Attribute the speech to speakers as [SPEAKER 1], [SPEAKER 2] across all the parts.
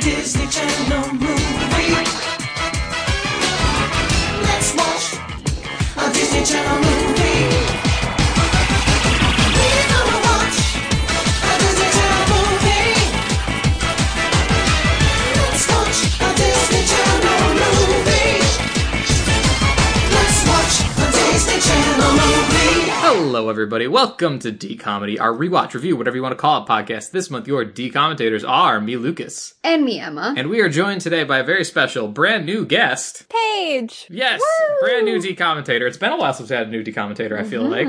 [SPEAKER 1] Disney Channel movie. Let's watch a Disney Channel movie. We're gonna watch a Disney Channel movie. Let's watch a Disney Channel movie. Let's watch a Disney Channel movie.
[SPEAKER 2] Hello, everybody. Welcome to D Comedy, our rewatch, review, whatever you want to call it, podcast. This month, your D commentators are me, Lucas,
[SPEAKER 3] And me, Emma.
[SPEAKER 2] and we are joined today by a very special, brand new guest.
[SPEAKER 4] Paige.
[SPEAKER 2] Yes, brand new D commentator. It's been a while since we had a new D commentator. I feel like,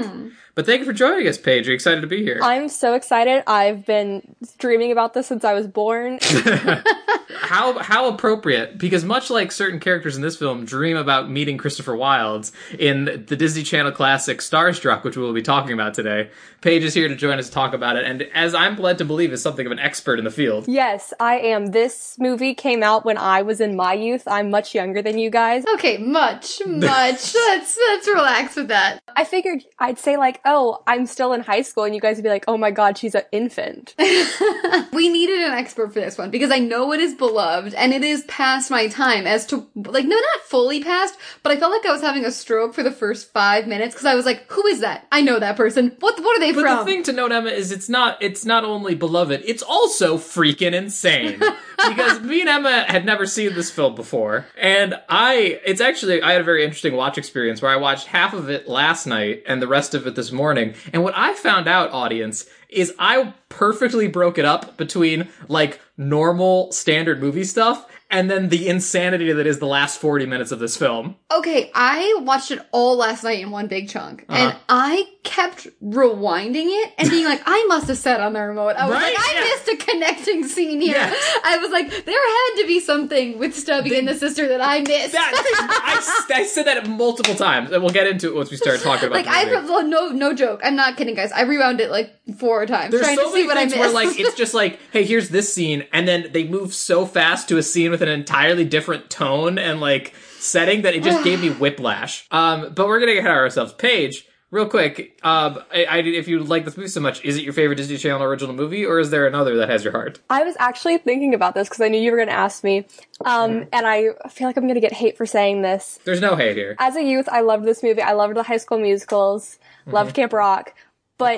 [SPEAKER 2] but thank you for joining us, Paige. You're excited to be here.
[SPEAKER 4] I'm so excited. I've been dreaming about this since I was born.
[SPEAKER 2] how how appropriate because much like certain characters in this film dream about meeting Christopher Wilde in the Disney Channel classic Starstruck, which we will be talking about today. Paige is here to join us to talk about it, and as I'm led to believe, is something of an expert in the field.
[SPEAKER 4] yes, I am. This movie came out when I was in my youth. I'm much younger than you guys.
[SPEAKER 3] okay, much, much. let's let's relax with that.
[SPEAKER 4] I figured I'd say like, "Oh, I'm still in high school," and you guys would be like, "Oh my god, she's an infant."
[SPEAKER 3] We needed an expert for this one because I know it is beloved and it is past my time as to like no, not fully past, but I felt like I was having a stroke for the first five minutes because I was like, "Who is that? I know that person. What what are they
[SPEAKER 2] But
[SPEAKER 3] from?"
[SPEAKER 2] the thing to note, Emma, is it's not it's not only beloved, it's also freaking insane. because me and Emma had never seen this film before. And I it's actually I had a very interesting watch experience where I watched half of it last night and the rest of it this morning. And what I found out, audience, is I perfectly broke it up between like normal standard movie stuff and then the insanity that is the last 40 minutes of this film.
[SPEAKER 3] Okay, I watched it all last night in one big chunk,
[SPEAKER 2] Uh-huh.
[SPEAKER 3] and I kept rewinding it and being like, "I must have said on the remote." I was
[SPEAKER 2] Right?
[SPEAKER 3] like, "I
[SPEAKER 2] Yeah.
[SPEAKER 3] missed a connecting scene here."
[SPEAKER 2] Yes.
[SPEAKER 3] I was like, "There had to be something with Stubby and the sister that I missed."
[SPEAKER 2] That, I, I said that multiple times, and we'll get into it once we start talking about
[SPEAKER 3] like
[SPEAKER 2] the
[SPEAKER 3] I
[SPEAKER 2] movie.
[SPEAKER 3] re- no no joke. I'm not kidding, guys. I rewound it like four times
[SPEAKER 2] There's
[SPEAKER 3] trying
[SPEAKER 2] so
[SPEAKER 3] to
[SPEAKER 2] many
[SPEAKER 3] see what I
[SPEAKER 2] things
[SPEAKER 3] missed.
[SPEAKER 2] where like it's just like, hey, here's this scene, and then they move so fast to a scene with an entirely different tone and like setting that it just gave me whiplash. Um, but we're gonna get ahead of ourselves. Paige, real quick, um, I, I, if you like this movie so much, is it your favorite Disney Channel original movie, or is there another that has your heart?
[SPEAKER 4] I was actually thinking about this because I knew you were going to ask me. Um, and I feel like I'm going to get hate for saying this,
[SPEAKER 2] There's no hate here.
[SPEAKER 4] as a youth, I loved this movie. I loved the high school musicals, loved Camp Rock. But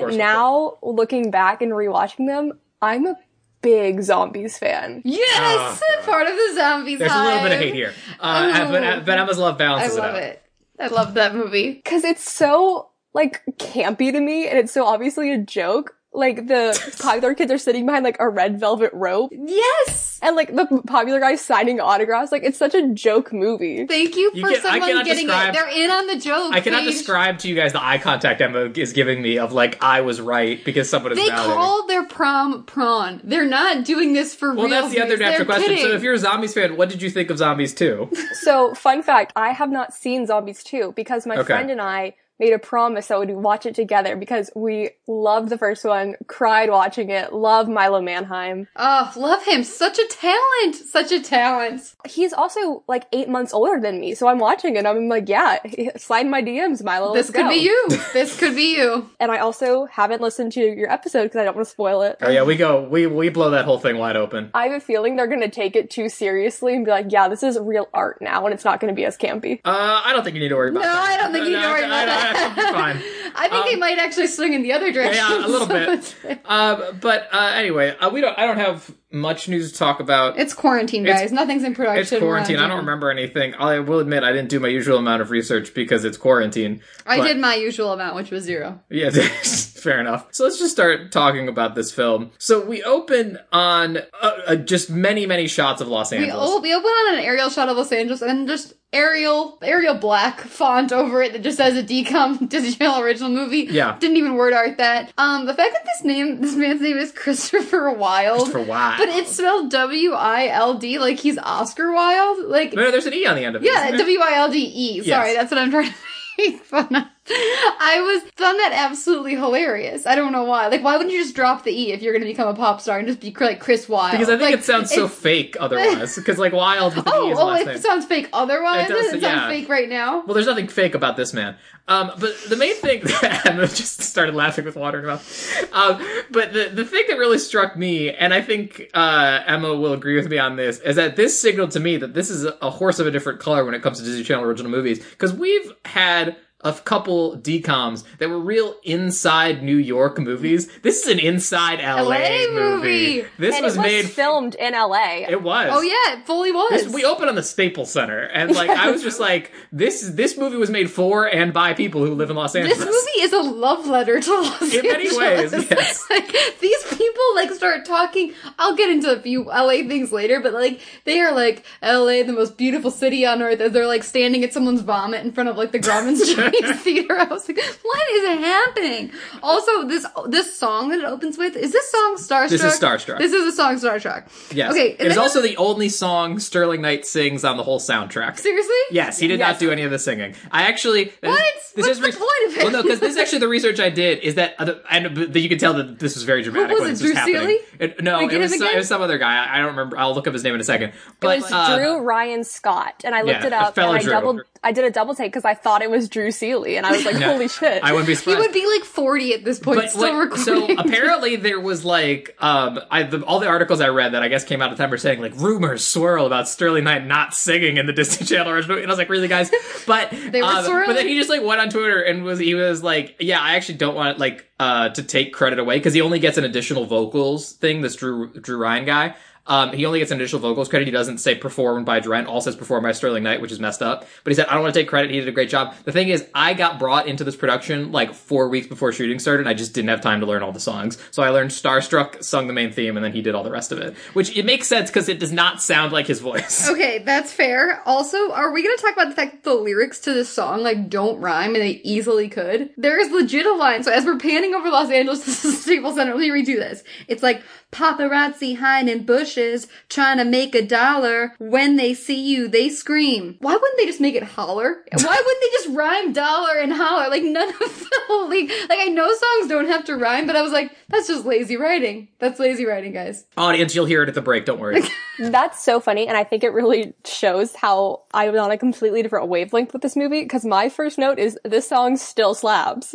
[SPEAKER 2] course, Mm-hmm. of
[SPEAKER 4] now, looking back and rewatching them, I'm a big zombies fan.
[SPEAKER 3] yes,
[SPEAKER 2] Oh, God.
[SPEAKER 3] part of the zombies.
[SPEAKER 2] There's a little bit of
[SPEAKER 3] hive.
[SPEAKER 2] hate here, uh,
[SPEAKER 3] Oh.
[SPEAKER 2] but, but Emma's love
[SPEAKER 3] I
[SPEAKER 2] balances
[SPEAKER 3] love
[SPEAKER 2] it out.
[SPEAKER 3] it. I love that movie.
[SPEAKER 4] Because it's so, like, campy to me, and it's so obviously a joke. Like, the popular kids are sitting behind, like, a red velvet rope,
[SPEAKER 3] Yes.
[SPEAKER 4] and, like, the popular guy's signing autographs. Like, it's such a joke movie.
[SPEAKER 3] Thank you for
[SPEAKER 2] You can- I
[SPEAKER 3] someone
[SPEAKER 2] cannot
[SPEAKER 3] getting
[SPEAKER 2] describe-
[SPEAKER 3] it. They're in on the joke.
[SPEAKER 2] I cannot
[SPEAKER 3] Paige.
[SPEAKER 2] describe to you guys the eye contact Emma is giving me of like I was right because someone is
[SPEAKER 3] They
[SPEAKER 2] validating.
[SPEAKER 3] call their prom prawn. They're not doing this for
[SPEAKER 2] Well,
[SPEAKER 3] real.
[SPEAKER 2] that's the other
[SPEAKER 3] They're
[SPEAKER 2] natural question.
[SPEAKER 3] kidding.
[SPEAKER 2] So, if you're a zombies fan, what did you think of Zombies Two?
[SPEAKER 4] So, fun fact, I have not seen Zombies 2 because my
[SPEAKER 2] Okay.
[SPEAKER 4] friend and I made a promise that we'd watch it together because we loved the first one, cried watching it, love Milo Manheim.
[SPEAKER 3] oh, love him. Such a talent. Such a talent.
[SPEAKER 4] He's also like eight months older than me, so I'm watching it. I'm like, yeah, slide in my DMs, Milo.
[SPEAKER 3] This
[SPEAKER 4] let's
[SPEAKER 3] could
[SPEAKER 4] go.
[SPEAKER 3] be you. This could be you.
[SPEAKER 4] And I also haven't listened to your episode because I don't want to spoil it.
[SPEAKER 2] oh yeah, we go, we we blow that whole thing wide open.
[SPEAKER 4] I have a feeling they're going to take it too seriously and be like, yeah, this is real art now and it's not going to be as campy.
[SPEAKER 2] Uh, I don't think you need to worry about
[SPEAKER 3] No,
[SPEAKER 2] that.
[SPEAKER 3] I don't think you need to worry about
[SPEAKER 2] I- I- I
[SPEAKER 3] that.
[SPEAKER 2] think you're fine. Um,
[SPEAKER 3] I think they might actually swing in the other direction.
[SPEAKER 2] Yeah, a little bit.
[SPEAKER 3] So it's-
[SPEAKER 2] Uh, but uh, anyway, uh, we don't. I don't have much news to talk about.
[SPEAKER 3] It's quarantine, guys. Nothing's in production.
[SPEAKER 2] It's quarantine.
[SPEAKER 3] We're
[SPEAKER 2] I
[SPEAKER 3] on
[SPEAKER 2] don't
[SPEAKER 3] Zoom.
[SPEAKER 2] remember anything. I will admit I didn't do my usual amount of research because it's quarantine.
[SPEAKER 3] I
[SPEAKER 2] but-
[SPEAKER 3] did my usual amount, which was zero.
[SPEAKER 2] Yeah, fair enough. So let's just start talking about this film. So we open on uh, uh, just many, many shots of Los
[SPEAKER 3] We,
[SPEAKER 2] Angeles.
[SPEAKER 3] o- we open on an aerial shot of Los Angeles and then just aerial aerial black font over it that just says a decom Disney Channel original movie.
[SPEAKER 2] Yeah.
[SPEAKER 3] Didn't even word art that. Um the fact that this name this man's name is Christopher Wilde.
[SPEAKER 2] For why?
[SPEAKER 3] But it's spelled W I L D like he's Oscar Wilde. Like
[SPEAKER 2] No, no, there's an E on the end of it.
[SPEAKER 3] Yeah,
[SPEAKER 2] isn't there?
[SPEAKER 3] W I L D E. Sorry,
[SPEAKER 2] Yes.
[SPEAKER 3] that's what I'm trying to make fun of. I was found that absolutely hilarious. I don't know why. Like, why wouldn't you just drop the e if you're going to become a pop star and just be like Chris Wilde?
[SPEAKER 2] Because I think
[SPEAKER 3] Like,
[SPEAKER 2] it sounds so
[SPEAKER 3] it's-
[SPEAKER 2] fake otherwise. Because like Wild with the E
[SPEAKER 3] Oh,
[SPEAKER 2] is
[SPEAKER 3] oh,
[SPEAKER 2] last
[SPEAKER 3] it
[SPEAKER 2] name.
[SPEAKER 3] sounds fake. Otherwise,
[SPEAKER 2] It
[SPEAKER 3] it,
[SPEAKER 2] does,
[SPEAKER 3] sounds
[SPEAKER 2] yeah.
[SPEAKER 3] fake right now.
[SPEAKER 2] Well, there's nothing fake about this man. Um, but the main thing that Emma just started laughing with water in her mouth. Um, but the, the thing that really struck me, and I think uh, Emma will agree with me on this, is that this signaled to me that this is a, a horse of a different color when it comes to Disney Channel original movies. Because we've had a couple DCOMs that were real inside New York movies. This is an inside LA,
[SPEAKER 3] LA
[SPEAKER 2] movie.
[SPEAKER 3] movie.
[SPEAKER 2] This
[SPEAKER 4] and
[SPEAKER 2] was,
[SPEAKER 4] it was
[SPEAKER 2] made.
[SPEAKER 4] filmed in LA.
[SPEAKER 2] it was.
[SPEAKER 3] Oh yeah, it fully was.
[SPEAKER 2] This- we opened on the Staples Center, and like I was just like, this this movie was made for and by people who live in Los Angeles.
[SPEAKER 3] This movie is a love letter to Los
[SPEAKER 2] In many
[SPEAKER 3] Angeles.
[SPEAKER 2] ways, yes.
[SPEAKER 3] like, these people like start talking. I'll get into a few LA things later, but like they are like LA, the most beautiful city on earth. As they're like standing at someone's vomit in front of like the Grauman Chinese Theater. I was like, what is happening? Also, this this song that it opens with is this song Starstruck.
[SPEAKER 2] This is Starstruck.
[SPEAKER 3] This is a song Starstruck.
[SPEAKER 2] yes.
[SPEAKER 3] Okay.
[SPEAKER 2] It was
[SPEAKER 3] then-
[SPEAKER 2] also the only song Sterling Knight sings on the whole soundtrack.
[SPEAKER 3] seriously.
[SPEAKER 2] Yes, he did
[SPEAKER 4] Yes.
[SPEAKER 2] not do any of the singing. I actually uh,
[SPEAKER 3] What? What's the
[SPEAKER 2] re-
[SPEAKER 3] point of it?
[SPEAKER 2] Well, no, because this is actually the research I did is that other, and but you can tell that this was very dramatic
[SPEAKER 3] Who was
[SPEAKER 2] when
[SPEAKER 3] it,
[SPEAKER 2] this was
[SPEAKER 3] Drew
[SPEAKER 2] happening.
[SPEAKER 3] Seeley?
[SPEAKER 2] It, no,
[SPEAKER 3] Like,
[SPEAKER 2] it
[SPEAKER 3] it
[SPEAKER 2] was,
[SPEAKER 3] is
[SPEAKER 2] some, it
[SPEAKER 3] again?
[SPEAKER 2] was some other guy. I, I don't remember. I'll look up his name in a second. But
[SPEAKER 4] it was
[SPEAKER 2] uh,
[SPEAKER 4] Drew Ryan Scott, and I looked
[SPEAKER 2] yeah,
[SPEAKER 4] it
[SPEAKER 2] a
[SPEAKER 4] up,
[SPEAKER 2] fellow
[SPEAKER 4] and I
[SPEAKER 2] Drew.
[SPEAKER 4] double, I did a double take because I thought it was Drew Seeley, and I was like,
[SPEAKER 2] yeah,
[SPEAKER 4] "Holy shit!"
[SPEAKER 2] I wouldn't be
[SPEAKER 3] He
[SPEAKER 2] surprised.
[SPEAKER 3] would be like 40 at this point,
[SPEAKER 2] But
[SPEAKER 3] still
[SPEAKER 2] what- so
[SPEAKER 3] recording.
[SPEAKER 2] apparently there was like um I the, all the articles I read that I guess came out at the time were saying like rumors swirl about Sterling Knight not singing in the Disney Channel original and I was like really guys but
[SPEAKER 3] They were
[SPEAKER 2] um, but then
[SPEAKER 3] swirling.
[SPEAKER 2] he just like went on Twitter and was he was like yeah I actually don't want like uh to take credit away because he only gets an additional vocals thing this Drew Drew Ryan guy. Um, he only gets an additional vocals credit. He doesn't say performed by Durant. All says performed by Sterling Knight, which is messed up. But he said, I don't want to take credit. He did a great job. The thing is, I got brought into this production like four weeks before shooting started. And I just didn't have time to learn all the songs. So I learned Starstruck, sung the main theme, and then he did all the rest of it. Which it makes sense because it does not sound like his voice.
[SPEAKER 3] Okay, that's fair. Also, are we going to talk about the fact that the lyrics to this song like don't rhyme and they easily could? There is legit a line. So as we're panning over Los Angeles, this is Staples Center. Let me redo this. It's like paparazzi hiding in bushes, trying to make a dollar. When they see you, they scream. Why wouldn't they just make it holler? Why wouldn't they just rhyme dollar and holler? Like none of the like, like I know songs don't have to rhyme, but I was like, that's just lazy writing. That's lazy writing, guys.
[SPEAKER 2] Audience, you'll hear it at the break. Don't worry.
[SPEAKER 4] That's so funny, and I think it really shows how I was on a completely different wavelength with this movie. Because my first note is this song still slabs.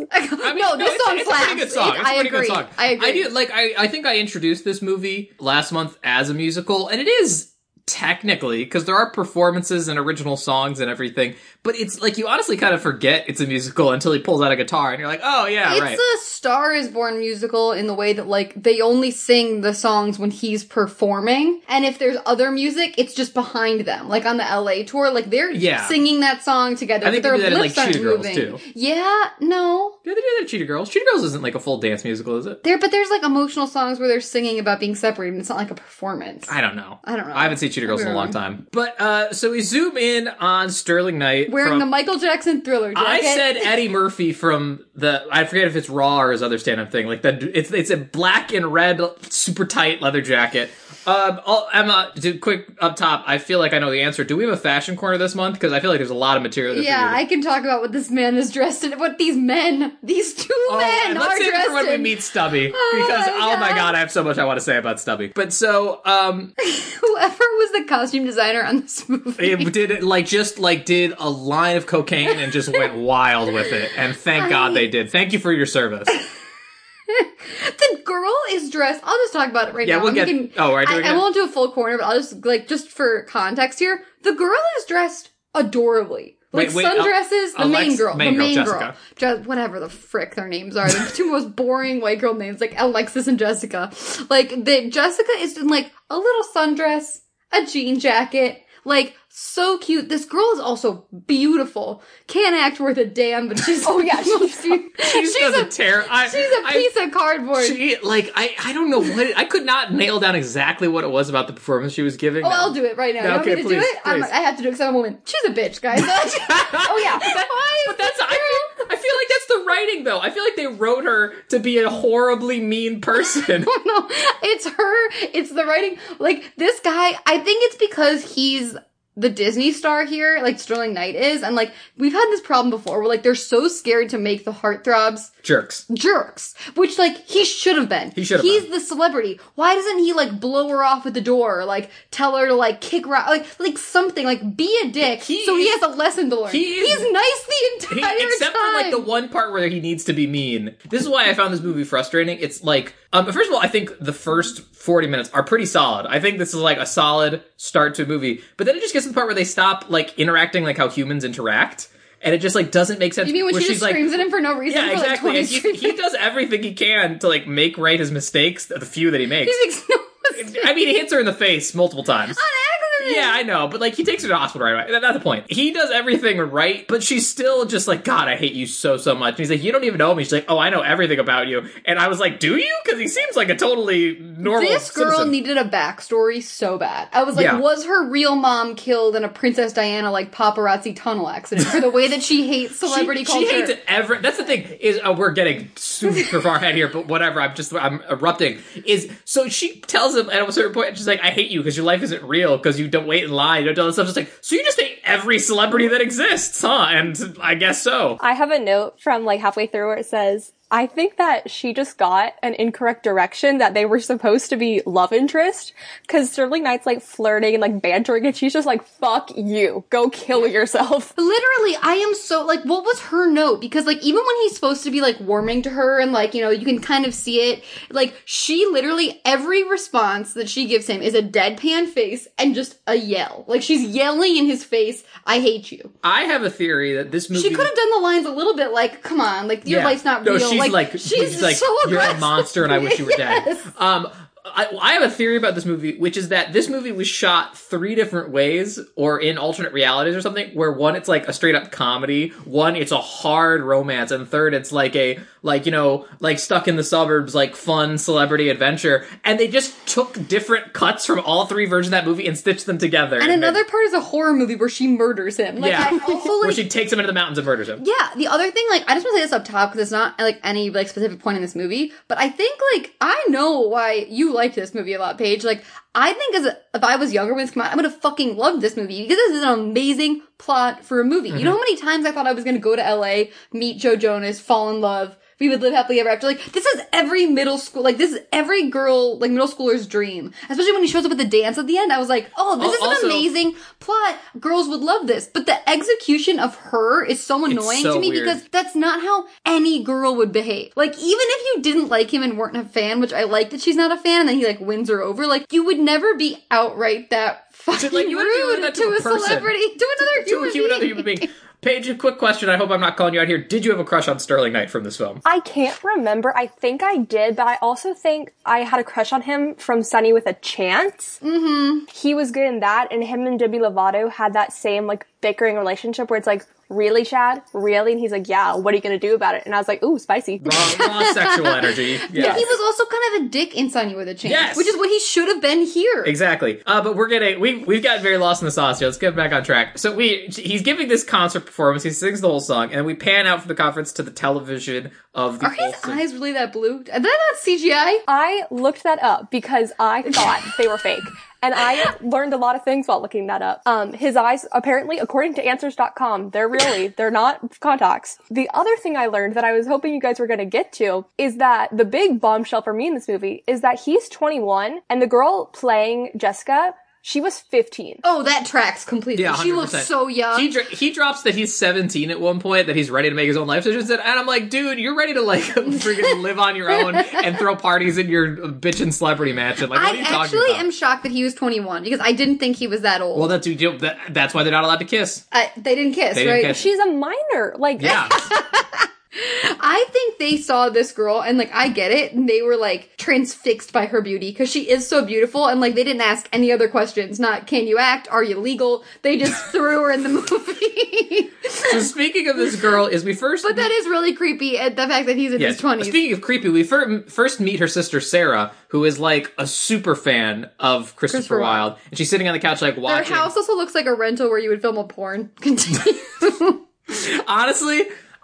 [SPEAKER 3] no, this
[SPEAKER 2] it's,
[SPEAKER 3] song
[SPEAKER 2] it's
[SPEAKER 3] slaps.
[SPEAKER 2] a pretty good song.
[SPEAKER 3] It-
[SPEAKER 2] It's a
[SPEAKER 3] I
[SPEAKER 2] pretty
[SPEAKER 3] agree.
[SPEAKER 2] good song.
[SPEAKER 3] I agree.
[SPEAKER 2] I do like. I, I think I introduced this movie last month as a musical, and it is technically because there are performances and original songs and everything. But it's like you honestly kind of forget it's a musical until he pulls out a guitar, and you're like, oh yeah,
[SPEAKER 3] It's
[SPEAKER 2] right.
[SPEAKER 3] a Star is Born musical in the way that like they only sing the songs when he's performing, and if there's other music, it's just behind them. Like on the LA tour, like they're
[SPEAKER 2] Yeah.
[SPEAKER 3] singing that song together.
[SPEAKER 2] I think
[SPEAKER 3] but
[SPEAKER 2] they
[SPEAKER 3] their
[SPEAKER 2] do that in,
[SPEAKER 3] lips
[SPEAKER 2] like,
[SPEAKER 3] aren't
[SPEAKER 2] Cheetah Girls,
[SPEAKER 3] moving.
[SPEAKER 2] too.
[SPEAKER 3] Yeah, no.
[SPEAKER 2] yeah, they do that. Cheetah Girls. Cheetah Girls isn't like a full dance musical, is it?
[SPEAKER 3] There, but there's like emotional songs where they're singing about being separated. and It's not like a performance.
[SPEAKER 2] I don't know.
[SPEAKER 3] I don't know.
[SPEAKER 2] I haven't seen Cheetah Girls in a long time. But uh so we zoom in on Sterling Knight
[SPEAKER 3] Wearing
[SPEAKER 2] from-
[SPEAKER 3] the Michael Jackson Thriller jacket.
[SPEAKER 2] I said Eddie Murphy from the I forget if it's Raw or his other stand-up thing. Like the it's it's a black and red super tight leather jacket. Um, I'll- Emma, do, quick up top. I feel like I know the answer. Do we have a fashion corner this month? Because I feel like there's a lot of material. There
[SPEAKER 3] Yeah,
[SPEAKER 2] for
[SPEAKER 3] I
[SPEAKER 2] you to-
[SPEAKER 3] can talk about what this man is dressed in. What these men, these two
[SPEAKER 2] Oh,
[SPEAKER 3] men,
[SPEAKER 2] and let's
[SPEAKER 3] are
[SPEAKER 2] save it
[SPEAKER 3] dressed
[SPEAKER 2] for when we
[SPEAKER 3] in.
[SPEAKER 2] meet Stubby because
[SPEAKER 3] my
[SPEAKER 2] oh my
[SPEAKER 3] God.
[SPEAKER 2] god, I have so much I want to say about Stubby. But so um,
[SPEAKER 3] Whoever was the costume designer on this movie.
[SPEAKER 2] it did it like just like did a line of cocaine and just went wild with it. And thank God they did. Thank you for your service.
[SPEAKER 3] the girl is dressed. I'll just talk about it right
[SPEAKER 2] Yeah,
[SPEAKER 3] now.
[SPEAKER 2] we'll get- oh, right,
[SPEAKER 3] I,
[SPEAKER 2] we're
[SPEAKER 3] I
[SPEAKER 2] gonna-
[SPEAKER 3] won't do a full corner, but I'll just like just for context here. The girl is dressed adorably. Like
[SPEAKER 2] Wait, wait,
[SPEAKER 3] sundresses,
[SPEAKER 2] Al-
[SPEAKER 3] the main
[SPEAKER 2] Alex-
[SPEAKER 3] girl,
[SPEAKER 2] main
[SPEAKER 3] the
[SPEAKER 2] girl,
[SPEAKER 3] main girl,
[SPEAKER 2] Jessica.
[SPEAKER 3] Je- whatever the frick their names are, the two most boring white girl names, like Alexis and Jessica. Like the Jessica is in like a little sundress, a jean jacket, like so cute. This girl is also beautiful. Can't act worth a damn, but she's oh
[SPEAKER 4] yeah, she's-
[SPEAKER 2] She just doesn't tear. I,
[SPEAKER 3] She's a
[SPEAKER 2] I-
[SPEAKER 3] piece of cardboard.
[SPEAKER 2] She like I I don't know what it, I could not nail down exactly what it was about the performance she was giving.
[SPEAKER 3] oh, I'll do it right now. You want
[SPEAKER 2] Okay,
[SPEAKER 3] me to do
[SPEAKER 2] please,
[SPEAKER 3] it? I'm,
[SPEAKER 2] please.
[SPEAKER 3] I have to do it because I'm a woman. She's a bitch, guys. oh yeah. Why is
[SPEAKER 2] But that's I feel, I feel like that's the writing though. I feel like they wrote her to be a horribly mean person.
[SPEAKER 3] no, it's her. It's the writing. Like this guy, I think it's because he's the Disney star here, like Sterling Knight is, and like we've had this problem before where like they're so scared to make the heartthrobs
[SPEAKER 2] Jerks.
[SPEAKER 3] jerks, which like he should have been.
[SPEAKER 2] He should have
[SPEAKER 3] He's
[SPEAKER 2] been.
[SPEAKER 3] the celebrity. Why doesn't he like blow her off at the door, or, like tell her to like kick her out, like like something, like be a dick,
[SPEAKER 2] He
[SPEAKER 3] so he
[SPEAKER 2] is-
[SPEAKER 3] has a lesson to learn.
[SPEAKER 2] he is-
[SPEAKER 3] He's nice the
[SPEAKER 2] He-
[SPEAKER 3] entire
[SPEAKER 2] except
[SPEAKER 3] time.
[SPEAKER 2] for like the one part where he needs to be mean. This is why I found this movie frustrating. It's like, um, first of all, I think the first forty minutes are pretty solid. I think this is like a solid start to a movie, but then it just gets to the part where they stop like interacting like how humans interact, and it just like doesn't make sense.
[SPEAKER 3] you mean when
[SPEAKER 2] where
[SPEAKER 3] she
[SPEAKER 2] she's
[SPEAKER 3] just
[SPEAKER 2] like,
[SPEAKER 3] screams at him for no reason
[SPEAKER 2] yeah,
[SPEAKER 3] for like
[SPEAKER 2] exactly.
[SPEAKER 3] 20
[SPEAKER 2] And he,
[SPEAKER 3] straight
[SPEAKER 2] he does everything he can to like make right his mistakes, the few that he makes.
[SPEAKER 3] He makes no mistake.
[SPEAKER 2] I mean, he hits her in the face multiple
[SPEAKER 3] Oh,
[SPEAKER 2] times.
[SPEAKER 3] On accident.
[SPEAKER 2] Yeah, I know, but like he takes her to the hospital right away. That's the point. He does everything right, but she's still just like, God, I hate you so so much. And he's like, You don't even know me. She's like, Oh, I know everything about you. And I was like, Do you? Because he seems like a totally normal.
[SPEAKER 3] This girl
[SPEAKER 2] citizen.
[SPEAKER 3] needed a backstory so bad. I was like,
[SPEAKER 2] Yeah.
[SPEAKER 3] was her real mom killed in a Princess Diana like paparazzi tunnel accident for the way that she hates
[SPEAKER 2] She-
[SPEAKER 3] celebrity
[SPEAKER 2] she,
[SPEAKER 3] culture?
[SPEAKER 2] hates every. That's the thing is uh, we're getting super far ahead here, but whatever. I'm just I'm erupting. Is so she tells him at a certain point she's like, I hate you because your life isn't real because you don't wait in line, you don't do all this stuff. Just like so you just hate every celebrity that exists, huh? And I guess so.
[SPEAKER 4] I have a note from like halfway through where it says, I think that she just got an incorrect direction that they were supposed to be love interest because Sterling Knight's like flirting and like bantering and she's just like, fuck you, go kill yourself.
[SPEAKER 3] Literally, I am so like, what was her note? Because like, even when he's supposed to be like warming to her and like, you know, you can kind of see it. Like, she literally every response that she gives him is a deadpan face and just a yell. Like, she's yelling in his face, "I hate you."
[SPEAKER 2] I have a theory that this movie
[SPEAKER 3] She could have done the lines a little bit like, "Come on, like your
[SPEAKER 2] Yeah.
[SPEAKER 3] life's not
[SPEAKER 2] no,
[SPEAKER 3] real."
[SPEAKER 2] She's like,
[SPEAKER 3] she's,
[SPEAKER 2] she's like,
[SPEAKER 3] so
[SPEAKER 2] you're
[SPEAKER 3] aggressive.
[SPEAKER 2] a monster, and I wish you were
[SPEAKER 3] Yes.
[SPEAKER 2] dead. Um, I, I have a theory about this movie, which is that this movie was shot three different ways, or in alternate realities or something. Where one, it's like a straight up comedy; one, it's a hard romance; and third, it's like a like you know like stuck in the suburbs, like fun celebrity adventure. And they just took different cuts from all three versions of that movie and stitched them together.
[SPEAKER 3] And
[SPEAKER 2] made-
[SPEAKER 3] another part is a horror movie where she murders him. Like,
[SPEAKER 2] yeah,
[SPEAKER 3] I oh, also
[SPEAKER 2] where
[SPEAKER 3] like
[SPEAKER 2] she takes him into the mountains and murders him.
[SPEAKER 3] Yeah, the other thing, like, I just want to say this up top because it's not like any like specific point in this movie, but I think like I know why you like this movie a lot, Paige. Like, I think as a, if I was younger when this came out, I would have fucking loved this movie because this is an amazing plot for a movie. You
[SPEAKER 2] Mm-hmm.
[SPEAKER 3] know how many times I thought I was going to go to LA, meet Joe Jonas, fall in love. We would live happily ever after. Like this is every middle school, like this is every girl, like middle schooler's dream. Especially when he shows up at the dance at the end. I was like, oh, this
[SPEAKER 2] Al-
[SPEAKER 3] is an
[SPEAKER 2] also-
[SPEAKER 3] amazing plot. Girls would love this. But the execution of her is so annoying annoying
[SPEAKER 2] so
[SPEAKER 3] to me
[SPEAKER 2] weird.
[SPEAKER 3] because that's not how any girl would behave. Like, even if you didn't like him and weren't a fan, which I like that she's not a fan, and then he like wins her over, like you would never be outright that fucking
[SPEAKER 2] like, you wouldn't do
[SPEAKER 3] rude
[SPEAKER 2] that
[SPEAKER 3] to,
[SPEAKER 2] to
[SPEAKER 3] a,
[SPEAKER 2] a person.
[SPEAKER 3] celebrity, to another
[SPEAKER 2] to
[SPEAKER 3] human
[SPEAKER 2] a human,
[SPEAKER 3] being.
[SPEAKER 2] other human being. Paige, a quick question. I hope I'm not calling you out here. Did you have a crush on Sterling Knight from this film?
[SPEAKER 4] I can't remember. I think I did, but I also think I had a crush on him from Sunny with a Chance. Mm-hmm. He was good in that, and him and Demi Lovato had that same like bickering relationship where it's like, really, Shad, really, and he's like, yeah, what are you gonna do about it? And I was like, ooh, spicy.
[SPEAKER 2] Raw, raw sexual energy. Yeah.
[SPEAKER 3] He was also kind of a dick in Sonny with a Chance,
[SPEAKER 2] Yes.
[SPEAKER 3] which is what he should have been here.
[SPEAKER 2] Exactly. Uh, but we're getting we we've gotten very lost in the sauce here. Let's get back on track. So we he's giving this concert performance. He sings the whole song, and we pan out from the conference to the television of the.
[SPEAKER 3] Are his
[SPEAKER 2] Olsen-
[SPEAKER 3] eyes really that blue? Did I not CGI?
[SPEAKER 4] I looked that up because I thought they were fake. And I learned a lot of things while looking that up. Um, his eyes, apparently, according to answers.com, they're really, they're not contacts. The other thing I learned that I was hoping you guys were going to get to is that the big bombshell for me in this movie is that he's 21 and the girl playing Jessica, she was 15.
[SPEAKER 3] Oh, that tracks completely.
[SPEAKER 2] Yeah, 100%.
[SPEAKER 3] she looks so young.
[SPEAKER 2] He, dr- he drops that he's 17 at one point, that he's ready to make his own life decisions, and I'm like, dude, you're ready to like freaking live on your own and throw parties in your uh, bitchin' celebrity mansion. Like, what are
[SPEAKER 3] I
[SPEAKER 2] you talking
[SPEAKER 3] actually
[SPEAKER 2] about?
[SPEAKER 3] am shocked that he was 21 because I didn't think he was that old.
[SPEAKER 2] Well, that's that, that's why they're not allowed to kiss.
[SPEAKER 3] I, they didn't kiss,
[SPEAKER 2] didn't
[SPEAKER 3] right?
[SPEAKER 2] kiss.
[SPEAKER 4] She's a minor. Like,
[SPEAKER 2] Yeah,
[SPEAKER 3] I think they saw this girl and like I get it, and they were like transfixed by her beauty because she is so beautiful, and like they didn't ask any other questions. Not can you act? Are you legal? They just threw her in the movie.
[SPEAKER 2] so speaking of this girl, is we first.
[SPEAKER 3] but that is really creepy. At the fact that he's in
[SPEAKER 2] Yes.
[SPEAKER 3] his twenties.
[SPEAKER 2] Speaking of creepy, we fir- first meet her sister Sarah, who is like a super fan of Christopher,
[SPEAKER 3] Christopher
[SPEAKER 2] Wilde, and she's sitting on the couch like
[SPEAKER 3] Their
[SPEAKER 2] watching.
[SPEAKER 3] house also looks like a rental where you would film a porn. Continue.
[SPEAKER 2] Honestly,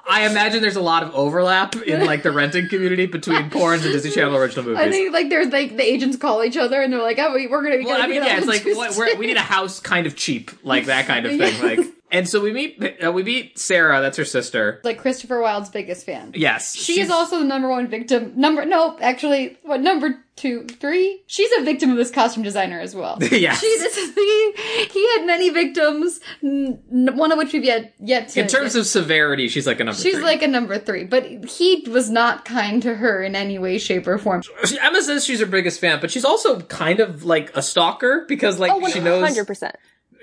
[SPEAKER 2] I imagine there's a lot of overlap in like the renting community between porns and Disney Channel original movies.
[SPEAKER 3] I think like they're like the agents call each other and they're like, "Oh, we, we're gonna be."
[SPEAKER 2] well,
[SPEAKER 3] gonna
[SPEAKER 2] I mean,
[SPEAKER 3] get
[SPEAKER 2] yeah,
[SPEAKER 3] all
[SPEAKER 2] it's like what,
[SPEAKER 3] interested."
[SPEAKER 2] we're, we need a house kind of cheap, like that kind of thing. Like, and so we meet uh, we meet Sarah. That's her sister.
[SPEAKER 3] like Christopher Wilde's biggest fan.
[SPEAKER 2] Yes,
[SPEAKER 3] She is also the number one victim. Number no, actually, what number two, three? She's a victim of this costume designer as well.
[SPEAKER 2] Yes.
[SPEAKER 3] she. This is he. He had many victims. n- n- One of which we've yet yet to.
[SPEAKER 2] in terms of severity. She's like a number.
[SPEAKER 3] she's
[SPEAKER 2] three.
[SPEAKER 3] like a number three, but he was not kind to her in any way, shape, or form.
[SPEAKER 2] She- Emma says she's her biggest fan, but she's also kind of like a stalker because like
[SPEAKER 4] Oh,
[SPEAKER 2] she knows
[SPEAKER 4] 100%.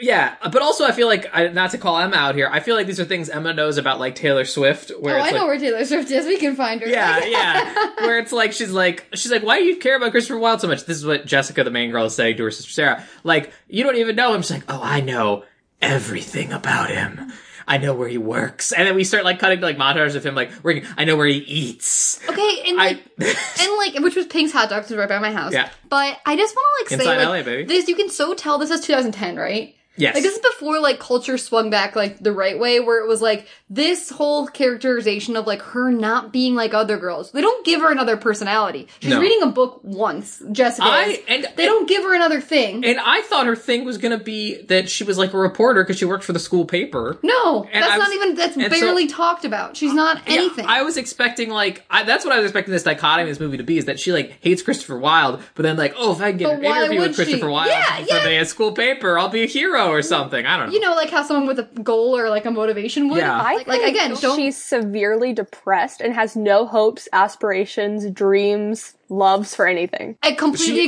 [SPEAKER 2] Yeah, but also I feel like I, not to call Emma out here. I feel like these are things Emma knows about, like Taylor Swift. Where
[SPEAKER 3] Oh,
[SPEAKER 2] it's
[SPEAKER 3] I know
[SPEAKER 2] like,
[SPEAKER 3] where Taylor Swift is. We can find her.
[SPEAKER 2] yeah, yeah. Where it's like she's like she's like, why do you care about Christopher Wilde so much? This is what Jessica, the main girl, is saying to her sister Sarah. Like, you don't even know him. She's like, oh, I know everything about him. I know where he works, and then we start like cutting to like montages of him like working. I know where he eats.
[SPEAKER 3] Okay, and
[SPEAKER 2] I
[SPEAKER 3] like, and like, which was Pink's hot dogs was right by my house.
[SPEAKER 2] Yeah.
[SPEAKER 3] But I just want to like say,
[SPEAKER 2] Inside LA,
[SPEAKER 3] like,
[SPEAKER 2] baby.
[SPEAKER 3] this you can so tell this is 2010, right?
[SPEAKER 2] yes,
[SPEAKER 3] Like this is before like culture swung back like the right way, where it was like this whole characterization of like her not being like other girls. They don't give her another personality. She's
[SPEAKER 2] No.
[SPEAKER 3] reading a book once, Jessica.
[SPEAKER 2] I-
[SPEAKER 3] is.
[SPEAKER 2] and-
[SPEAKER 3] they don't give her another thing.
[SPEAKER 2] and I thought her thing was gonna be that she was like a reporter because she worked for the school paper.
[SPEAKER 3] no,
[SPEAKER 2] and
[SPEAKER 3] that's
[SPEAKER 2] I
[SPEAKER 3] not
[SPEAKER 2] was-
[SPEAKER 3] even that's
[SPEAKER 2] and so-
[SPEAKER 3] barely talked about. She's not
[SPEAKER 2] Yeah,
[SPEAKER 3] anything.
[SPEAKER 2] I was expecting like I, that's what I was expecting this dichotomy of this movie to be is that she like hates Christopher Wilde, but then like oh if I can get
[SPEAKER 3] But
[SPEAKER 2] an
[SPEAKER 3] why
[SPEAKER 2] interview
[SPEAKER 3] would
[SPEAKER 2] with
[SPEAKER 3] she?
[SPEAKER 2] Christopher Wilde
[SPEAKER 3] Yeah,
[SPEAKER 2] for
[SPEAKER 3] yeah.
[SPEAKER 2] the school paper, I'll be a hero or something. I don't know.
[SPEAKER 3] you know, like how someone with a goal or like a motivation would.
[SPEAKER 2] Yeah.
[SPEAKER 4] I
[SPEAKER 3] Like, like,
[SPEAKER 4] think
[SPEAKER 3] again, don't
[SPEAKER 4] she's severely depressed and has no hopes, aspirations, dreams, loves for anything.
[SPEAKER 3] I completely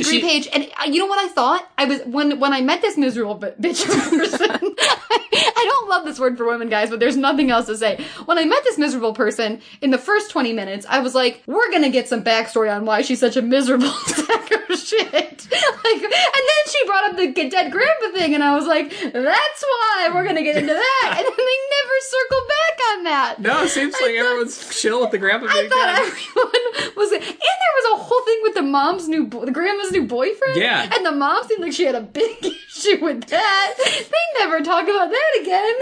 [SPEAKER 2] She- she-
[SPEAKER 3] agree, Paige. And uh, you know what I thought? I was when when I met this miserable bi- bitch of a person. I don't love this word for women, guys, but there's nothing else to say. When I met this miserable person in the first 20 minutes, I was like, "We're gonna get some backstory on why she's such a miserable sack of shit." Like, and then she brought up the g- dead grandpa thing, and I was like, "That's why we're gonna get into that." And then they never circle back on that.
[SPEAKER 2] no, it seems like everyone's chill with the grandpa.
[SPEAKER 3] I
[SPEAKER 2] being
[SPEAKER 3] thought
[SPEAKER 2] dead.
[SPEAKER 3] everyone was, and there was a whole thing with the mom's new, bo- the grandma's new boyfriend.
[SPEAKER 2] Yeah.
[SPEAKER 3] and the mom seemed like she had a big issue with that. They never talk about that again.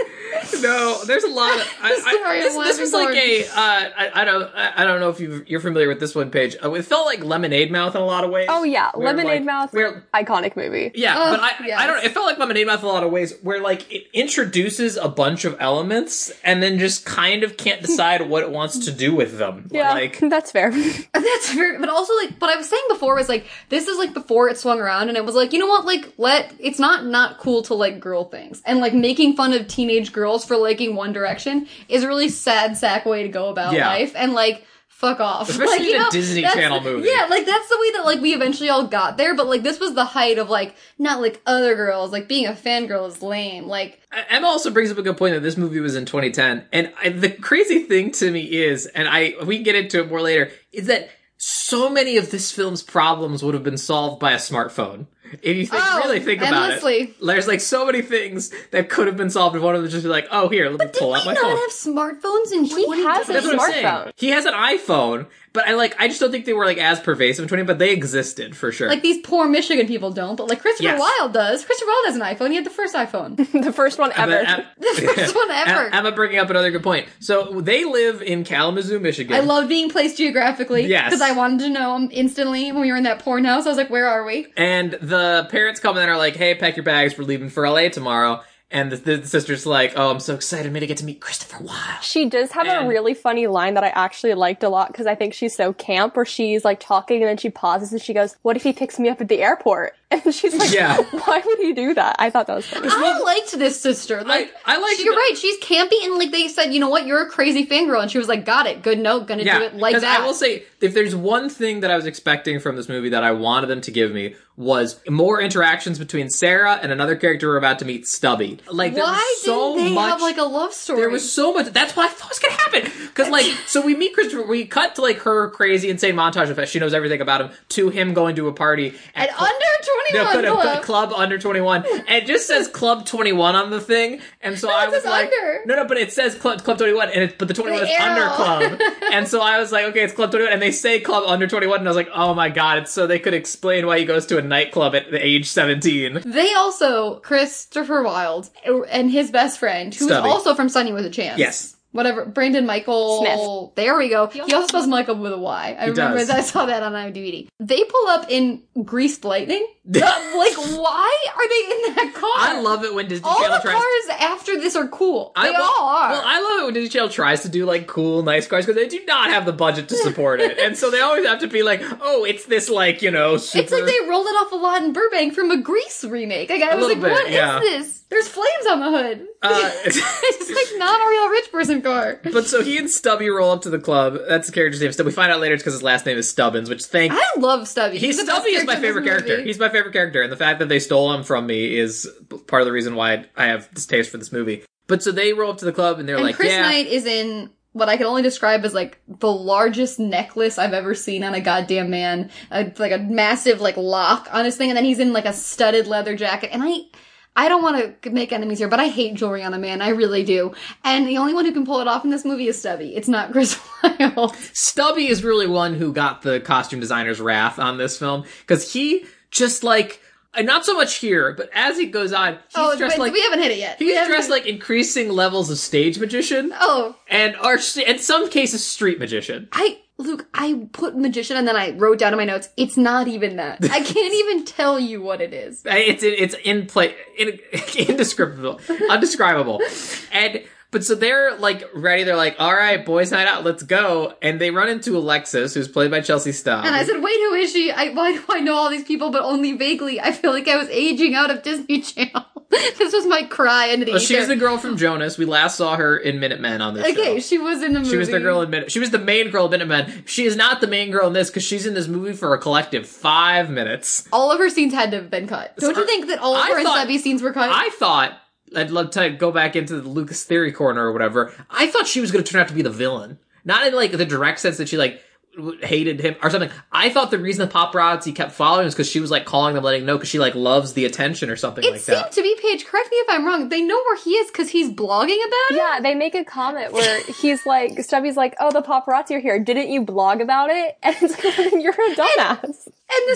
[SPEAKER 2] no, there's a lot of I,
[SPEAKER 3] Sorry,
[SPEAKER 2] I,
[SPEAKER 3] I'm
[SPEAKER 2] this, this was like
[SPEAKER 3] laughing
[SPEAKER 2] a uh, I, I don't I, I don't know if you you're familiar with this one page. Uh, it felt like Lemonade Mouth in a lot of ways.
[SPEAKER 4] Oh yeah,
[SPEAKER 2] Where,
[SPEAKER 4] Lemonade
[SPEAKER 2] like,
[SPEAKER 4] Mouth,
[SPEAKER 2] Where
[SPEAKER 4] iconic movie.
[SPEAKER 2] Yeah,
[SPEAKER 3] Ugh,
[SPEAKER 2] but I,
[SPEAKER 3] yes.
[SPEAKER 2] I don't. It felt like Lemonade Mouth in a lot of ways, where like it introduces a bunch of elements and then just kind of can't decide what it wants to do with them.
[SPEAKER 4] Yeah,
[SPEAKER 2] like E-,
[SPEAKER 4] that's fair.
[SPEAKER 3] That's very, but also like what I was saying before was like this is like before it swung around, and it was like you know what, like let it's not not cool to like girl things, and like making fun of teenage girls for liking One Direction is a really sad sack way to go about
[SPEAKER 2] Yeah.
[SPEAKER 3] life, and like. Fuck off.
[SPEAKER 2] Especially
[SPEAKER 3] like,
[SPEAKER 2] in
[SPEAKER 3] you
[SPEAKER 2] a
[SPEAKER 3] know,
[SPEAKER 2] Disney
[SPEAKER 3] that's-
[SPEAKER 2] Channel movie.
[SPEAKER 3] Yeah, like that's the way that like we eventually all got there, but like this was the height of like not like other girls, like being a fangirl is lame. Like
[SPEAKER 2] Emma also brings up a good point that this movie was in 2010, and I, the crazy thing to me is, and I we can get into it more later, is that so many of this film's problems would have been solved by a smartphone. If you think,
[SPEAKER 3] Oh,
[SPEAKER 2] really think about
[SPEAKER 3] endlessly.
[SPEAKER 2] it, there's like so many things that could have been solved if one of them just be like, "Oh, here, let me
[SPEAKER 3] did
[SPEAKER 2] pull
[SPEAKER 3] we
[SPEAKER 2] out my
[SPEAKER 3] not
[SPEAKER 2] phone."
[SPEAKER 3] have smartphones in
[SPEAKER 4] He has a
[SPEAKER 2] That's what I'm
[SPEAKER 4] smartphone.
[SPEAKER 2] saying. He has an iPhone, but I like I just don't think they were like as pervasive in 20, but they existed for sure.
[SPEAKER 3] Like these poor Michigan people don't, but like Christopher
[SPEAKER 2] Yes.
[SPEAKER 3] Wilde does. Christopher Wilde has an iPhone. He had the first iPhone.
[SPEAKER 4] the first one
[SPEAKER 2] But,
[SPEAKER 4] ever.
[SPEAKER 2] uh,
[SPEAKER 3] the first one ever.
[SPEAKER 2] Emma bringing up another good point. So they live in Kalamazoo, Michigan.
[SPEAKER 3] I love being placed geographically.
[SPEAKER 2] Yes.
[SPEAKER 3] Because I wanted to know um, instantly when we were in that porn house. I was like, where are we?
[SPEAKER 2] and the parents come in and are like, "Hey, pack your bags. We're leaving for LA tomorrow." And the, the sister's like, "Oh, I'm so excited. I'm gonna get to meet Christopher Wilde."
[SPEAKER 4] She does have a
[SPEAKER 2] And-
[SPEAKER 4] really funny line that I actually liked a lot because I think she's so camp where she's like talking and then she pauses and she goes, What if he picks me up at the airport? And she's like,
[SPEAKER 2] Yeah.
[SPEAKER 4] Why would you do that? I thought that was funny.
[SPEAKER 3] I liked this sister. Like
[SPEAKER 2] I liked
[SPEAKER 3] she- You're
[SPEAKER 2] it.
[SPEAKER 3] right. She's campy and like they said, you know what? You're a crazy fangirl, and she was like, "Got it. Good note. Gonna do it like
[SPEAKER 2] 'cause
[SPEAKER 3] that."
[SPEAKER 2] I will say, if there's one thing that I was expecting from this movie that I wanted them to give me was more interactions between Sarah and another character we're about to meet, Stubby. Like there
[SPEAKER 3] Why
[SPEAKER 2] was so
[SPEAKER 3] didn't they
[SPEAKER 2] much.
[SPEAKER 3] have like a love story?
[SPEAKER 2] there was so much. That's what I thought was gonna happen. Because like, so we meet Christopher. We cut to like her crazy, insane montage of she knows everything about him. To him going to a party
[SPEAKER 3] at
[SPEAKER 2] Cl-
[SPEAKER 3] under
[SPEAKER 2] no, uh,
[SPEAKER 3] twenty
[SPEAKER 2] no,
[SPEAKER 3] one.
[SPEAKER 2] no, club under 21. And it just says club 21 on the thing. And so I
[SPEAKER 3] it
[SPEAKER 2] was
[SPEAKER 3] says
[SPEAKER 2] like,
[SPEAKER 3] under.
[SPEAKER 2] no, no, but it says club, club 21 and it's, but the 21
[SPEAKER 3] The
[SPEAKER 2] is under
[SPEAKER 3] arrow.
[SPEAKER 2] club. and so I was like, okay, it's club 21. And they say club under 21. And I was like, oh my God. It's so they could explain why he goes to a nightclub at the age 17.
[SPEAKER 3] They also Christopher Wilde and his best friend, who is
[SPEAKER 2] Stubby.
[SPEAKER 3] also from Sunny with a Chance.
[SPEAKER 2] Yes.
[SPEAKER 3] whatever Brandon Michael
[SPEAKER 4] Smith.
[SPEAKER 3] There we go. He also spells Michael with a Y. I
[SPEAKER 2] He
[SPEAKER 3] remember
[SPEAKER 2] does.
[SPEAKER 3] that I saw that on IMDb. They pull up in Greased Lightning. Uh, like why are they in that car?
[SPEAKER 2] I love it when Disney
[SPEAKER 3] all
[SPEAKER 2] Channel
[SPEAKER 3] the
[SPEAKER 2] tries.
[SPEAKER 3] cars after this are cool.
[SPEAKER 2] I,
[SPEAKER 3] they
[SPEAKER 2] well-
[SPEAKER 3] all are.
[SPEAKER 2] Well, I love it when Disney Channel tries to do like cool, nice cars because they do not have the budget to support it, and so they always have to be like, "Oh, it's this like you know super."
[SPEAKER 3] it's like they rolled it off a lot in Burbank from a Grease remake. Like I
[SPEAKER 2] A
[SPEAKER 3] was like,
[SPEAKER 2] little
[SPEAKER 3] what
[SPEAKER 2] bit,
[SPEAKER 3] is
[SPEAKER 2] yeah.
[SPEAKER 3] this? There's flames on the hood.
[SPEAKER 2] Uh,
[SPEAKER 3] it's like not a real rich person car.
[SPEAKER 2] But so he and Stubby roll up to the club. That's the character's name. Stubby. We find out later it's because his last name is Stubbins, which thank
[SPEAKER 3] I love Stubby.
[SPEAKER 2] He's
[SPEAKER 3] the best
[SPEAKER 2] Stubby is my
[SPEAKER 3] character in
[SPEAKER 2] favorite
[SPEAKER 3] this
[SPEAKER 2] character.
[SPEAKER 3] movie.
[SPEAKER 2] He's my favorite character, and the fact that they stole him from me is part of the reason why I have this taste for this movie. But so they roll up to the club and they're
[SPEAKER 3] and
[SPEAKER 2] like,
[SPEAKER 3] Chris
[SPEAKER 2] "Yeah,
[SPEAKER 3] Knight is in what I can only describe as like the largest necklace I've ever seen on a goddamn man. Uh, It's like a massive like lock on his thing, and then he's in like a studded leather jacket. And I, I don't want to make enemies here, but I hate jewelry on a man. I really do. And the only one who can pull it off in this movie is Stubby. It's not Chris Wilde.
[SPEAKER 2] Stubby is really one who got the costume designer's wrath on this film because he just like." And not so much here, but as it goes on, he's
[SPEAKER 3] oh,
[SPEAKER 2] dressed
[SPEAKER 3] but
[SPEAKER 2] like
[SPEAKER 3] we haven't hit it yet. We
[SPEAKER 2] he's
[SPEAKER 3] haven't
[SPEAKER 2] dressed
[SPEAKER 3] hit-
[SPEAKER 2] like increasing levels of stage magician
[SPEAKER 3] oh.
[SPEAKER 2] and are in some cases street magician.
[SPEAKER 3] I Luke, I put magician and then I wrote down in my notes, it's not even that. I can't even tell you what it is.
[SPEAKER 2] I- it's it's in play in, indescribable undescribable and but so they're like ready they're like all right boys night out let's go and they run into alexis who's played by chelsea Stahl.
[SPEAKER 3] And I said, wait, who is she? I, why do I know all these people, but only vaguely? I feel like I was aging out of Disney Channel. this was my cry into the
[SPEAKER 2] Well,
[SPEAKER 3] ether.
[SPEAKER 2] she's the girl from jonas we last saw her in minutemen on this
[SPEAKER 3] okay,
[SPEAKER 2] show.
[SPEAKER 3] she was in the movie.
[SPEAKER 2] She was the girl in Minute. She was the main girl in Minutemen. She is not the main girl in this because she's in this movie for a collective five minutes.
[SPEAKER 3] All of her scenes had to have been cut. Don't you
[SPEAKER 2] I-
[SPEAKER 3] think that all of
[SPEAKER 2] I
[SPEAKER 3] her and
[SPEAKER 2] thought-
[SPEAKER 3] Stubby scenes were cut?
[SPEAKER 2] I thought I'd love to go back into the Lucas theory corner or whatever. I thought she was going to turn out to be the villain, not in like the direct sense that she like w- hated him or something. I thought the reason the paparazzi kept following is because she was like calling them, letting them know because she like loves the attention or something
[SPEAKER 3] it
[SPEAKER 2] like
[SPEAKER 3] seemed
[SPEAKER 2] that.
[SPEAKER 3] to be Paige. Correct me if I'm wrong. They know where he is because he's blogging about it.
[SPEAKER 4] Yeah, they make a comment where he's like, Stubby's like, oh, the paparazzi are here. Didn't you blog about it? And it's like, you're a dumbass.
[SPEAKER 3] And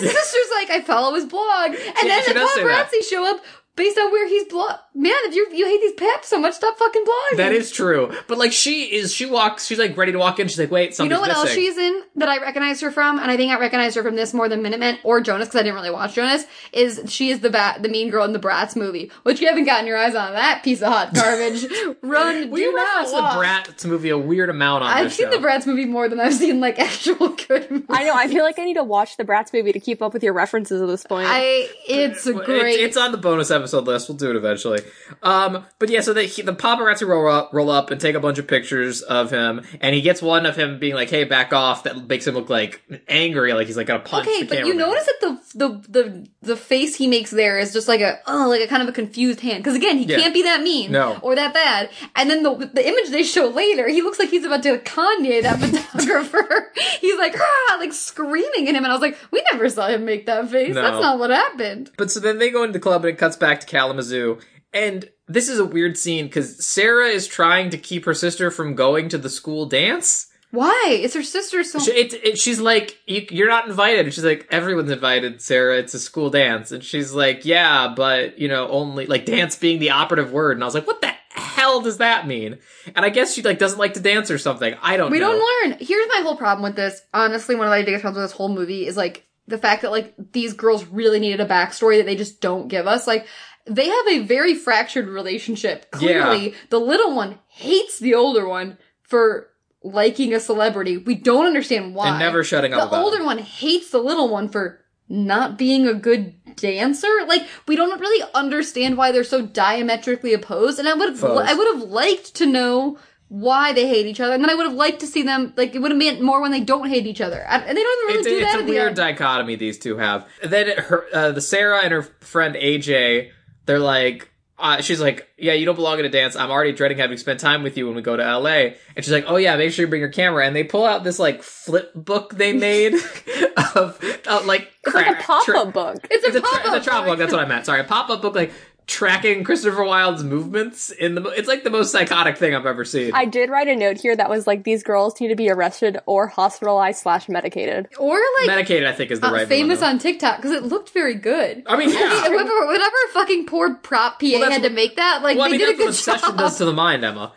[SPEAKER 3] the sister's like, I follow his blog. And
[SPEAKER 2] Yeah, she
[SPEAKER 3] then the
[SPEAKER 2] does say that.
[SPEAKER 3] paparazzi show up based on where he's blog. Man, if you you hate these paps so much, stop fucking blogging.
[SPEAKER 2] That is true, but like she is, she walks, she's like ready to walk in. She's like, wait,
[SPEAKER 3] You
[SPEAKER 2] something's
[SPEAKER 3] know what else
[SPEAKER 2] missing.
[SPEAKER 3] she's in that I recognized her from, and I think I recognized her from this more than Minutemen or Jonas because I didn't really watch Jonas. Is she is the bat, the mean girl in the Bratz movie? Which you haven't gotten your eyes on that piece of hot garbage. Run,
[SPEAKER 2] we
[SPEAKER 3] do not
[SPEAKER 2] referenced the
[SPEAKER 3] walk.
[SPEAKER 2] Bratz movie a weird amount on
[SPEAKER 3] I've
[SPEAKER 2] this
[SPEAKER 3] seen
[SPEAKER 2] show.
[SPEAKER 3] the Bratz movie more than I've seen like actual good. Movies.
[SPEAKER 4] I know. I feel like I need to watch the Bratz movie to keep up with your references at this point.
[SPEAKER 3] I it's a
[SPEAKER 2] Well,
[SPEAKER 3] great.
[SPEAKER 2] It's, it's on the bonus episode list. We'll do it eventually. Um, but yeah, so they, he, the paparazzi roll up, roll up and take a bunch of pictures of him, and he gets one of him being like, "Hey, back off!" That makes him look like angry, like he's like gonna punch.
[SPEAKER 3] Okay,
[SPEAKER 2] the
[SPEAKER 3] but you
[SPEAKER 2] cameraman.
[SPEAKER 3] notice that the the the the face he makes there is just like a oh like a kind of a confused hand because again he
[SPEAKER 2] Yeah.
[SPEAKER 3] can't be that mean
[SPEAKER 2] No.
[SPEAKER 3] or that bad and then the the image they show later he looks like he's about to Kanye that photographer he's like ah like screaming at him and I was like we never saw him make that face
[SPEAKER 2] No.
[SPEAKER 3] that's not what happened
[SPEAKER 2] But so then they go into the club and it cuts back to Kalamazoo. And this is a weird scene because Sarah is trying to keep her sister from going to the school dance.
[SPEAKER 3] why is her sister so
[SPEAKER 2] She, it, it, she's like, you, "You're not invited." And she's like, "Everyone's invited, Sarah. It's a school dance." And she's like, "Yeah, but you know, only like dance being the operative word." And I was like, "What the hell does that mean?" And I guess she like doesn't like to dance or something. I don't.
[SPEAKER 3] We
[SPEAKER 2] know.
[SPEAKER 3] don't learn. Here's my whole problem with this. Honestly, one of my biggest problems with this whole movie is like the fact that like these girls really needed a backstory that they just don't give us. Like they have a very fractured relationship. Clearly, the little one hates the older one for liking a celebrity. We don't understand why.
[SPEAKER 2] And never shutting
[SPEAKER 3] the
[SPEAKER 2] up. about
[SPEAKER 3] older
[SPEAKER 2] it.
[SPEAKER 3] one hates the little one for not being a good dancer. Like we don't really understand why they're so diametrically opposed. And I would have,
[SPEAKER 2] Opposed.
[SPEAKER 3] I would have liked to know why they hate each other, and then I would have liked to see them. Like it would have meant more when they don't hate each other, I- and they don't really
[SPEAKER 2] It's,
[SPEAKER 3] do
[SPEAKER 2] a,
[SPEAKER 3] that.
[SPEAKER 2] it's a
[SPEAKER 3] at the
[SPEAKER 2] weird
[SPEAKER 3] end.
[SPEAKER 2] dichotomy these two have. Then it- her, uh, the Sarah and her friend AJ, they're like, uh, she's like, yeah, you don't belong in a dance. I'm already dreading having spent time with you when we go to LA. And she's like, oh yeah, make sure you bring your camera. And they pull out this like flip book they made of, of like
[SPEAKER 4] it's like a
[SPEAKER 2] crap-
[SPEAKER 4] pop
[SPEAKER 2] tra-
[SPEAKER 4] up book.
[SPEAKER 3] It's a
[SPEAKER 2] it's a, tra-
[SPEAKER 3] pop-up
[SPEAKER 2] it's a travel
[SPEAKER 3] book.
[SPEAKER 2] book. That's what I meant. Sorry, a pop up book like tracking Christopher Wilde's movements in the. mo- It's like the most psychotic thing I've ever seen.
[SPEAKER 4] I did write a note here that was like these girls need to be arrested or hospitalized slash medicated.
[SPEAKER 3] Or like
[SPEAKER 2] Medicated, I think, is the
[SPEAKER 3] uh,
[SPEAKER 2] right
[SPEAKER 3] famous
[SPEAKER 2] one.
[SPEAKER 3] on TikTok because it looked very good.
[SPEAKER 2] though. I mean, yeah.
[SPEAKER 3] Whoever, whatever fucking poor prop PA
[SPEAKER 2] that's
[SPEAKER 3] had to
[SPEAKER 2] what-
[SPEAKER 3] make that, like
[SPEAKER 2] well,
[SPEAKER 3] they
[SPEAKER 2] I mean,
[SPEAKER 3] did a good
[SPEAKER 2] that's what obsession
[SPEAKER 3] job.
[SPEAKER 2] does to the mind, Emma.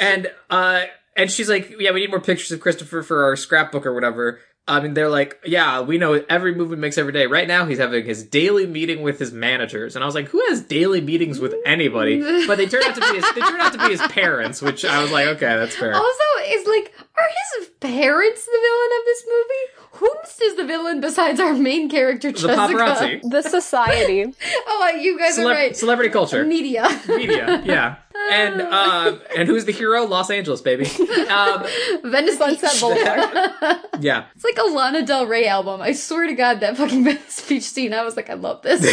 [SPEAKER 2] And uh, and she's like, yeah, we need more pictures of Christopher for our scrapbook or whatever. I mean, they're like, yeah, we know every move he makes every day. Right now, he's having his daily meeting with his managers, and I was like, who has daily meetings with anybody? But they turned out to be his, they turned out to be his parents, which I was like, okay, that's fair.
[SPEAKER 3] Also, is like, are his parents the villain of this movie? Whomst is the villain besides our main character,
[SPEAKER 2] the
[SPEAKER 3] Jessica?
[SPEAKER 2] paparazzi,
[SPEAKER 4] The society.
[SPEAKER 3] Oh, you guys
[SPEAKER 2] Celeb-
[SPEAKER 3] are right.
[SPEAKER 2] celebrity culture,
[SPEAKER 3] Media.
[SPEAKER 2] media, yeah. And um, and who's the hero? Los Angeles, baby. Um,
[SPEAKER 3] Venice
[SPEAKER 4] Sunset
[SPEAKER 3] Beach.
[SPEAKER 4] Boulevard.
[SPEAKER 2] yeah.
[SPEAKER 3] It's like a Lana Del Rey album. I swear to God, that fucking Venice Beach scene. I was like, I love this.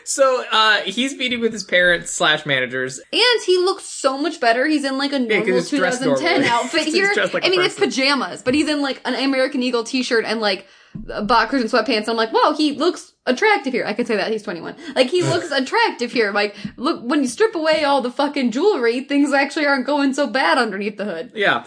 [SPEAKER 2] So uh, he's meeting with his parents slash managers,
[SPEAKER 3] and he looks so much better. He's in like a normal
[SPEAKER 2] 'cause he's dressed
[SPEAKER 3] 2010
[SPEAKER 2] normally.
[SPEAKER 3] outfit
[SPEAKER 2] He's
[SPEAKER 3] here.
[SPEAKER 2] dressed like a
[SPEAKER 3] I mean, it's
[SPEAKER 2] person.
[SPEAKER 3] pajamas, but he's in like an American Eagle t-shirt and like boxers and sweatpants. I'm like, wow, he looks attractive here. I can say that he's 21. Like he looks attractive here. Like look, when you strip away all the fucking jewelry, things actually aren't going so bad underneath the hood.
[SPEAKER 2] Yeah.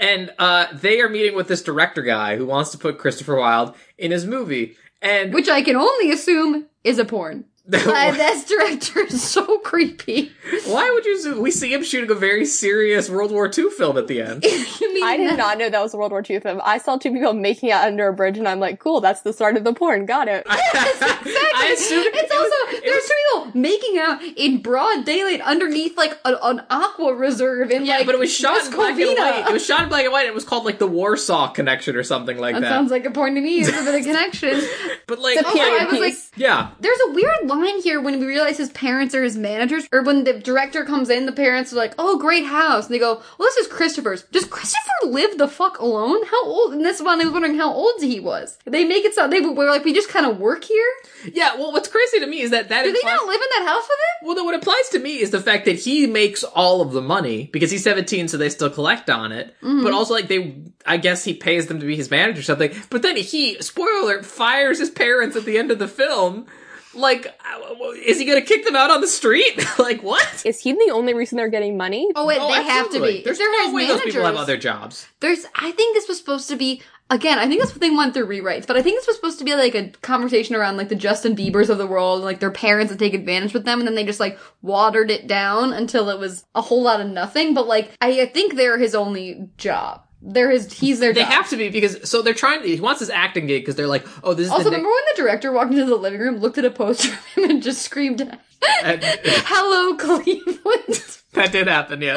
[SPEAKER 2] And uh, they are meeting with this director guy who wants to put Christopher Wilde in his movie. And
[SPEAKER 3] Which I can only assume is a porn. Uh, this director is so creepy.
[SPEAKER 2] why would you? zo- We see him shooting a very serious World War II film at the end.
[SPEAKER 3] You mean
[SPEAKER 4] I did
[SPEAKER 3] that-
[SPEAKER 4] not know that was a World War II film. I saw two people making out under a bridge, and I'm like, cool, that's the start of the porn. Got it.
[SPEAKER 2] I assumed
[SPEAKER 3] It's
[SPEAKER 2] it was-
[SPEAKER 3] also
[SPEAKER 2] it
[SPEAKER 3] there's
[SPEAKER 2] was-
[SPEAKER 3] two people making out in broad daylight underneath like an, an aqua reserve in
[SPEAKER 2] yeah,
[SPEAKER 3] like
[SPEAKER 2] but it was shot in black and
[SPEAKER 3] Muscovina.
[SPEAKER 2] white. It was shot in black and white. and It was called like the Warsaw Connection or something like
[SPEAKER 3] That
[SPEAKER 2] that.
[SPEAKER 3] sounds like a porn to me. It's a bit of connection.
[SPEAKER 2] but like,
[SPEAKER 4] It's a
[SPEAKER 3] Also, I
[SPEAKER 4] period
[SPEAKER 3] was like,
[SPEAKER 4] piece.
[SPEAKER 2] yeah,
[SPEAKER 3] there's a weird line here when we realize his parents are his managers, or when the director comes in, the parents are like, "Oh, great house," and they go, "Well, this is Christopher's." Does Christopher live the fuck alone? How old? And this one, I was wondering how old he was. They make it sound they were like, "We just kind of work here."
[SPEAKER 2] yeah. Well, what's crazy to me is that that
[SPEAKER 3] Do they
[SPEAKER 2] implies-
[SPEAKER 3] not live in that house with him?
[SPEAKER 2] Well, no, what applies to me is the fact that he makes all of the money because he's 17, so they still collect on it. But also, like, they, I guess he pays them to be his manager or something. But then he, spoiler alert, fires his parents at the end of the film. Like, uh, is he gonna kick them out on the street? like, what?
[SPEAKER 4] Is he the only reason they're getting money?
[SPEAKER 3] Oh wait,
[SPEAKER 2] Oh,
[SPEAKER 3] they have to
[SPEAKER 2] absolutely.
[SPEAKER 3] be.
[SPEAKER 2] There's
[SPEAKER 3] They're
[SPEAKER 2] no
[SPEAKER 3] his
[SPEAKER 2] way those people have
[SPEAKER 3] managers.
[SPEAKER 2] other jobs.
[SPEAKER 3] There's, I think this was supposed to be, again, I think this thing went through rewrites, but I think this was supposed to be like a conversation around like the Justin Biebers of the world, like their parents that take advantage with them, and then they just like watered it down until it was a whole lot of nothing, but like, I, I think they're his only job. They're his, he's their
[SPEAKER 2] They
[SPEAKER 3] job.
[SPEAKER 2] have to be because so they're trying. To, he wants his acting gig because they're like, oh, this is
[SPEAKER 3] also,
[SPEAKER 2] the
[SPEAKER 3] remember when the director walked into the living room, looked at a poster of him, and just screamed,
[SPEAKER 2] next-
[SPEAKER 3] Hello, Cleveland!
[SPEAKER 2] that did happen. Yeah,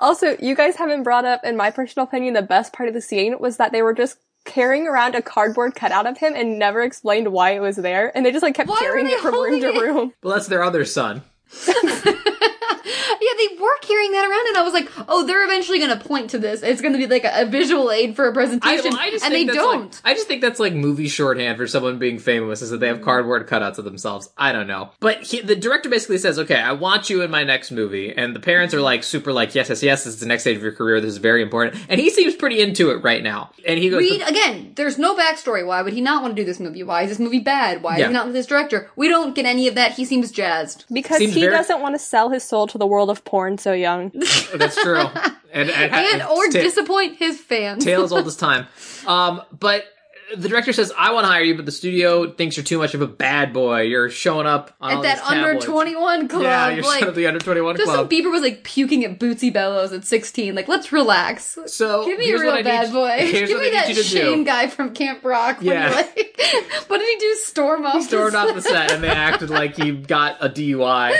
[SPEAKER 4] Also, you guys haven't brought up, in my personal opinion, the best part of the scene was that they were just carrying around a cardboard cutout of him and never explained why it was there, and they just like kept
[SPEAKER 3] Why were
[SPEAKER 4] carrying
[SPEAKER 3] they
[SPEAKER 4] it from room to
[SPEAKER 3] holding it?
[SPEAKER 4] room.
[SPEAKER 2] well, that's their other son.
[SPEAKER 3] Yeah, they were carrying that around, and I was like, "Oh, they're eventually going to point to this. It's going to be like a, a visual aid for a
[SPEAKER 2] I,
[SPEAKER 3] presentation."
[SPEAKER 2] well, I just
[SPEAKER 3] and they
[SPEAKER 2] think that's like-
[SPEAKER 3] don't.
[SPEAKER 2] I just think that's like movie shorthand for someone being famous is that
[SPEAKER 3] Mm-hmm.
[SPEAKER 2] they have cardboard cutouts of themselves. I don't know, but he, the director basically says, "Okay, I want you in my next movie," and the parents
[SPEAKER 3] Mm-hmm.
[SPEAKER 2] are like super like, "Yes, yes, yes, this is the next stage of your career. This is very important," and he seems pretty into it right now. And he goes,
[SPEAKER 3] Read again. There's no backstory. Why would he not want to do this movie? Why is this movie bad? Why is
[SPEAKER 2] Yeah.
[SPEAKER 3] he not with this director? We don't get any of that. He seems jazzed.
[SPEAKER 4] Because
[SPEAKER 2] Seems
[SPEAKER 4] he
[SPEAKER 2] very-
[SPEAKER 4] doesn't want to sell his soul to the world of porn so young.
[SPEAKER 2] "Oh, "That's true," and and,
[SPEAKER 3] And or
[SPEAKER 2] ta-
[SPEAKER 3] disappoint his fans.
[SPEAKER 2] tale as old as time. Um, but the director says, "I want to hire you," but the studio thinks you're too much of a bad boy. You're showing up on all
[SPEAKER 3] At that
[SPEAKER 2] these
[SPEAKER 3] under
[SPEAKER 2] tabloids.
[SPEAKER 3] twenty one club.
[SPEAKER 2] Yeah, you're showing
[SPEAKER 3] like
[SPEAKER 2] up at the under twenty one
[SPEAKER 3] just
[SPEAKER 2] club.
[SPEAKER 3] some Bieber was like puking at Bootsy Bellows at sixteen. Like, let's relax.
[SPEAKER 2] So
[SPEAKER 3] Give me a
[SPEAKER 2] here's
[SPEAKER 3] real
[SPEAKER 2] what I
[SPEAKER 3] bad
[SPEAKER 2] need,
[SPEAKER 3] boy.
[SPEAKER 2] Here's
[SPEAKER 3] Give
[SPEAKER 2] what
[SPEAKER 3] me
[SPEAKER 2] I need
[SPEAKER 3] that
[SPEAKER 2] you to
[SPEAKER 3] Shane
[SPEAKER 2] do.
[SPEAKER 3] guy from Camp Rock. When
[SPEAKER 2] Yeah.
[SPEAKER 3] he like, what did he do? Storm off.
[SPEAKER 2] Stormed
[SPEAKER 3] the
[SPEAKER 2] off the set and they acted like he got a DUI.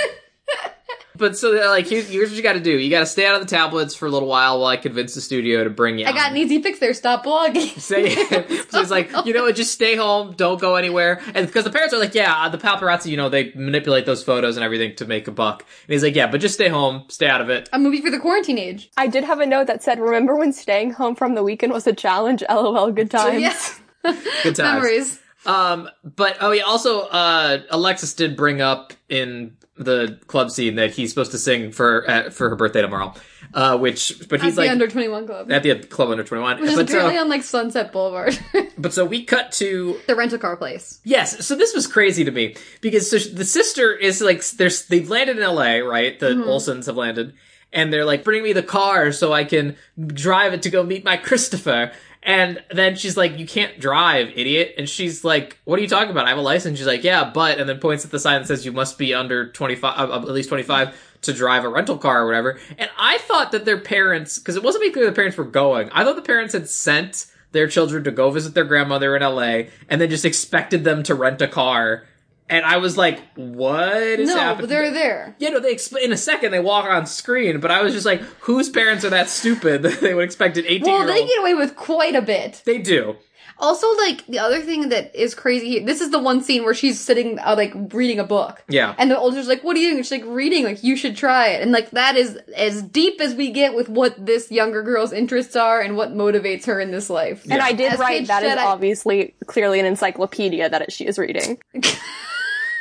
[SPEAKER 2] But so they're like, here's, here's what you got to do. You got to stay out of the tablets for a little while while I convince the studio to bring you.
[SPEAKER 3] I got an easy fix there. Stop blogging.
[SPEAKER 2] Say, so he's like, you know what? Just stay home. Don't go anywhere. And because the parents are like, yeah, the paparazzi, you know, they manipulate those photos and everything to make a buck. And he's like, yeah, but just stay home. Stay out of it.
[SPEAKER 3] A movie for the quarantine age.
[SPEAKER 4] I did have a note that said, "Remember when staying home from the weekend was a challenge? LOL, good times."
[SPEAKER 3] Yes.
[SPEAKER 2] Good times.
[SPEAKER 3] Memories.
[SPEAKER 2] Um, but oh yeah, also uh, Alexis did bring up in the club scene that he's supposed to sing for uh, for her birthday tomorrow, uh, which but
[SPEAKER 3] At
[SPEAKER 2] he's
[SPEAKER 3] the
[SPEAKER 2] like
[SPEAKER 3] under 21 club.
[SPEAKER 2] at the club under twenty one.
[SPEAKER 3] Which is
[SPEAKER 2] But so,
[SPEAKER 3] apparently on like Sunset Boulevard.
[SPEAKER 2] but so we cut to
[SPEAKER 3] the rental car place.
[SPEAKER 2] Yes, so this was crazy to me because so sh- the sister is like, there's they've landed in L.A. right? The Olsons have landed, and they're like, bring me the car so I can drive it to go meet my Christopher. And then she's like, you can't drive, idiot. And she's like, what are you talking about? I have a license. She's like, yeah, but, and then points at the sign that says you must be under 25, uh, uh, at least 25 to drive a rental car or whatever. And I thought that their parents, cause it wasn't made clear the parents were going. I thought the parents had sent their children to go visit their grandmother in LA and then just expected them to rent a car. And I was like, what is
[SPEAKER 3] no,
[SPEAKER 2] happening?
[SPEAKER 3] but they're there.
[SPEAKER 2] yeah, no, they explain in a second they walk on screen, but I was just like, whose parents are that stupid that they would expect an 18
[SPEAKER 3] Well,
[SPEAKER 2] year
[SPEAKER 3] they
[SPEAKER 2] old?
[SPEAKER 3] get away with quite a bit.
[SPEAKER 2] They do.
[SPEAKER 3] Also, like the other thing that is crazy here, this is the one scene where she's sitting uh, like reading a book.
[SPEAKER 2] Yeah.
[SPEAKER 3] And the older's like, "What are you doing?" She's like, "Reading." Like you should try it. And like that is as deep as we get with what this younger girl's interests are and what motivates her in this life.
[SPEAKER 4] And I did
[SPEAKER 3] As
[SPEAKER 4] write
[SPEAKER 3] Paige
[SPEAKER 4] that is
[SPEAKER 3] said, I-
[SPEAKER 4] obviously clearly an encyclopedia that it, she is reading.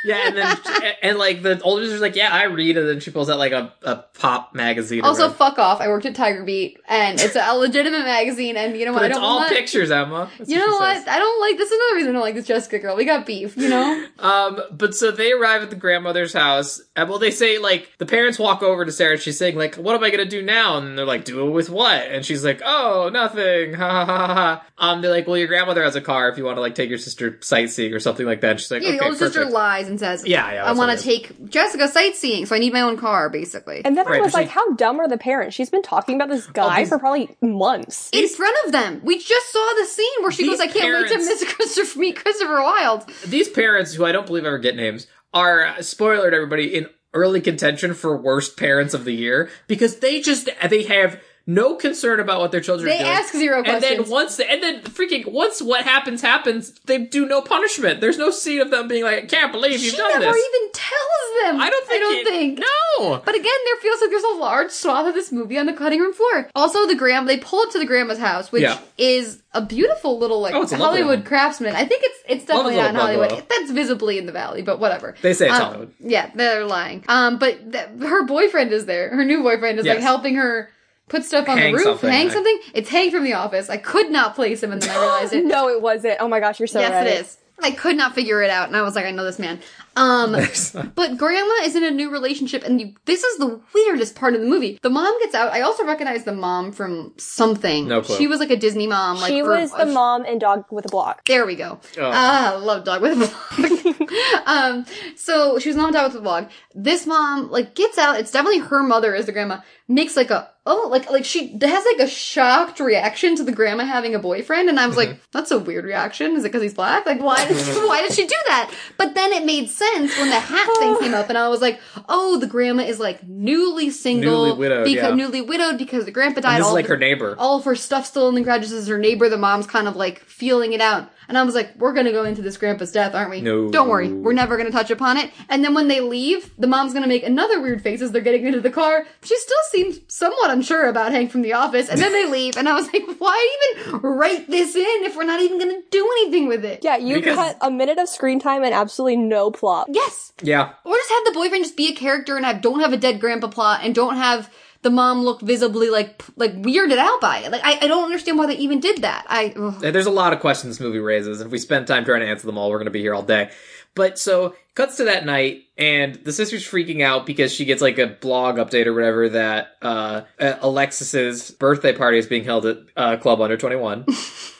[SPEAKER 2] Yeah, and then, and, like the older sister's like, yeah, I read, and then she pulls out like a, a pop magazine. or
[SPEAKER 3] Also,
[SPEAKER 2] whatever.
[SPEAKER 3] fuck off. I worked at Tiger Beat, and it's a legitimate magazine. And you know what?
[SPEAKER 2] but
[SPEAKER 3] I
[SPEAKER 2] it's
[SPEAKER 3] don't
[SPEAKER 2] all
[SPEAKER 3] want.
[SPEAKER 2] pictures, Emma. That's
[SPEAKER 3] you know
[SPEAKER 2] she
[SPEAKER 3] what?
[SPEAKER 2] says.
[SPEAKER 3] I don't like. This is another reason I don't like this Jessica girl. We got beef. You know.
[SPEAKER 2] Um, but so they arrive at the grandmother's house, and well, they say like the parents walk over to Sarah. and She's saying like, "What am I gonna do now?" And they're like, "Do it with what?" And she's like, "Oh, nothing." Ha ha ha ha, ha. Um, they're like, "Well, your grandmother has a car. If you want to like take your sister sightseeing or something like that." And she's like,
[SPEAKER 3] Yeah,
[SPEAKER 2] "Okay,
[SPEAKER 3] the older sister
[SPEAKER 2] perfect."
[SPEAKER 3] lies and says,
[SPEAKER 2] Yeah, yeah,
[SPEAKER 3] I
[SPEAKER 2] that's
[SPEAKER 3] want
[SPEAKER 2] what it
[SPEAKER 3] to
[SPEAKER 2] is.
[SPEAKER 3] take Jessica sightseeing, so I need my own car, basically.
[SPEAKER 4] And then
[SPEAKER 2] Right,
[SPEAKER 4] I was
[SPEAKER 2] but she-
[SPEAKER 4] like, how dumb are the parents? She's been talking about this guy
[SPEAKER 2] these-
[SPEAKER 4] for probably months.
[SPEAKER 3] in front of them. We just saw the scene where she
[SPEAKER 2] These
[SPEAKER 3] goes, "I can't wait to
[SPEAKER 2] parents-
[SPEAKER 3] miss Christopher meet Christopher Wilde."
[SPEAKER 2] These parents, who I don't believe ever get names, are uh, spoiler to everybody in early contention for worst parents of the year because they just they have. No concern about what their children
[SPEAKER 3] They
[SPEAKER 2] are doing.
[SPEAKER 3] ask zero
[SPEAKER 2] And
[SPEAKER 3] questions.
[SPEAKER 2] then once, and then freaking once what happens happens, they do no punishment. There's no scene of them being like, "I can't believe you've
[SPEAKER 3] She
[SPEAKER 2] done
[SPEAKER 3] never
[SPEAKER 2] this."
[SPEAKER 3] even tells them.
[SPEAKER 2] I don't think.
[SPEAKER 3] I don't
[SPEAKER 2] it-
[SPEAKER 3] think.
[SPEAKER 2] No.
[SPEAKER 3] But again, there feels like there's a large swath of this movie on the cutting room floor. Also, the gram they pull up to the grandma's house, which
[SPEAKER 2] Yeah.
[SPEAKER 3] is a beautiful little like
[SPEAKER 2] Oh, it's a lovely
[SPEAKER 3] Hollywood
[SPEAKER 2] one.
[SPEAKER 3] craftsman. I think it's it's
[SPEAKER 2] Love
[SPEAKER 3] definitely
[SPEAKER 2] the
[SPEAKER 3] not in
[SPEAKER 2] little
[SPEAKER 3] Hollywood.
[SPEAKER 2] bungalow.
[SPEAKER 3] That's visibly in the valley, but whatever.
[SPEAKER 2] They say it's
[SPEAKER 3] Um,
[SPEAKER 2] Hollywood.
[SPEAKER 3] Yeah, they're lying. Um, but th- her boyfriend is there. Her new boyfriend is like
[SPEAKER 2] Yes.
[SPEAKER 3] helping her. Put stuff on
[SPEAKER 2] Hang
[SPEAKER 3] the roof,
[SPEAKER 2] something.
[SPEAKER 3] hang
[SPEAKER 2] I-
[SPEAKER 3] something. It's hang from the office. I could not place him, and then I realized it
[SPEAKER 4] No, it wasn't. Oh my gosh, you're so
[SPEAKER 3] yes,
[SPEAKER 4] right.
[SPEAKER 3] it is. I could not figure it out, and I was like, I know this man. Um, but grandma is in a new relationship, and you, this is the weirdest part of the movie. The mom gets out. I also recognize the mom from something.
[SPEAKER 2] No clue.
[SPEAKER 3] She was like a Disney mom. Like
[SPEAKER 4] She
[SPEAKER 3] or-
[SPEAKER 4] was the mom and dog with a block.
[SPEAKER 3] There we go.
[SPEAKER 2] Oh.
[SPEAKER 3] Ah, love dog with a vlog. um, so she was mom and dog with a vlog. This mom like gets out. It's definitely her mother is the grandma. Makes like a oh like like she has like a shocked reaction to the grandma having a boyfriend, and I was like,
[SPEAKER 2] Mm-hmm.
[SPEAKER 3] that's a weird reaction. Is it because he's black? Like why why did she do that? But then it made sense when the hat thing came up, and I was like, oh, the grandma is like newly single,
[SPEAKER 2] Newly widowed, yeah.
[SPEAKER 3] because newly widowed because the grandpa died.
[SPEAKER 2] this is
[SPEAKER 3] all
[SPEAKER 2] like
[SPEAKER 3] the-
[SPEAKER 2] her neighbor.
[SPEAKER 3] all of her stuff still in the garage. This is her neighbor. The mom's kind of like feeling it out. And I was like, we're gonna go into this grandpa's death, aren't we?
[SPEAKER 2] No.
[SPEAKER 3] Don't worry, we're never gonna touch upon it. And then when they leave, the mom's gonna make another weird face as they're getting into the car. She still seems somewhat unsure about Hank from the office. And then they leave, and I was like, why even write this in if we're not even gonna do anything with it?
[SPEAKER 4] Yeah, you
[SPEAKER 2] Because-
[SPEAKER 4] cut a minute of screen time and absolutely no plot.
[SPEAKER 3] Yes.
[SPEAKER 2] yeah.
[SPEAKER 3] Or just have the boyfriend just be a character and have don't have a dead grandpa plot and don't have the mom look visibly like like weirded out by it. Like I, I don't understand why they even did that. I ugh.
[SPEAKER 2] There's a lot of questions this movie raises, and if we spend time trying to answer them all, we're going to be here all day. But so cuts to that night, and the sister's freaking out because she gets like a blog update or whatever that uh, uh, Alexis's birthday party is being held at uh, Club Under Twenty One.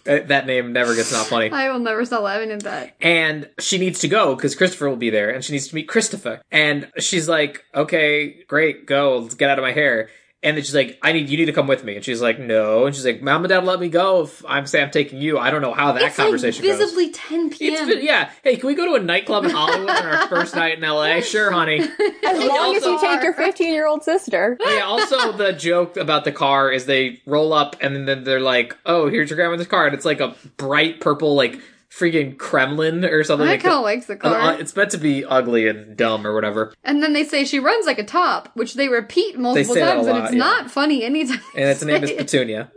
[SPEAKER 2] that name never gets not funny.
[SPEAKER 3] I will never stop laughing at that.
[SPEAKER 2] and she needs to go because Christopher will be there and she needs to meet Christopher. And she's like, okay, great, go, let's get out of my hair. And then she's like, I need, you need to come with me. And she's like, no. And she's like, mom and dad let me go if I'm saying I'm taking you. I don't know how that
[SPEAKER 3] It's
[SPEAKER 2] conversation
[SPEAKER 3] like
[SPEAKER 2] goes.
[SPEAKER 3] visibly 10 p.m.
[SPEAKER 2] It's vi- yeah. Hey, can we go to a nightclub in Hollywood on our first night in LA? Sure, honey.
[SPEAKER 4] As long as you
[SPEAKER 3] also
[SPEAKER 4] take your 15 year old sister.
[SPEAKER 2] Oh, yeah, also the joke about the car is they roll up and then they're like, "Oh, here's your grandmother's car," and it's like a bright purple, like freaking Kremlin or something.
[SPEAKER 3] I
[SPEAKER 2] like that.
[SPEAKER 3] kind of likes the car.
[SPEAKER 2] Uh, uh, it's meant to be ugly and dumb or whatever,
[SPEAKER 3] and then they say she runs like a top, which they repeat multiple
[SPEAKER 2] say that a
[SPEAKER 3] times, and
[SPEAKER 2] lot,
[SPEAKER 3] it's
[SPEAKER 2] yeah.
[SPEAKER 3] not funny anytime.
[SPEAKER 2] and its
[SPEAKER 3] they
[SPEAKER 2] name is
[SPEAKER 3] say it.
[SPEAKER 2] Petunia.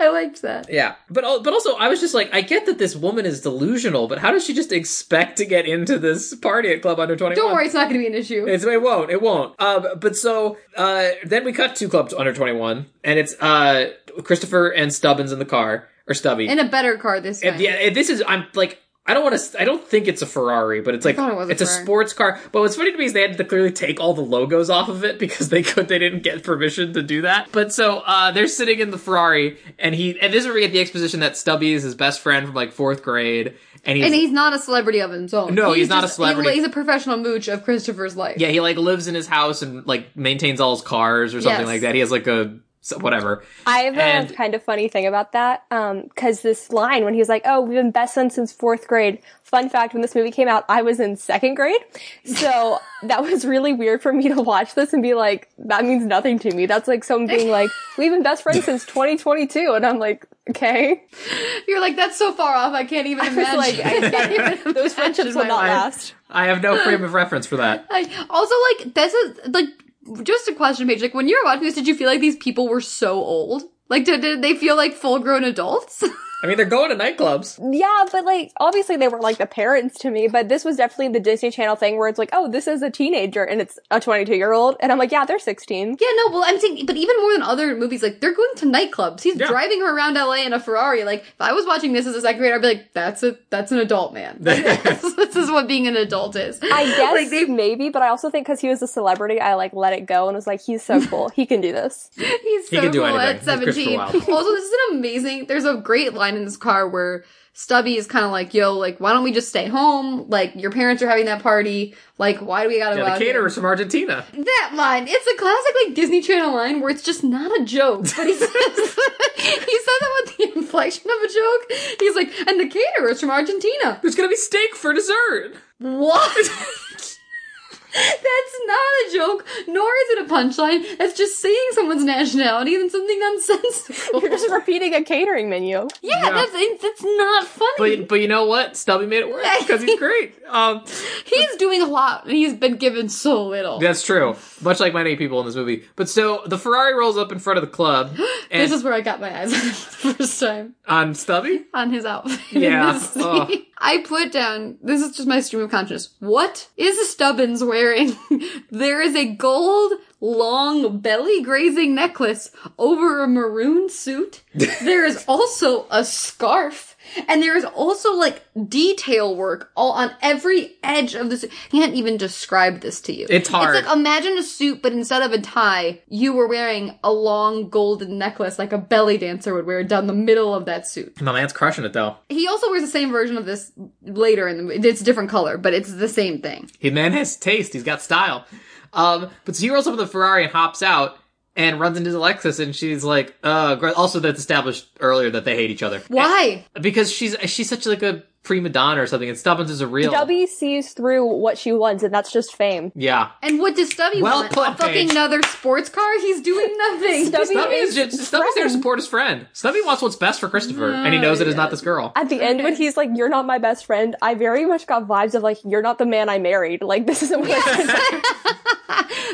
[SPEAKER 3] I liked that.
[SPEAKER 2] Yeah, but al- but also I was just like, I get that this woman is delusional, but how does she just expect to get into this party at Club Under Twenty
[SPEAKER 3] Don't worry, it's not going to be an issue.
[SPEAKER 2] It's, it won't. It won't. Uh, but so uh, then we cut two clubs under twenty one, and it's uh, Christopher and Stubbins in the car or Stubby.
[SPEAKER 3] in a better car this time.
[SPEAKER 2] And yeah, and this is I'm like I don't want to. I don't think it's a Ferrari, but it's like
[SPEAKER 3] thought it was a
[SPEAKER 2] it's a
[SPEAKER 3] Ferrari.
[SPEAKER 2] sports car. But what's funny to me is they had to clearly take all the logos off of it because they could they didn't get permission to do that. But so uh, they're sitting in the Ferrari, and he and this is where we get the exposition that Stubby is his best friend from like fourth grade, and he's,
[SPEAKER 3] and he's not a celebrity of his own.
[SPEAKER 2] No, he's not a
[SPEAKER 3] just-
[SPEAKER 2] celebrity.
[SPEAKER 3] he's a professional mooch of Christopher's life.
[SPEAKER 2] Yeah, he like lives in his house and like maintains all his cars or something
[SPEAKER 3] Yes.
[SPEAKER 2] like that. He has like a so- whatever.
[SPEAKER 4] I have a
[SPEAKER 2] And-
[SPEAKER 4] kind of funny thing about that, because this line when he was like, "Oh, we've been best friends since fourth grade." Fun fact: when this movie came out, I was in second grade, so that was really weird for me to watch this and be like, "That means nothing to me." That's like someone being like, "We've been best friends since 2022," and I'm like, "Okay,
[SPEAKER 3] You're like, that's so far off, I can't even
[SPEAKER 4] was
[SPEAKER 3] imagine.
[SPEAKER 4] like, I can't
[SPEAKER 3] even
[SPEAKER 4] those
[SPEAKER 3] imagine
[SPEAKER 4] friendships will
[SPEAKER 3] my
[SPEAKER 4] not
[SPEAKER 3] life.
[SPEAKER 4] last."
[SPEAKER 2] I have no frame of reference for that.
[SPEAKER 3] I, also, like, this is, like, just a question page. Like, when you were watching this, did you feel like these people were so old? Like, did, did they feel like full grown adults?
[SPEAKER 2] I mean, they're going to nightclubs.
[SPEAKER 4] Yeah, but like obviously they were like the parents to me, but this was definitely the Disney Channel thing where it's like, "Oh, this is a teenager and it's a 22 year old," and I'm like, "Yeah, they're 16."
[SPEAKER 3] yeah, no, well, I'm saying, but even more than other movies, like, they're going to nightclubs. He's
[SPEAKER 2] Yeah.
[SPEAKER 3] driving her around LA in a Ferrari. Like, if I was watching this as a second grader, I'd be like, that's a, that's an adult man. this is what being an adult is.
[SPEAKER 4] I guess
[SPEAKER 3] Like, they
[SPEAKER 4] maybe, but I also think because he was a celebrity, I like let it go and was like, he's so cool, he can do this.
[SPEAKER 3] He's
[SPEAKER 2] He
[SPEAKER 3] so
[SPEAKER 2] can do
[SPEAKER 3] cool
[SPEAKER 2] anything.
[SPEAKER 3] at
[SPEAKER 2] He's Christopher
[SPEAKER 3] 17.
[SPEAKER 2] Wilde.
[SPEAKER 3] also, this is an amazing, there's a great line in this car where Stubby is kind of like, yo, like, why don't we just stay home? Like, your parents are having that party. Like, why do we gotta go
[SPEAKER 2] Yeah,
[SPEAKER 3] out
[SPEAKER 2] the caterers
[SPEAKER 3] here?
[SPEAKER 2] from Argentina.
[SPEAKER 3] That line. It's a classic, like, Disney Channel line where it's just not a joke. But he says, he says it with the inflection of a joke. He's like, and the caterers from Argentina.
[SPEAKER 2] There's gonna be steak for dessert.
[SPEAKER 3] What? That's not a joke, nor is it a punchline. That's just saying someone's nationality and something nonsensical.
[SPEAKER 4] You're just repeating a catering menu.
[SPEAKER 3] Yeah,
[SPEAKER 2] Yeah.
[SPEAKER 3] that's it- that's not funny.
[SPEAKER 2] But but you know what? Stubby made it work because he's great. Um,
[SPEAKER 3] he's doing a lot, and he's been given so little.
[SPEAKER 2] that's true. Much like many people in this movie. But so the Ferrari rolls up in front of the club, and
[SPEAKER 3] this is where I got my eyes on him for the first time
[SPEAKER 2] on Stubby.
[SPEAKER 3] on his outfit.
[SPEAKER 2] Yeah.
[SPEAKER 3] in this scene.
[SPEAKER 2] Ugh.
[SPEAKER 3] I put down. This is just my stream of consciousness. What is Stubbins wearing? there is a gold long belly grazing necklace over a maroon suit. there is also a scarf. And there is also like detail work all on every edge of this. I can't even describe this to you.
[SPEAKER 2] It's hard.
[SPEAKER 3] It's like imagine a suit, but instead of a tie, you were wearing a long golden necklace like a belly dancer would wear down the middle of that suit.
[SPEAKER 2] No man's crushing it though.
[SPEAKER 3] He also wears the same version of this later in the movie. It's a different color, but it's the same thing.
[SPEAKER 2] He man has taste. He's got style. Um, but so he rolls up in the Ferrari and hops out and runs into Alexis, and she's like, "Uh." gr- Also, that's established earlier that they hate each other.
[SPEAKER 3] Why?
[SPEAKER 2] Because she's she's such like a prima donna or something, and Stubbins is a real.
[SPEAKER 4] Dubby sees through what she wants, and that's just fame.
[SPEAKER 2] yeah.
[SPEAKER 3] And what does Stubby
[SPEAKER 2] Well
[SPEAKER 3] want?
[SPEAKER 2] put,
[SPEAKER 3] a fucking
[SPEAKER 2] Paige.
[SPEAKER 3] another sports car? He's doing nothing.
[SPEAKER 4] Stubby
[SPEAKER 2] Stubby
[SPEAKER 4] is
[SPEAKER 2] is just Stubby's there to
[SPEAKER 4] friend.
[SPEAKER 2] support his friend. Stubby wants what's best for Christopher, and he knows it is not this girl.
[SPEAKER 4] At the end, when he's like, "You're not my best friend," I very much got vibes of like, "You're not the man I married." Like this isn't what I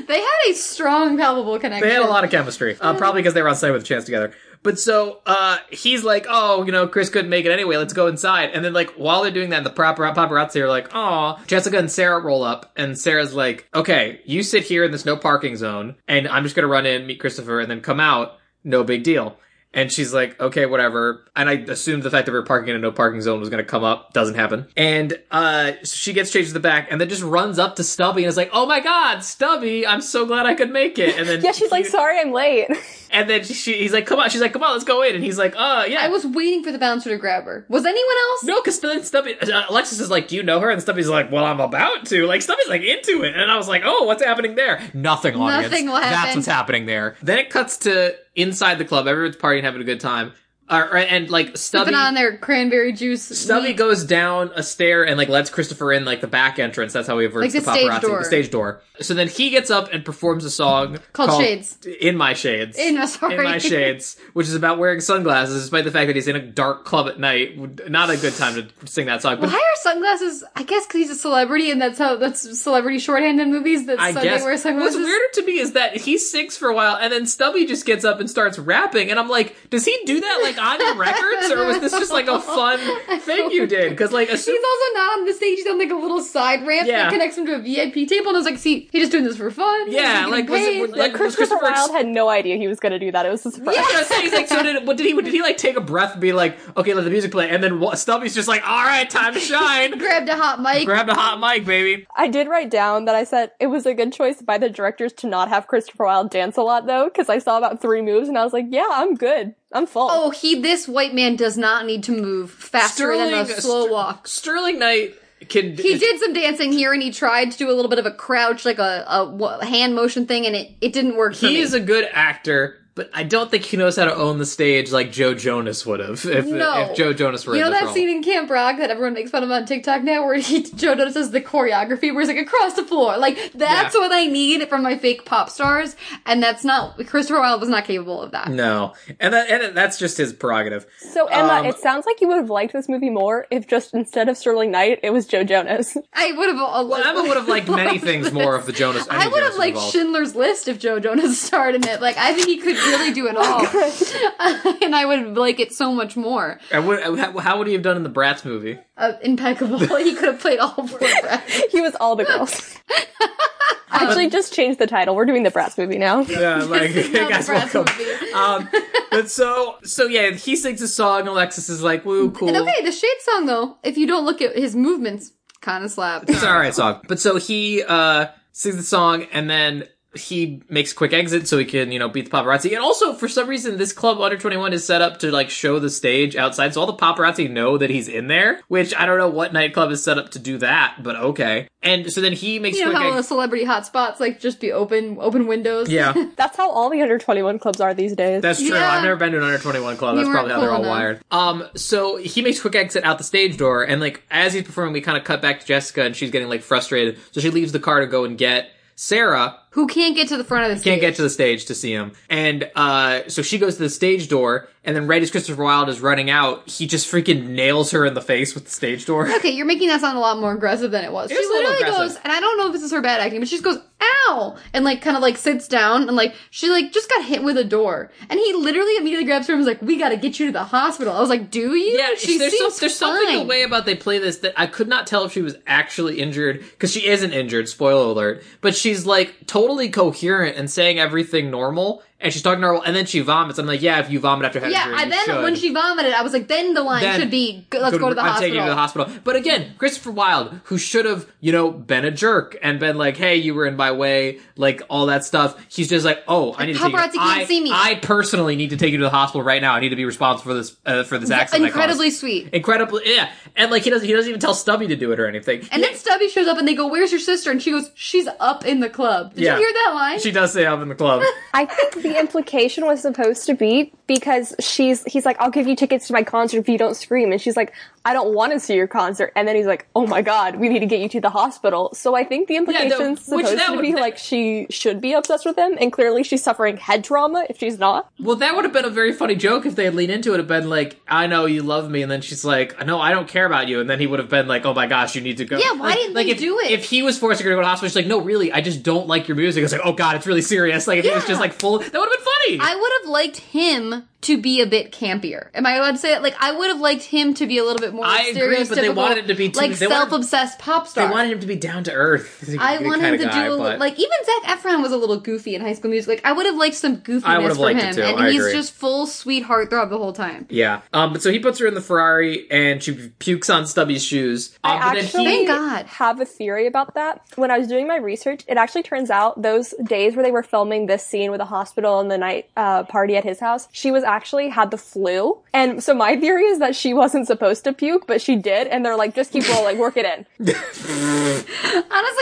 [SPEAKER 3] they had a strong, palpable connection.
[SPEAKER 2] They had a lot of chemistry, uh, probably because they were on site with a chance together. But so uh, he's like, "Oh, you know, Chris couldn't make it anyway. Let's go inside." And then, like, while they're doing that, the papar- paparazzi are like, "Oh, Jessica and Sarah roll up, and Sarah's like, "Okay, you sit here in this no parking zone, and I'm just gonna run in, meet Christopher, and then come out. No big deal." And she's like, okay, whatever. And I assumed the fact that we were parking in a no parking zone was going to come up. Doesn't happen. And, uh, she gets chased to the back and then just runs up to Stubby and is like, oh my God, Stubby, I'm so glad I could make it. And then,
[SPEAKER 4] yeah, she's like,
[SPEAKER 2] he-
[SPEAKER 4] "Sorry, I'm late."
[SPEAKER 2] and then she, he's like, come on. She's like, come on, let's go in. And he's like, uh, yeah.
[SPEAKER 3] I was waiting for the bouncer to grab her. Was anyone else?
[SPEAKER 2] no, because then Stubby, uh, Alexis is like, do you know her? And Stubby's like, well, I'm about to. Like, Stubby's like into it. And I was like, oh, what's happening there? Nothing, audience.
[SPEAKER 3] Nothing will
[SPEAKER 2] That's
[SPEAKER 3] happen.
[SPEAKER 2] what's happening there. Then it cuts to inside the club. Everyone's partying, having a good time. or, and like Stubby.
[SPEAKER 3] Sipping on their cranberry juice.
[SPEAKER 2] Stubby
[SPEAKER 3] meat.
[SPEAKER 2] goes down a stair and like lets Christopher in like the back entrance. That's how he averts
[SPEAKER 3] Like the
[SPEAKER 2] the
[SPEAKER 3] stage
[SPEAKER 2] paparazzi,
[SPEAKER 3] door.
[SPEAKER 2] the stage door. So then he gets up and performs a song
[SPEAKER 3] Called Shades.
[SPEAKER 2] in my shades,
[SPEAKER 3] In my- sorry.
[SPEAKER 2] in my shades, which is about wearing sunglasses, despite the fact that he's in a dark club at night. Not a good time to sing that song. But
[SPEAKER 3] Why are sunglasses? I guess because he's a celebrity, and that's how that's celebrity shorthand in movies. That
[SPEAKER 2] I
[SPEAKER 3] so
[SPEAKER 2] guess
[SPEAKER 3] they wear
[SPEAKER 2] what's
[SPEAKER 3] sunglasses.
[SPEAKER 2] weirder to me is that he sings for a while and then Stubby just gets up and starts rapping, and I'm like, does he do that like on the records, or was this just like a fun thing you did? Because like, assume-
[SPEAKER 3] He's also not on the stage. He's on like a little side ramp
[SPEAKER 2] Yeah.
[SPEAKER 3] that connects him to a VIP table, and I was like, "See, he just doing this for fun." He's
[SPEAKER 2] Yeah,
[SPEAKER 3] getting
[SPEAKER 2] like, was it-
[SPEAKER 3] paid.
[SPEAKER 2] was-
[SPEAKER 4] Like,
[SPEAKER 2] Like, was
[SPEAKER 4] Christopher
[SPEAKER 2] Christopher
[SPEAKER 4] Wilde had no idea he was going to do that. It was a surprise.
[SPEAKER 2] I was gonna say, he's like, so did what did he? Did he like take a breath, and be like, okay, let the music play, and then wha- Stubby's just like, all right, time to shine.
[SPEAKER 3] grabbed a hot mic.
[SPEAKER 2] Grabbed a hot mic, baby.
[SPEAKER 4] I did write down that I said it was a good choice by the directors to not have Christopher Wilde dance a lot though, because I saw about three moves and I was like, yeah, I'm good. I'm full.
[SPEAKER 3] oh, he. This white man does not need to move faster than a
[SPEAKER 2] uh,
[SPEAKER 3] slow
[SPEAKER 2] Ster-
[SPEAKER 3] walk.
[SPEAKER 2] Sterling Knight can.
[SPEAKER 3] He did some dancing here, and he tried to do a little bit of a crouch, like a, a wa- hand motion thing, and it, it didn't work. for
[SPEAKER 2] He
[SPEAKER 3] me.
[SPEAKER 2] is a good actor, but I don't think he knows how to own the stage like Joe Jonas would have if,
[SPEAKER 3] No.
[SPEAKER 2] if Joe Jonas were
[SPEAKER 3] You
[SPEAKER 2] in
[SPEAKER 3] know
[SPEAKER 2] this
[SPEAKER 3] that
[SPEAKER 2] role.
[SPEAKER 3] scene in Camp Rock that everyone makes fun of on TikTok now, where he Joe notices the choreography, where he's like across the floor. Like that's
[SPEAKER 2] Yeah.
[SPEAKER 3] what I need from my fake pop stars, and that's not Christopher Wilde was not capable of that.
[SPEAKER 2] No, and that and that's just his prerogative.
[SPEAKER 4] so Emma,
[SPEAKER 2] um,
[SPEAKER 4] it sounds like you would have liked this movie more if just instead of Sterling Knight, it was Joe Jonas.
[SPEAKER 3] I would have.
[SPEAKER 2] Well, Emma would have liked many things more of the Jonas. any
[SPEAKER 3] I would have
[SPEAKER 2] Jonas
[SPEAKER 3] liked
[SPEAKER 2] involved.
[SPEAKER 3] Schindler's List if Joe Jonas starred in it. Like I think he could really do
[SPEAKER 2] Oh
[SPEAKER 3] it all, and I would like it so much more.
[SPEAKER 2] I would, how how would he have done in the Bratz movie?
[SPEAKER 3] Uh, impeccable. he could have played all four. Brad.
[SPEAKER 4] he was all the girls. Actually, just change the title. We're doing the Bratz movie now.
[SPEAKER 2] Yeah, like
[SPEAKER 3] This is
[SPEAKER 2] hey
[SPEAKER 3] not
[SPEAKER 2] guys,
[SPEAKER 3] the Bratz
[SPEAKER 2] welcome.
[SPEAKER 3] movie.
[SPEAKER 2] Um, but so so yeah, he sings a song. Alexis is like, "Woo, cool."
[SPEAKER 3] And okay, the Shade song though, if you don't look at his movements, kind of slap.
[SPEAKER 2] It's an alright song. But so he uh sings the song and then he makes a quick exit so he can, you know, beat the paparazzi. And also for some reason this club under 21 is set up to like show the stage outside so all the paparazzi know that he's in there, which I don't know what nightclub is set up to do that, but okay. And so then he makes
[SPEAKER 3] You know
[SPEAKER 2] quick
[SPEAKER 3] how
[SPEAKER 2] ex-
[SPEAKER 3] uh, celebrity hotspots like just be open open windows.
[SPEAKER 2] Yeah.
[SPEAKER 4] That's how all the under 21 clubs are these days.
[SPEAKER 2] That's true.
[SPEAKER 3] Yeah.
[SPEAKER 2] I've never been to an under 21 club.
[SPEAKER 3] You
[SPEAKER 2] That's probably how
[SPEAKER 3] weren't
[SPEAKER 2] they're all
[SPEAKER 3] cool enough.
[SPEAKER 2] wired. Um, so he makes quick exit out the stage door, and like as he's performing, we kind of cut back to Jessica, and she's getting like frustrated, so she leaves the car to go and get Sarah,
[SPEAKER 3] Who can't get to the front of the
[SPEAKER 2] can't
[SPEAKER 3] stage?
[SPEAKER 2] get to the stage to see him. And uh, so she goes to the stage door, and then right as Christopher Wilde is running out, he just freaking nails her in the face with the stage door.
[SPEAKER 3] Okay, you're making that sound a lot more aggressive than it was.
[SPEAKER 2] was
[SPEAKER 3] she
[SPEAKER 2] a little
[SPEAKER 3] literally
[SPEAKER 2] aggressive.
[SPEAKER 3] goes, and I don't know if this is her bad acting, but she just goes, "Ow!" and like kind of like sits down and like she like just got hit with a door, and he literally immediately grabs her and was like, "We got to get you to the hospital." I was like, "Do you?"
[SPEAKER 2] Yeah,
[SPEAKER 3] she
[SPEAKER 2] there's, some-
[SPEAKER 3] seems
[SPEAKER 2] there's something
[SPEAKER 3] fine.
[SPEAKER 2] away about they play this that I could not tell if she was actually injured because she isn't injured. Spoiler alert! But she's like totally coherent and saying everything normal, and she's talking normal, and then she vomits. I'm like, yeah, if you vomit after head
[SPEAKER 3] Yeah,
[SPEAKER 2] injury,
[SPEAKER 3] I
[SPEAKER 2] you
[SPEAKER 3] then
[SPEAKER 2] should.
[SPEAKER 3] when she vomited, I was like, "Then the line
[SPEAKER 2] Then
[SPEAKER 3] should be, "Go- "Let's
[SPEAKER 2] good-
[SPEAKER 3] go to the
[SPEAKER 2] I'm
[SPEAKER 3] hospital."
[SPEAKER 2] taking you to the hospital. But again, Christopher Wilde, who should have, you know, been a jerk and been like, "Hey, you were in my way," like all that stuff. He's just like, "Oh, I need to take you.
[SPEAKER 3] paparazzi can't
[SPEAKER 2] I,
[SPEAKER 3] see me."
[SPEAKER 2] I personally need to take you to the hospital right now. I need to be responsible for this uh, for this accident." I caused."
[SPEAKER 3] Incredibly sweet.
[SPEAKER 2] incredibly yeah and like he doesn't he doesn't even tell stubby to do it or anything
[SPEAKER 3] And then Stubby shows up and they go, Where's your sister? And she goes, She's up in the club. Did
[SPEAKER 2] Yeah.
[SPEAKER 3] you hear that line?
[SPEAKER 2] she does say up in the club
[SPEAKER 4] I think the implication was supposed to be because she's he's like, I'll give you tickets to my concert if you don't scream, and she's like, I don't want to see your concert, and then he's like, Oh my god, we need to get you to the hospital. So I think the implication's
[SPEAKER 2] which
[SPEAKER 4] supposed
[SPEAKER 2] that
[SPEAKER 4] to
[SPEAKER 2] would-
[SPEAKER 4] be like she should be obsessed with him, and clearly she's suffering head trauma if she's not.
[SPEAKER 2] well that would have been a very funny joke if they had leaned into it and been like i know you love me and then she's like no i don't care about you and then he would have been like oh my gosh you need to go
[SPEAKER 3] Yeah, why
[SPEAKER 2] Like-
[SPEAKER 3] didn't
[SPEAKER 2] like
[SPEAKER 3] they
[SPEAKER 2] if,
[SPEAKER 3] do it?
[SPEAKER 2] if he was forcing her to go to the hospital she's like no really i just don't like your music it's like oh god it's really serious like if it was
[SPEAKER 3] Yeah.
[SPEAKER 2] just like full that would have been funny
[SPEAKER 3] I would have liked him to be a bit campier. Am I allowed to say that? Like, I would have liked him to be a little bit more
[SPEAKER 2] I
[SPEAKER 3] stereotypical.
[SPEAKER 2] agree, but they wanted it to be too-
[SPEAKER 3] like
[SPEAKER 2] they wanted-
[SPEAKER 3] self-obsessed pop
[SPEAKER 2] they
[SPEAKER 3] star.
[SPEAKER 2] wanted him to be down to earth
[SPEAKER 3] I want him
[SPEAKER 2] kinda
[SPEAKER 3] to do
[SPEAKER 2] guy,
[SPEAKER 3] a li-
[SPEAKER 2] but-
[SPEAKER 3] like even Zach Efron was a little goofy in High School Music. Like I would have liked some goofiness
[SPEAKER 2] I would have
[SPEAKER 3] from
[SPEAKER 2] liked it
[SPEAKER 3] him,
[SPEAKER 2] too,
[SPEAKER 3] and
[SPEAKER 2] I
[SPEAKER 3] he's
[SPEAKER 2] agree.
[SPEAKER 3] just full sweetheart throughout the whole time.
[SPEAKER 2] yeah um but so he puts her in the ferrari and she pukes on stubby's shoes um,
[SPEAKER 4] I
[SPEAKER 2] but then
[SPEAKER 4] actually
[SPEAKER 2] he-
[SPEAKER 3] Thank God.
[SPEAKER 4] have a theory about that. When I was doing my research, it actually turns out those days where they were filming this scene with the hospital and the night uh, party at his house, she was actually had the flu. And so my theory is that she wasn't supposed to puke, but she did. And they're like, just keep rolling, work it in.
[SPEAKER 3] Honestly,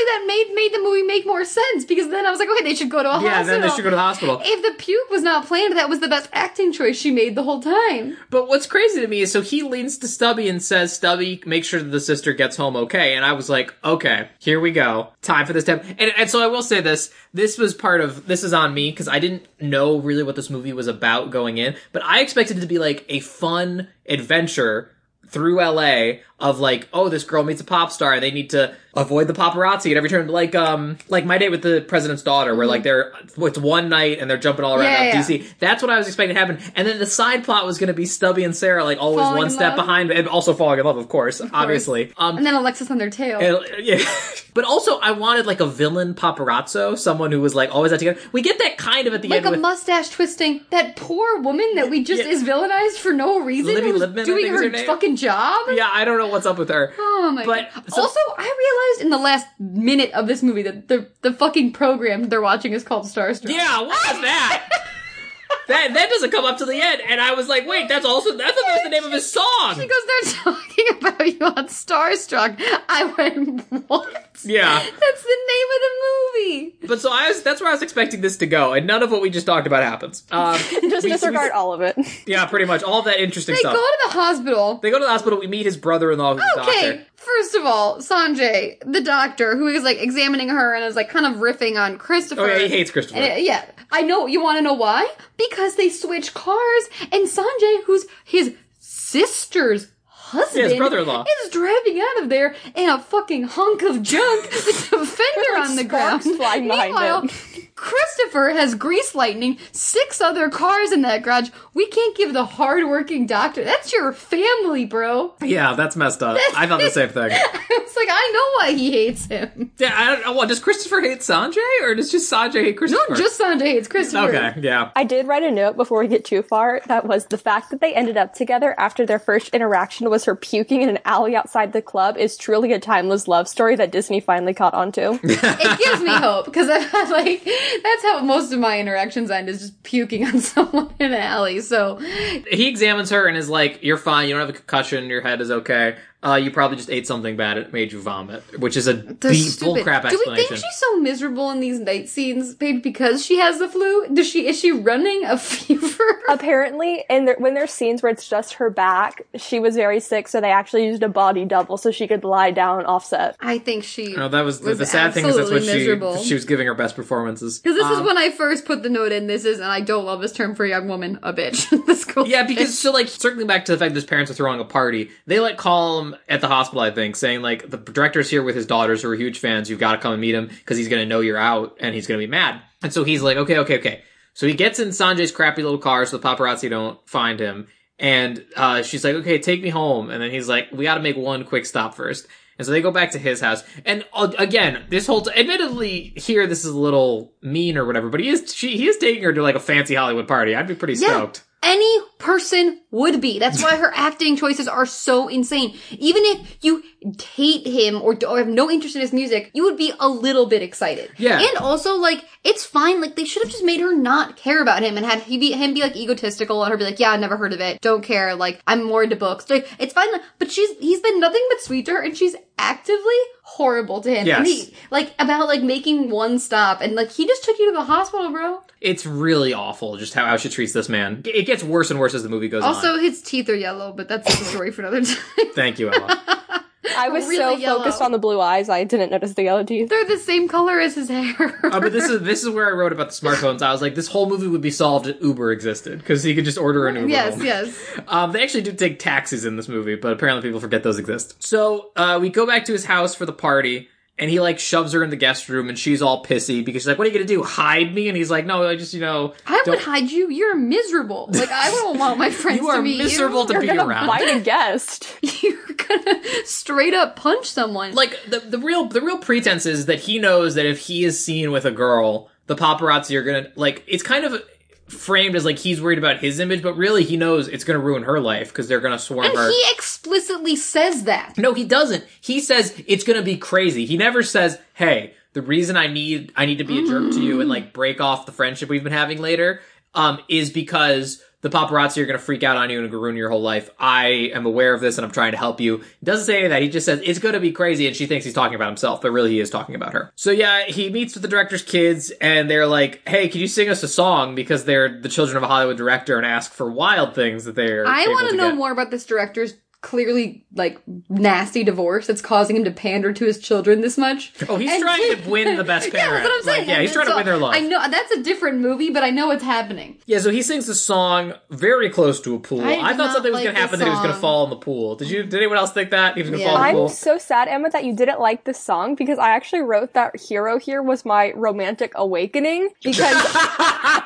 [SPEAKER 3] that made made the movie make more sense because then I was like, okay, they should go to a
[SPEAKER 2] Yeah,
[SPEAKER 3] hospital.
[SPEAKER 2] then they should go to the hospital.
[SPEAKER 3] If the puke was not planned, that was the best acting choice she made the whole time.
[SPEAKER 2] But what's crazy to me is so he leans to Stubby and says, Stubby, make sure that the sister gets home okay. And I was like, okay, here we go. Time for this time. And, and so I will say this. This was part of, this is on me because I didn't know really what this movie was about going in, but I expected it to be like a fun adventure through LA of like, oh, this girl meets a pop star. They need to avoid the paparazzi at every turn. Like, um, like my date with the president's daughter, where like they're it's one night and they're jumping all around
[SPEAKER 3] Mm-hmm. Yeah, yeah,
[SPEAKER 2] DC. That's what I was expecting to happen. And then the side plot was going to be Stubby and Sarah, like always
[SPEAKER 3] Falling
[SPEAKER 2] one
[SPEAKER 3] in
[SPEAKER 2] step
[SPEAKER 3] love.
[SPEAKER 2] behind, and also falling in love, of course, obviously. Um,
[SPEAKER 3] And then Alexis on their tail.
[SPEAKER 2] and- yeah. but also I wanted like a villain paparazzo, someone who was like always out together. We get that kind of at the
[SPEAKER 3] like
[SPEAKER 2] end.
[SPEAKER 3] a
[SPEAKER 2] with,
[SPEAKER 3] mustache twisting, that poor woman that we just
[SPEAKER 2] Yeah.
[SPEAKER 3] is villainized for no reason,
[SPEAKER 2] Libby
[SPEAKER 3] who's
[SPEAKER 2] Lipman, I
[SPEAKER 3] doing
[SPEAKER 2] think is
[SPEAKER 3] her,
[SPEAKER 2] her name.
[SPEAKER 3] fucking job.
[SPEAKER 2] yeah, I don't know what's up with her.
[SPEAKER 3] Oh my
[SPEAKER 2] But-
[SPEAKER 3] god.
[SPEAKER 2] so-
[SPEAKER 3] also, I realized in the last minute of this movie that the the fucking program they're watching is called Starstruck.
[SPEAKER 2] Yeah, what was that? that that doesn't come up to the end, and I was like, wait, that's also that's thought that was the name of his song.
[SPEAKER 3] Because they're talking about you on Starstruck. I went, what?
[SPEAKER 2] Yeah.
[SPEAKER 3] That's the name of the movie.
[SPEAKER 2] but so I was that's where I was expecting this to go, and none of what we just talked about happens. Um,
[SPEAKER 4] Just disregard all of it.
[SPEAKER 2] yeah, pretty much all that interesting
[SPEAKER 3] They
[SPEAKER 2] stuff.
[SPEAKER 3] go to the hospital.
[SPEAKER 2] They go to the hospital. We meet his brother-in-law, who's a
[SPEAKER 3] Okay,
[SPEAKER 2] doctor.
[SPEAKER 3] first of all, Sanjay, the doctor, who is like examining her and is like kind of riffing on Christopher.
[SPEAKER 2] Oh yeah, he hates Christopher.
[SPEAKER 3] And, uh, yeah, I know. You want to know why? Because they switch cars, and Sanjay, who's his sister's husband,
[SPEAKER 2] brother-in-law.
[SPEAKER 3] is driving out of there in a fucking hunk of junk with a fender
[SPEAKER 4] like,
[SPEAKER 3] on the ground.
[SPEAKER 4] sparks flying behind
[SPEAKER 3] Meanwhile,
[SPEAKER 4] him.
[SPEAKER 3] Christopher has grease lightning, six other cars in that garage. We can't give the hardworking doctor. That's your family, bro.
[SPEAKER 2] yeah, that's messed up. I thought the same thing.
[SPEAKER 3] it's like I know why he hates him.
[SPEAKER 2] Yeah, I don't know. What does Christopher hate Sanjay, or does just Sanjay hate Christopher?
[SPEAKER 3] Not just Sanjay hates Christopher.
[SPEAKER 2] okay. Yeah.
[SPEAKER 4] I did write a note before we get too far that was the fact that they ended up together after their first interaction was her puking in an alley outside the club is truly a timeless love story that Disney finally caught onto.
[SPEAKER 3] it gives me hope because I've had like that's how most of my interactions end is just puking on someone in an alley. So
[SPEAKER 2] He examines her and is like, "You're fine. You don't have a concussion. Your head is okay. Uh, you probably just ate something bad. It made you vomit, which is a
[SPEAKER 3] they're
[SPEAKER 2] deep bull
[SPEAKER 3] stupid.
[SPEAKER 2] crap
[SPEAKER 3] Do
[SPEAKER 2] explanation."
[SPEAKER 3] we think she's so miserable in these night scenes, babe, because she has the flu? Does she is she running a fever?
[SPEAKER 4] Apparently, in the, when there's scenes where it's just her back, she was very sick, so they actually used a body double so she could lie down and offset.
[SPEAKER 3] I think she.
[SPEAKER 2] No, Oh, that was, the, the sad thing is that's what
[SPEAKER 3] absolutely miserable.
[SPEAKER 2] she Uh. she was giving her best performances.
[SPEAKER 3] Because this is when I first put the note in. This is, and I don't love this term for a young woman, a bitch. this girl.
[SPEAKER 2] Yeah, because so like circling back to the fact that his parents are throwing a party, they like call him at the hospital, I think, saying like the director's here with his daughters who are huge fans. You've got to come and meet him because he's gonna know you're out and he's gonna be mad. And so he's like, okay, okay, okay. So he gets in Sanjay's crappy little car so the paparazzi don't find him. And uh, she's like, okay, take me home. And then he's like, we got to make one quick stop first. And so they go back to his house. And uh, again, this whole, t- admittedly, here this is a little mean or whatever, but he is she he is taking her to like a fancy Hollywood party. I'd be pretty
[SPEAKER 3] Yeah.
[SPEAKER 2] stoked.
[SPEAKER 3] Any person would be. That's why her acting choices are so insane. Even if you hate him or, or have no interest in his music, you would be a little bit excited.
[SPEAKER 2] Yeah.
[SPEAKER 3] And also, like, it's fine. Like, they should have just made her not care about him and had he be, him be like egotistical and her be like, yeah, I never heard of it. Don't care. Like, I'm more into books. Like, it's fine. Like, but she's he's been nothing but sweet to her, and she's actively horrible to him. And
[SPEAKER 2] Yes.
[SPEAKER 3] he, like about like making one stop, and like he just took you to the hospital, bro.
[SPEAKER 2] it's really awful just how, how she treats this man. It gets worse and worse as the movie goes
[SPEAKER 3] Also,
[SPEAKER 2] on.
[SPEAKER 3] his teeth are yellow, but that's a story for another time.
[SPEAKER 2] Thank you, Ella.
[SPEAKER 4] I was so
[SPEAKER 3] Really yellow.
[SPEAKER 4] focused on the blue eyes, I didn't notice the yellow teeth.
[SPEAKER 3] They're the same color as his hair.
[SPEAKER 2] Uh, but this is this is where I wrote about the smartphones. I was like, this whole movie would be solved if Uber existed because he could just order an Uber.
[SPEAKER 3] yes,
[SPEAKER 2] home.
[SPEAKER 3] yes.
[SPEAKER 2] Um, they actually do take taxis in this movie, but apparently people forget those exist. So uh, we go back to his house for the party, and he like shoves her in the guest room, and she's all pissy because she's like, "What are you gonna do? Hide me?" And he's like, "No, I just you know,
[SPEAKER 3] I
[SPEAKER 2] don't-
[SPEAKER 3] would hide you. You're miserable. Like I wouldn't want my friends
[SPEAKER 2] you are
[SPEAKER 3] to meet
[SPEAKER 2] miserable to
[SPEAKER 4] You're
[SPEAKER 2] be
[SPEAKER 4] gonna
[SPEAKER 2] around."
[SPEAKER 4] bite a guest.
[SPEAKER 3] you. You're gonna straight up punch someone.
[SPEAKER 2] like the the real the real pretense is that he knows that if he is seen with a girl, the paparazzi are gonna like. It's kind of framed as like he's worried about his image, but really he knows it's gonna ruin her life because they're gonna swarm
[SPEAKER 3] and
[SPEAKER 2] her.
[SPEAKER 3] he explicitly says that.
[SPEAKER 2] no, he doesn't. He says it's gonna be crazy. He never says, "Hey, the reason I need I need to be a jerk to you and like break off the friendship we've been having later um, is because." the paparazzi are going to freak out on you and ruin your whole life. I am aware of this and I'm trying to help you. He doesn't say any of that. He just says, it's going to be crazy. And she thinks he's talking about himself, but really he is talking about her. So yeah, he meets with the director's kids and they're like, hey, can you sing us a song? Because they're the children of a Hollywood director and ask for wild things that they're.
[SPEAKER 3] I
[SPEAKER 2] able
[SPEAKER 3] want
[SPEAKER 2] to
[SPEAKER 3] to know
[SPEAKER 2] get.
[SPEAKER 3] more about this director's clearly like nasty divorce that's causing him to pander to his children this much.
[SPEAKER 2] Oh, he's
[SPEAKER 3] And-
[SPEAKER 2] trying to win the best
[SPEAKER 3] Yeah,
[SPEAKER 2] parent.
[SPEAKER 3] that's what I'm
[SPEAKER 2] Like,
[SPEAKER 3] saying.
[SPEAKER 2] yeah,
[SPEAKER 3] And
[SPEAKER 2] he's trying to
[SPEAKER 3] so
[SPEAKER 2] win their love.
[SPEAKER 3] I know that's a different movie, but I know what's happening.
[SPEAKER 2] Yeah, so he sings the song very close to a pool.
[SPEAKER 3] I did
[SPEAKER 2] I, thought
[SPEAKER 3] not
[SPEAKER 2] something was
[SPEAKER 3] like
[SPEAKER 2] going to happen that
[SPEAKER 3] this
[SPEAKER 2] he was going to
[SPEAKER 3] song.
[SPEAKER 2] fall in the pool. Did you? Did anyone else think that he was going to
[SPEAKER 3] Yeah.
[SPEAKER 2] fall in the
[SPEAKER 4] I'm
[SPEAKER 2] pool?
[SPEAKER 4] so sad, Emma, that you didn't like this song because I actually wrote that Hero Here was my romantic awakening because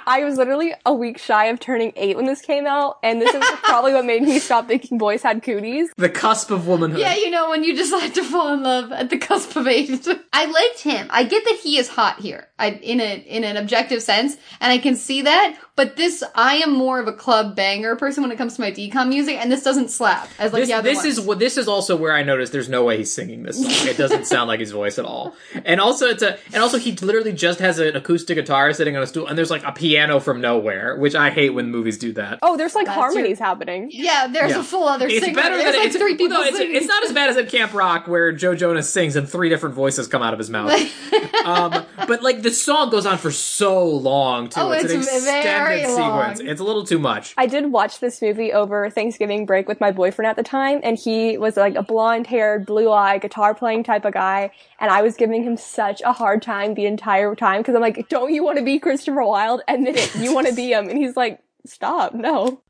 [SPEAKER 4] I was literally a week shy of turning eight when this came out, and this is probably what made me stop thinking boys had cooties.
[SPEAKER 2] the cusp of womanhood.
[SPEAKER 3] Yeah, you know when you decide to fall in love at the cusp of age. I liked him. I get that he is hot here, I, in a in an objective sense, and I can see that. But this, I am more of a club banger person when it comes to my decom music, and this doesn't slap as like
[SPEAKER 2] this,
[SPEAKER 3] the other
[SPEAKER 2] this is
[SPEAKER 3] ones.
[SPEAKER 2] what this is also where I noticed there's no way he's singing this song. It doesn't sound like his voice at all. And also it's a and also he literally just has an acoustic guitar sitting on a stool and there's like a piano from nowhere, which I hate when movies do that.
[SPEAKER 4] Oh, there's like
[SPEAKER 3] That's
[SPEAKER 4] harmonies happening.
[SPEAKER 3] yeah. There's
[SPEAKER 2] Yeah.
[SPEAKER 3] a full other.
[SPEAKER 2] It's
[SPEAKER 3] singer.
[SPEAKER 2] better
[SPEAKER 3] There's
[SPEAKER 2] than
[SPEAKER 3] like
[SPEAKER 2] it's,
[SPEAKER 3] three people
[SPEAKER 2] no, it's,
[SPEAKER 3] singing.
[SPEAKER 2] it's not as bad as at Camp Rock where Joe Jonas sings and three different voices come out of his mouth. um, but like the song goes on for so long too.
[SPEAKER 3] Oh,
[SPEAKER 2] it's, an
[SPEAKER 3] it's
[SPEAKER 2] extended
[SPEAKER 3] very
[SPEAKER 2] sequence.
[SPEAKER 3] long.
[SPEAKER 2] It's a little too much.
[SPEAKER 4] I did watch this movie over Thanksgiving break with my boyfriend at the time, and he was like a blonde haired, blue eyed, guitar playing type of guy, and I was giving him such a hard time the entire time because I'm like, don't you want to be Christopher Wilde? Admit it, you want to be him. And he's like, stop, no.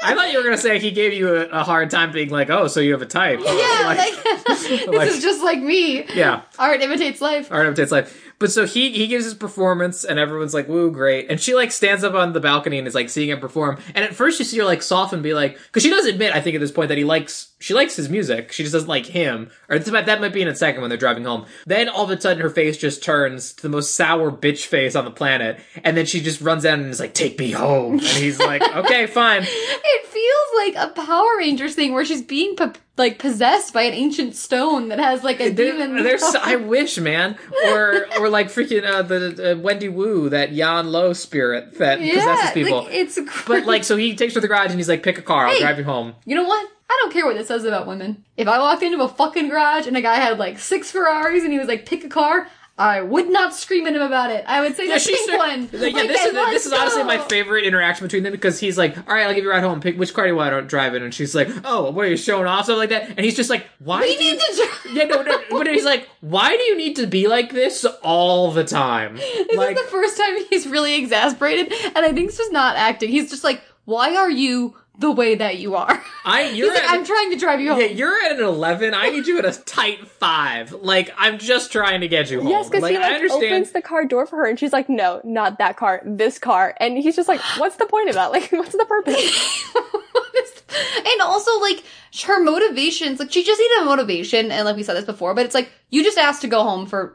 [SPEAKER 2] I thought you were gonna say he gave you a, a hard time being like, oh, so you have a type.
[SPEAKER 3] yeah,
[SPEAKER 2] Like-
[SPEAKER 3] like, this
[SPEAKER 2] like-
[SPEAKER 3] is just like me.
[SPEAKER 2] yeah.
[SPEAKER 3] Art imitates life.
[SPEAKER 2] Art Update's life. But so he he gives his performance, and everyone's like, "Woo, great!" And she like stands up on the balcony and is like seeing him perform. And at first, you see her like soften, be like, because she does admit, I think at this point that he likes she likes his music. She just doesn't like him. Or this might, that might be in a second when they're driving home. Then all of a sudden, her face just turns to the most sour bitch face on the planet, and then she just runs out and is like, "Take me home." And he's like, "Okay, fine."
[SPEAKER 3] It feels like a Power Rangers thing where she's being po- like possessed by an ancient stone that has like a demon.
[SPEAKER 2] There, there's, I wish, man, or or like freaking uh, the uh, Wendy Wu, that Yan Lo spirit that possesses people.
[SPEAKER 3] Like, it's
[SPEAKER 2] But like, so he takes her to the garage and he's like, "Pick a car, I'll
[SPEAKER 3] Hey.
[SPEAKER 2] drive you home."
[SPEAKER 3] you know what? I don't care what this says about women. If I walked into a fucking garage and a guy had like six Ferraris and he was like, pick a car, I would not scream at him about it. I would say the pink
[SPEAKER 2] said-
[SPEAKER 3] one.
[SPEAKER 2] Yeah,
[SPEAKER 3] Like,
[SPEAKER 2] this is
[SPEAKER 3] then
[SPEAKER 2] this is
[SPEAKER 3] let's
[SPEAKER 2] honestly
[SPEAKER 3] go.
[SPEAKER 2] my favorite interaction between them because he's like, "All right, I'll give you a ride home. Pick which car do you want to drive in?" And she's like, "Oh, what are you showing off something like that?" And he's just like, "Why?"
[SPEAKER 3] We
[SPEAKER 2] do
[SPEAKER 3] need
[SPEAKER 2] you-
[SPEAKER 3] to.
[SPEAKER 2] yeah, no, no, but he's like, "Why do you need to be like this all the time?"
[SPEAKER 3] This
[SPEAKER 2] like,
[SPEAKER 3] is the first time he's really exasperated, and I think this is not acting. He's just like, why are you the way that you are?
[SPEAKER 2] I
[SPEAKER 3] He's
[SPEAKER 2] you're
[SPEAKER 3] like,
[SPEAKER 2] at-
[SPEAKER 3] I'm trying to drive you home.
[SPEAKER 2] Yeah, you're at an eleven. I need you at a tight five. Like I'm just trying to get you home.
[SPEAKER 4] Yes, because
[SPEAKER 2] like,
[SPEAKER 4] he
[SPEAKER 2] I
[SPEAKER 4] like
[SPEAKER 2] understand.
[SPEAKER 4] opens the car door for her, and she's like, no, not that car, this car. And he's just like, what's the point of that? Like, what's the purpose?
[SPEAKER 3] and also, like, her motivations, like, she just needed a motivation, and like we said this before, but it's like, you just asked to go home for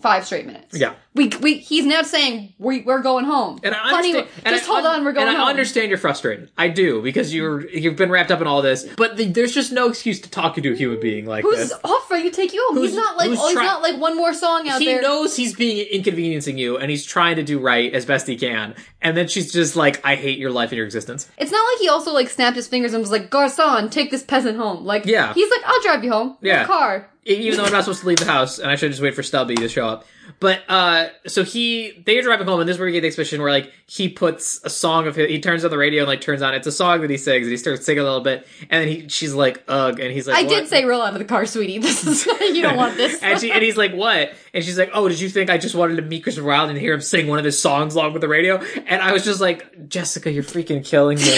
[SPEAKER 3] five straight minutes.
[SPEAKER 2] Yeah.
[SPEAKER 3] We, we, he's now saying, we, we're going home.
[SPEAKER 2] And I
[SPEAKER 3] Honey,
[SPEAKER 2] understand. and
[SPEAKER 3] just
[SPEAKER 2] I
[SPEAKER 3] hold
[SPEAKER 2] un-
[SPEAKER 3] on, we're going
[SPEAKER 2] And I
[SPEAKER 3] home.
[SPEAKER 2] understand you're frustrated. I do because you're you've been wrapped up in all this. But the, there's just no excuse to talk to a human being like
[SPEAKER 3] Who's
[SPEAKER 2] this.
[SPEAKER 3] offering to take you home? He's
[SPEAKER 2] Who's-
[SPEAKER 3] not like,
[SPEAKER 2] who's
[SPEAKER 3] oh, he's
[SPEAKER 2] try-
[SPEAKER 3] not like one more song out
[SPEAKER 2] He
[SPEAKER 3] there.
[SPEAKER 2] knows he's being inconveniencing you, and he's trying to do right as best he can. And then she's just like, "I hate your life and your existence."
[SPEAKER 3] It's not like he also like snapped his fingers and was like, "Garcon, take this peasant home." Like,
[SPEAKER 2] Yeah.
[SPEAKER 3] he's like, "I'll drive you home." Yeah,
[SPEAKER 2] Yeah.
[SPEAKER 3] a car.
[SPEAKER 2] E-, even though I'm not supposed to leave the house, and I should just wait for Stubby to show up. But uh, so he, they're driving home, and this is where we get the exhibition where like he puts a song of his, he turns on the radio and like turns on. It's a song that he sings, and he starts singing a little bit, and then he, she's like, "Ugh," and he's like,
[SPEAKER 3] I did
[SPEAKER 2] "What?"
[SPEAKER 3] say, "Roll out of the car, sweetie." This is you don't want this.
[SPEAKER 2] and she and he's like, "What?" And she's like, "Oh, did you think I just wanted to meet Christopher Wilde and hear him sing one of his songs along with the radio?" And I was just like, "Jessica, you're freaking killing me!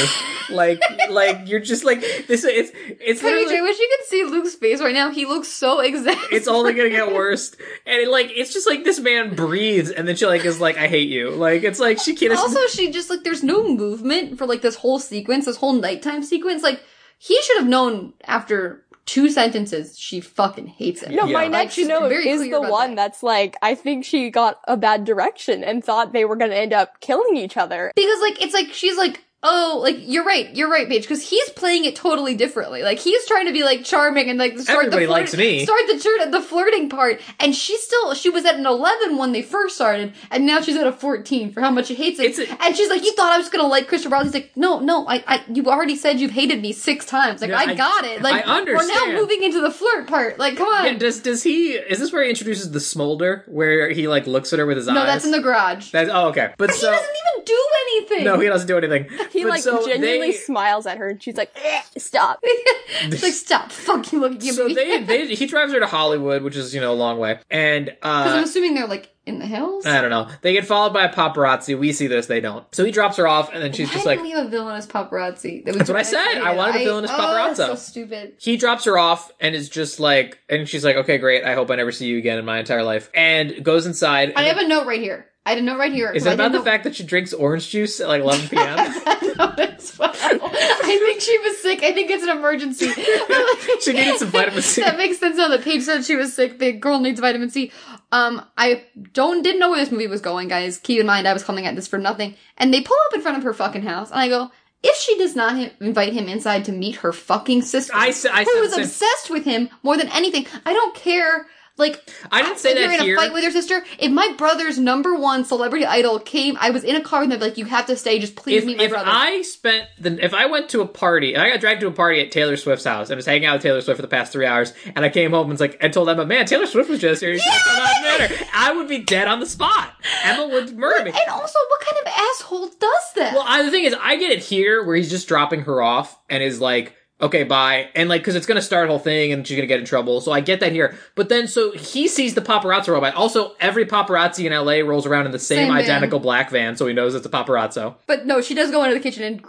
[SPEAKER 2] like, like you're just like this. It's it's
[SPEAKER 3] Cody,
[SPEAKER 2] literally-
[SPEAKER 3] I wish you could see Luke's face right now. He looks so exasperated.
[SPEAKER 2] it's only gonna get worse. And it, like, it's just like this man breathes, and then she like is like, "I hate you." Like, it's like she can't.
[SPEAKER 3] also she just like there's no movement for like this whole sequence, this whole nighttime sequence. Like he should have known after two sentences she fucking hates him.
[SPEAKER 4] No, my
[SPEAKER 2] Yeah.
[SPEAKER 3] Like,
[SPEAKER 4] next
[SPEAKER 3] she's
[SPEAKER 4] note
[SPEAKER 3] very
[SPEAKER 4] is
[SPEAKER 3] clear
[SPEAKER 4] the
[SPEAKER 3] about
[SPEAKER 4] one
[SPEAKER 3] that.
[SPEAKER 4] that's like, I think she got a bad direction and thought they were going to end up killing each other.
[SPEAKER 3] Because like it's like she's like, oh, like you're right, you're right, Paige, because he's playing it totally differently. Like he's trying to be like charming and like start
[SPEAKER 2] Everybody
[SPEAKER 3] the flirt-
[SPEAKER 2] likes me.
[SPEAKER 3] start the churn the flirting part, and she's still she was at an eleven when they first started, and now she's at a fourteen for how much she hates it.
[SPEAKER 2] It's a-
[SPEAKER 3] and she's like, you thought I was gonna like Christopher Robin? He's like, no, no, I, I you already said you've hated me six times. Like
[SPEAKER 2] Yeah,
[SPEAKER 3] I,
[SPEAKER 2] I-
[SPEAKER 3] got it. Like
[SPEAKER 2] I
[SPEAKER 3] We're
[SPEAKER 2] understand.
[SPEAKER 3] now moving into the flirt part. Like come on.
[SPEAKER 2] Yeah, does does he? Is this where he introduces the smolder, where he like looks at her with his eyes?
[SPEAKER 3] no, that's in the garage.
[SPEAKER 2] That's, oh, okay. But
[SPEAKER 3] he
[SPEAKER 2] so
[SPEAKER 3] doesn't even do anything.
[SPEAKER 2] no, he doesn't do anything.
[SPEAKER 4] He
[SPEAKER 2] But
[SPEAKER 4] like
[SPEAKER 2] so
[SPEAKER 4] genuinely
[SPEAKER 2] they-
[SPEAKER 4] smiles at her, and she's like, "Eh, "Stop."
[SPEAKER 3] It's like stop fucking looking at
[SPEAKER 2] So
[SPEAKER 3] me.
[SPEAKER 2] they, they he drives her to Hollywood, which is you know a long way, and
[SPEAKER 3] Because I'm
[SPEAKER 2] uh,
[SPEAKER 3] assuming they're like in the hills.
[SPEAKER 2] I don't know. They get followed by a paparazzi. We see this, they don't. So he drops her off, and then she's
[SPEAKER 3] Why
[SPEAKER 2] just
[SPEAKER 3] didn't
[SPEAKER 2] like,
[SPEAKER 3] we have a villainous paparazzi. That we
[SPEAKER 2] That's what I said.
[SPEAKER 3] directed
[SPEAKER 2] I
[SPEAKER 3] at?
[SPEAKER 2] wanted a villainous
[SPEAKER 3] Oh, that's
[SPEAKER 2] paparazzo.
[SPEAKER 3] so stupid.
[SPEAKER 2] he drops her off and is just like, and she's like, okay, great. I hope I never see you again in my entire life. And goes inside.
[SPEAKER 3] I
[SPEAKER 2] and
[SPEAKER 3] have a note right here. I had a note right here.
[SPEAKER 2] is
[SPEAKER 3] 'cause
[SPEAKER 2] it
[SPEAKER 3] I
[SPEAKER 2] about the
[SPEAKER 3] didn't
[SPEAKER 2] fact that she drinks orange juice at like 11 p.m.?
[SPEAKER 3] know- I know as well. I think she was sick. I think it's an emergency.
[SPEAKER 2] she needed some vitamin C.
[SPEAKER 3] that makes sense now. The page said she was sick. The girl needs vitamin C. Um, I don't didn't know where this movie was going, guys. Keep in mind, I was coming at this for nothing. And they pull up in front of her fucking house, and I go, if she does not hi- invite him inside to meet her fucking sister,
[SPEAKER 2] I s- I
[SPEAKER 3] who
[SPEAKER 2] said
[SPEAKER 3] is
[SPEAKER 2] the same-
[SPEAKER 3] obsessed with him more than anything, I don't care. Like
[SPEAKER 2] I didn't say
[SPEAKER 3] if
[SPEAKER 2] that
[SPEAKER 3] you're in
[SPEAKER 2] here.
[SPEAKER 3] a fight with your sister. If my brother's number one celebrity idol came, I was in a car with him. I'd be Like you have to stay. Just please
[SPEAKER 2] if,
[SPEAKER 3] meet my
[SPEAKER 2] if
[SPEAKER 3] brother.
[SPEAKER 2] I spent the if I went to a party and I got dragged to a party at Taylor Swift's house and was hanging out with Taylor Swift for the past three hours and I came home and was like and told Emma, man, Taylor Swift was just here. You should've come out and met her." I would be dead on the spot. Emma would murder me.
[SPEAKER 3] and also, what kind of asshole does that?
[SPEAKER 2] Well, I, the thing is, I get it here where he's just dropping her off and is like, okay, bye. And like, cause it's gonna start a whole thing and she's gonna get in trouble. So I get that here. But then, so he sees the paparazzo robot. Also, every paparazzi in LA rolls around in the same,
[SPEAKER 3] Same van.
[SPEAKER 2] identical black van, so he knows it's a paparazzo.
[SPEAKER 3] But no, she does go into the kitchen and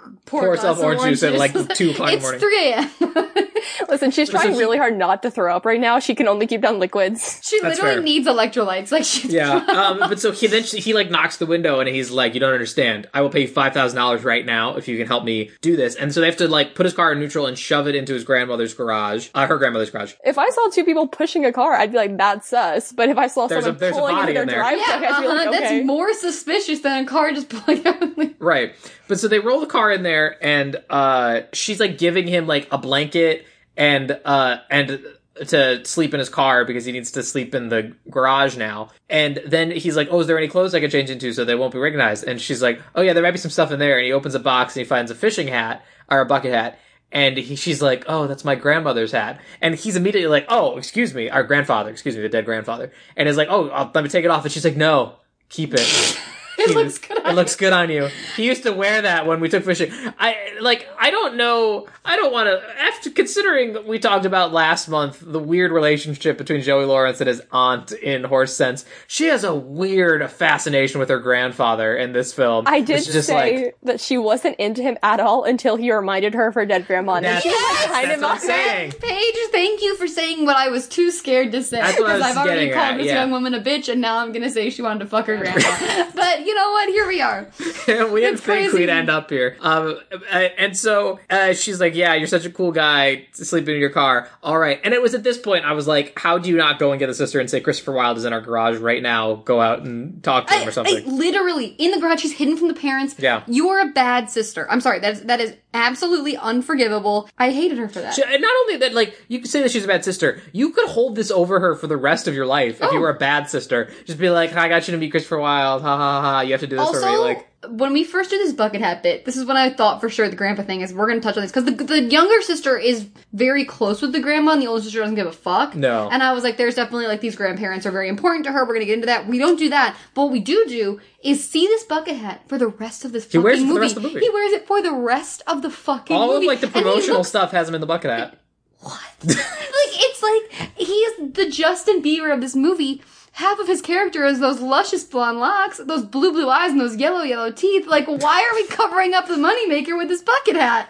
[SPEAKER 2] Pour
[SPEAKER 3] pour, a glass
[SPEAKER 2] herself
[SPEAKER 3] of
[SPEAKER 2] orange juice at, like, 2 o'clock in the
[SPEAKER 3] It's
[SPEAKER 2] morning.
[SPEAKER 3] 3 a.m.
[SPEAKER 4] Listen, she's trying
[SPEAKER 2] she-
[SPEAKER 4] really hard not to throw up right now. She can only keep down liquids.
[SPEAKER 3] she
[SPEAKER 2] That's
[SPEAKER 3] literally
[SPEAKER 2] fair.
[SPEAKER 3] needs electrolytes. Like she,
[SPEAKER 2] Yeah. Um, but so he then she, he like knocks the window and he's like, "You don't understand. I will pay you five thousand dollars right now if you can help me do this." And so they have to like put his car in neutral and shove it into his grandmother's garage, uh, her grandmother's garage.
[SPEAKER 4] If I saw two people pushing a car, I'd be like, "That's sus." But if I saw
[SPEAKER 2] There's a-
[SPEAKER 4] someone
[SPEAKER 2] there's a
[SPEAKER 4] pulling
[SPEAKER 2] body
[SPEAKER 4] into their
[SPEAKER 2] in there.
[SPEAKER 4] driveway,
[SPEAKER 3] Yeah,
[SPEAKER 4] I'd be
[SPEAKER 3] uh-huh,
[SPEAKER 4] like, "Okay."
[SPEAKER 3] that's more suspicious than a car just pulling out. and leaving.
[SPEAKER 2] Right. But so they roll the car in there and uh she's like giving him like a blanket and uh and to sleep in his car because he needs to sleep in the garage now. And then he's like, "Oh, is there any clothes I can change into so they won't be recognized?" And she's like, "Oh yeah, there might be some stuff in there." And he opens a box and he finds a fishing hat or a bucket hat. And he, she's like, "Oh, that's my grandmother's hat." And he's immediately like, "Oh, excuse me, our grandfather, excuse me, the dead grandfather." And is like, "Oh, I'll, let me take it off." And she's like, "No, keep it."
[SPEAKER 3] It looks good.
[SPEAKER 2] It looks good on you. He used to wear that when we took fishing. I like. I don't know. I don't want to. After considering we talked about last month the weird relationship between Joey Lawrence and his aunt in Horse Sense, she has a weird fascination with her grandfather in this film.
[SPEAKER 4] I did
[SPEAKER 2] It's just
[SPEAKER 4] say
[SPEAKER 2] like
[SPEAKER 4] that she wasn't into him at all until he reminded her of her dead grandma. And
[SPEAKER 2] that's,
[SPEAKER 4] she was like, kind
[SPEAKER 2] that's
[SPEAKER 4] of
[SPEAKER 2] what I'm
[SPEAKER 4] upset.
[SPEAKER 2] saying.
[SPEAKER 3] Paige, thank you for saying what I was too scared to say
[SPEAKER 2] That's what I
[SPEAKER 3] because
[SPEAKER 2] was
[SPEAKER 3] I've already
[SPEAKER 2] getting
[SPEAKER 3] called
[SPEAKER 2] at,
[SPEAKER 3] this
[SPEAKER 2] yeah.
[SPEAKER 3] young woman a bitch, and now I'm gonna say she wanted to fuck her grandma. but you know what? Here we are.
[SPEAKER 2] we didn't
[SPEAKER 3] It's
[SPEAKER 2] think
[SPEAKER 3] crazy.
[SPEAKER 2] we'd end up here. Um, uh, and so uh, she's like, "Yeah, you're such a cool guy sleeping in your car. All right." And it was at this point I was like, "How do you not go and get the sister and say Christopher Wilde is in our garage right now? Go out and talk to him
[SPEAKER 3] I-
[SPEAKER 2] or something."
[SPEAKER 3] I, literally in the garage. She's hidden from the parents.
[SPEAKER 2] Yeah.
[SPEAKER 3] you are a bad sister. I'm sorry. That is that is absolutely unforgivable. I hated her for that.
[SPEAKER 2] She- and not only that, like you could say that she's a bad sister, you could hold this over her for the rest of your life if
[SPEAKER 3] Oh.
[SPEAKER 2] you were a bad sister. Just be like, "I got you to meet Christopher Wilde. Ha ha ha! You have to do this for me."
[SPEAKER 3] also,
[SPEAKER 2] Like,
[SPEAKER 3] when we first did this bucket hat bit, this is when I thought for sure the grandpa thing is we're going to touch on this because the, the younger sister is very close with the grandma and the older sister doesn't give a fuck.
[SPEAKER 2] No.
[SPEAKER 3] And I was like, there's definitely like these grandparents are very important to her. We're going to get into that. We don't do that. But what we do do is see this bucket hat for the rest of this fucking
[SPEAKER 2] wears it for
[SPEAKER 3] movie.
[SPEAKER 2] the rest of the movie.
[SPEAKER 3] He wears it for the rest of the fucking
[SPEAKER 2] all
[SPEAKER 3] movie.
[SPEAKER 2] of like the
[SPEAKER 3] And he
[SPEAKER 2] promotional
[SPEAKER 3] looks
[SPEAKER 2] stuff has him in the bucket hat.
[SPEAKER 3] like it's like he is the Justin Bieber of this movie. Half of his character is those luscious blonde locks, those blue blue eyes, and those yellow yellow teeth. Like, why are we covering up the moneymaker with this bucket hat?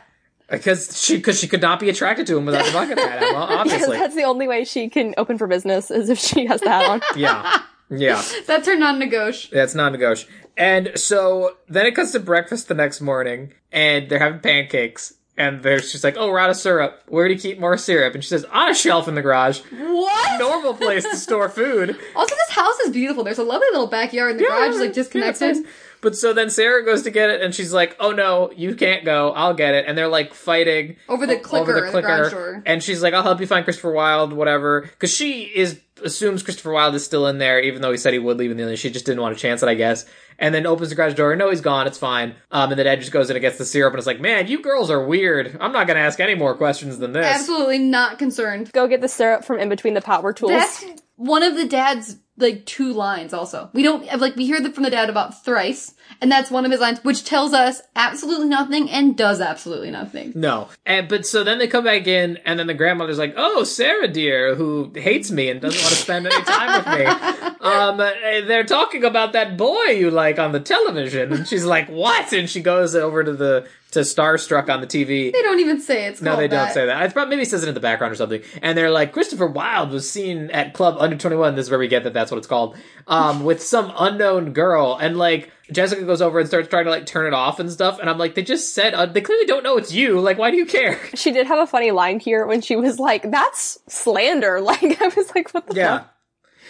[SPEAKER 2] Because she, Uh, cause she could not be attracted to him without the bucket hat, Emma,
[SPEAKER 4] Because
[SPEAKER 2] obviously.
[SPEAKER 4] that's the only way she can open for business is if she has that on.
[SPEAKER 2] yeah. Yeah.
[SPEAKER 3] That's her non-negotiable.
[SPEAKER 2] That's non negotiable. And so then it comes to breakfast the next morning, and they're having pancakes. And there's she's like, "Oh, we're out of syrup. Where do you keep more syrup?" And she says, "On a shelf in the garage.
[SPEAKER 3] What?
[SPEAKER 2] Normal place to store food."
[SPEAKER 3] Also, this house is beautiful. There's a lovely little backyard, and the garage is like
[SPEAKER 2] Yeah,
[SPEAKER 3] disconnected.
[SPEAKER 2] it's nice. But But so then Sarah goes to get it, and she's like, "Oh no, you can't go. I'll get it." And they're like fighting
[SPEAKER 3] Over the
[SPEAKER 2] o-
[SPEAKER 3] clicker at the garage door.
[SPEAKER 2] and she's like, "I'll help you find Christopher Wilde, whatever," because she is assumes Christopher Wilde is still in there, even though he said he would leave in the end. She just didn't want to chance it, I guess. And then opens the garage door. No, he's gone. It's fine. Um, and then Ed just goes in and gets the syrup, and it's like, "Man, you girls are weird. I'm not gonna ask any more questions than this."
[SPEAKER 3] Absolutely not concerned.
[SPEAKER 4] Go get the syrup from in between the power tools.
[SPEAKER 3] That's one of the dad's like two lines also. We don't like we hear the, from the dad about thrice, and that's one of his lines, which tells us absolutely nothing and does absolutely nothing.
[SPEAKER 2] No. And but so then they come back in and then the grandmother's like, "Oh, Sarah dear, who hates me and doesn't want to spend any time with me." Um eh, they're talking about that boy you like on the television and she's like, "What?" And she goes over to the to Starstruck on the TV.
[SPEAKER 3] They don't even say it's
[SPEAKER 2] No,
[SPEAKER 3] called
[SPEAKER 2] they don't
[SPEAKER 3] that.
[SPEAKER 2] say that. It's probably maybe it says it in the background or something. And they're like, Christopher Wilde was seen at Club Under Twenty One. This is where we get that. That's what it's called. Um, with some unknown girl, and like Jessica goes over and starts trying to like turn it off and stuff. And I'm like, they just said uh, they clearly don't know it's you. Like, why do you care?
[SPEAKER 4] she did have a funny line here when she was like, "That's slander." Like I was like, "What the
[SPEAKER 2] Yeah.
[SPEAKER 4] fuck?"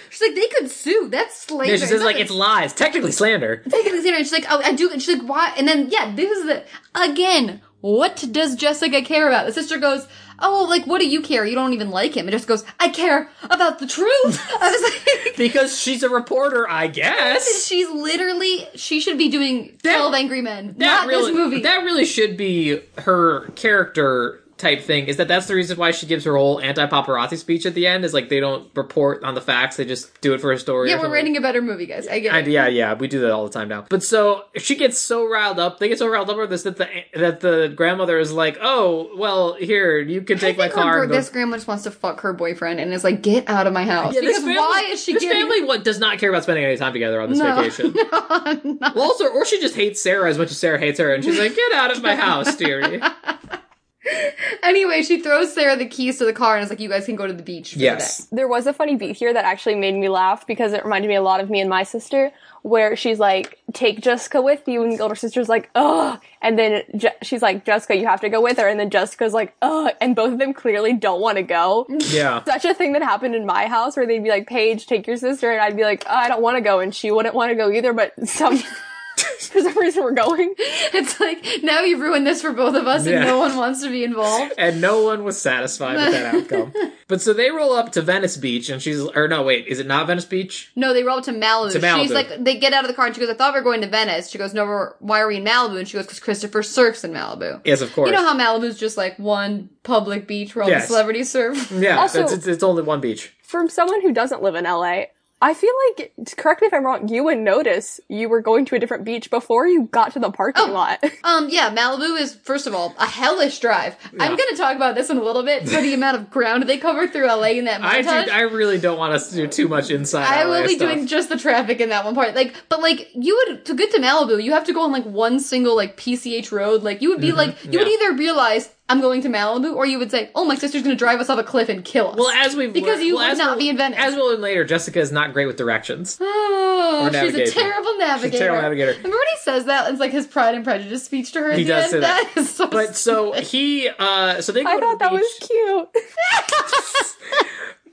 [SPEAKER 3] She's like, they could sue. That's slavery.
[SPEAKER 2] Yeah, she says like
[SPEAKER 3] Nothing-
[SPEAKER 2] it's lies, technically slander.
[SPEAKER 3] taking the theater and she's like, oh, I do. And she's like, why? And then, yeah, this is the, again, what does Jessica care about? The sister goes, oh, well, like, what do you care? You don't even like him. It just goes, I care about the truth. I was like,
[SPEAKER 2] Because she's a reporter, I guess.
[SPEAKER 3] she's literally, she should be doing 12 Angry Men, not
[SPEAKER 2] really,
[SPEAKER 3] this movie.
[SPEAKER 2] That really should be her character type thing. Is that that's the reason why she gives her whole anti-paparazzi speech at the end? Is like they don't report on the facts; they just do it for a story. or
[SPEAKER 3] yeah, we're
[SPEAKER 2] something.
[SPEAKER 3] writing a better movie, guys. I get
[SPEAKER 2] I-
[SPEAKER 3] it.
[SPEAKER 2] yeah, yeah, we do that all the time now. But so she gets so riled up, they get so riled up over this that the that the grandmother is like, "Oh, well, here you can
[SPEAKER 3] I
[SPEAKER 2] take my
[SPEAKER 3] think her
[SPEAKER 2] car."
[SPEAKER 3] gr-
[SPEAKER 2] and go
[SPEAKER 3] this grandma just wants to fuck her boyfriend and is like, get out of my house.
[SPEAKER 2] Yeah,
[SPEAKER 3] because why is she
[SPEAKER 2] this
[SPEAKER 3] getting
[SPEAKER 2] family what does not care about spending any time together on this
[SPEAKER 3] No.
[SPEAKER 2] vacation? Well, also, or she just hates Sarah as much as Sarah hates her, and she's like, "Get out of my house, dearie."
[SPEAKER 3] Anyway, she throws Sarah the keys to the car and is like, you guys can go to the beach. For
[SPEAKER 2] Yes.
[SPEAKER 3] The day.
[SPEAKER 4] There was a funny beat here that actually made me laugh because it reminded me a lot of me and my sister, where she's like, "Take Jessica with you," and the older sister's like, "Ugh," and then Je- she's like, "Jessica, you have to go with her," and then Jessica's like, "Ugh," and both of them clearly don't want to go.
[SPEAKER 2] Yeah,
[SPEAKER 4] such a thing that happened in my house where they'd be like, Paige, take your sister. And I'd be like, oh, I don't want to go. And she wouldn't want to go either, but some, for some reason we're going.
[SPEAKER 3] It's like now you've ruined this for both of us,
[SPEAKER 2] Yeah.
[SPEAKER 3] and no one wants to be involved.
[SPEAKER 2] and no one was satisfied with that outcome. But so they roll up to Venice Beach, and she's, or no, wait, is it not Venice Beach?
[SPEAKER 3] No, they roll up to Malibu.
[SPEAKER 2] To Malibu.
[SPEAKER 3] She's like, they get out of the car and she goes, "I thought we were going to Venice." She goes, "No, we're, why are we in Malibu?" And she goes, "Because Christopher surfs in Malibu."
[SPEAKER 2] Yes, of course.
[SPEAKER 3] You know how Malibu's just like one public beach where all
[SPEAKER 2] Yes.
[SPEAKER 3] the celebrities surf.
[SPEAKER 2] yeah,
[SPEAKER 4] Also-
[SPEAKER 2] it's, it's, it's only one beach.
[SPEAKER 4] From someone who doesn't live in LA, I feel like, correct me if I'm wrong, you would notice you were going to a different beach before you got to the parking
[SPEAKER 2] Oh.
[SPEAKER 4] lot.
[SPEAKER 3] Um, yeah, Malibu is first of all a hellish drive. I'm going to talk about this in a little bit for the amount of ground they cover through LA in that montage.
[SPEAKER 2] I do, I really don't want us to do too much inside.
[SPEAKER 3] I
[SPEAKER 2] LA
[SPEAKER 3] will be
[SPEAKER 2] stuff.
[SPEAKER 3] doing just the traffic in that one part. Like, but like you would to get to Malibu, you have to go on like one single like PCH road. Like you would be like you
[SPEAKER 2] Mm-hmm.
[SPEAKER 3] would
[SPEAKER 2] yeah.
[SPEAKER 3] either realize I'm going to Malibu, or you would say, "Oh, my sister's going to drive us off a cliff and kill us."
[SPEAKER 2] Well, as we've
[SPEAKER 3] because
[SPEAKER 2] learned-
[SPEAKER 3] you
[SPEAKER 2] well,
[SPEAKER 3] would
[SPEAKER 2] as
[SPEAKER 3] not
[SPEAKER 2] we'll-
[SPEAKER 3] be in Venice.
[SPEAKER 2] As we'll learn later, Jessica is not great with directions.
[SPEAKER 3] oh, she's a
[SPEAKER 2] navigating.
[SPEAKER 3] terrible navigator.
[SPEAKER 2] terrible navigator.
[SPEAKER 3] Remember when he says that? It's like his Pride and Prejudice speech to her. At
[SPEAKER 2] He
[SPEAKER 3] the
[SPEAKER 2] does
[SPEAKER 3] end?
[SPEAKER 2] say that.
[SPEAKER 3] That is so.
[SPEAKER 2] But so he, uh, so they. Go
[SPEAKER 4] I
[SPEAKER 2] to
[SPEAKER 4] thought
[SPEAKER 2] the
[SPEAKER 4] that was
[SPEAKER 2] beach.
[SPEAKER 4] cute.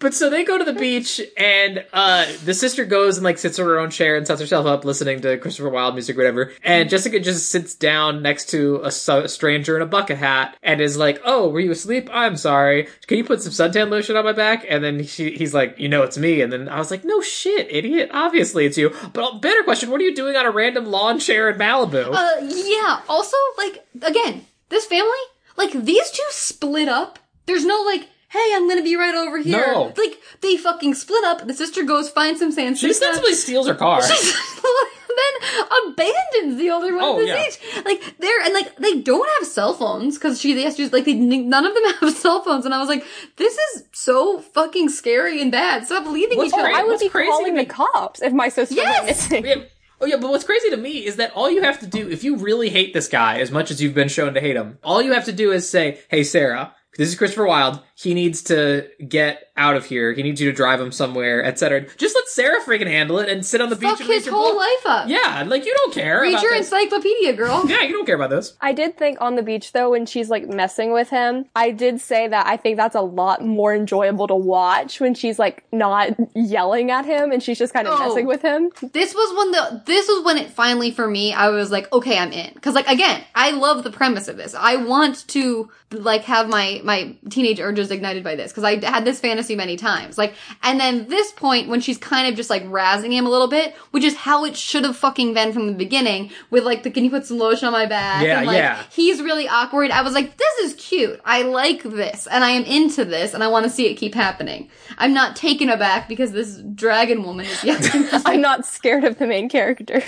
[SPEAKER 2] But so they go to the beach, and uh, the sister goes and like sits on her own chair and sets herself up, listening to Christopher Wilde music, whatever. And Jessica just sits down next to a, so- a stranger in a bucket hat and is like, "Oh, were you asleep? I'm sorry. Can you put some suntan lotion on my back?" And then she, he's like, "You know, it's me." And then I was like, "No shit, idiot! Obviously it's you." But uh, better question: What are you doing on a random lawn chair in Malibu?
[SPEAKER 3] Uh, yeah. Also, like, again, this family, like, these two split up. There's no, like, hey, I'm gonna be right over here.
[SPEAKER 2] No.
[SPEAKER 3] Like, they fucking split up. The sister goes finds some sand.
[SPEAKER 2] she ostensibly steals her car.
[SPEAKER 3] then abandons the older one
[SPEAKER 2] Oh,
[SPEAKER 3] at the
[SPEAKER 2] yeah.
[SPEAKER 3] beach. Like, they're, and like, they don't have cell phones, cause she, they asked you, like, they, none of them have cell phones. And I was like, this is so fucking scary and bad. Stop leaving
[SPEAKER 2] What's
[SPEAKER 3] each other.
[SPEAKER 2] crazy-
[SPEAKER 4] I would
[SPEAKER 2] what's
[SPEAKER 4] be
[SPEAKER 2] crazy
[SPEAKER 4] calling
[SPEAKER 2] to
[SPEAKER 4] the
[SPEAKER 2] me-
[SPEAKER 4] cops if my sister
[SPEAKER 3] Yes!
[SPEAKER 4] was missing.
[SPEAKER 2] Yeah. Oh yeah, but what's crazy to me is that all you have to do, if you really hate this guy as much as you've been shown to hate him, all you have to do is say, "Hey Sarah, this is Christopher Wilde. He needs to get out of here. He needs you to drive him somewhere, etc. Just let Sarah freaking handle it and sit on the beach
[SPEAKER 3] Fuck
[SPEAKER 2] and read
[SPEAKER 3] his
[SPEAKER 2] your
[SPEAKER 3] whole
[SPEAKER 2] book.
[SPEAKER 3] life up.
[SPEAKER 2] Yeah, like you don't care.
[SPEAKER 3] Read
[SPEAKER 2] about
[SPEAKER 3] your
[SPEAKER 2] this.
[SPEAKER 3] encyclopedia, girl.
[SPEAKER 2] yeah, you don't care about this.
[SPEAKER 4] I did think on the beach though, when she's like messing with him, I did say that I think that's a lot more enjoyable to watch when she's like not yelling at him and she's just kind of
[SPEAKER 3] Oh.
[SPEAKER 4] messing with him.
[SPEAKER 3] This was when the this was when it finally for me I was like okay I'm in cuz like again I love the premise of this. I want to like have my my teenage urges ignited by this cuz I had this fantasy many times. Like and then this point when she's kind of just like razzing him a little bit, which is how it should have fucking been from the beginning with like the can you put some lotion on my back
[SPEAKER 2] Yeah,
[SPEAKER 3] and like
[SPEAKER 2] yeah.
[SPEAKER 3] he's really awkward. I was like this is cute. I like this and I am into this and I want to see it keep happening. I'm not taken aback because this dragon woman is yelling
[SPEAKER 4] I'm not scared of the main character.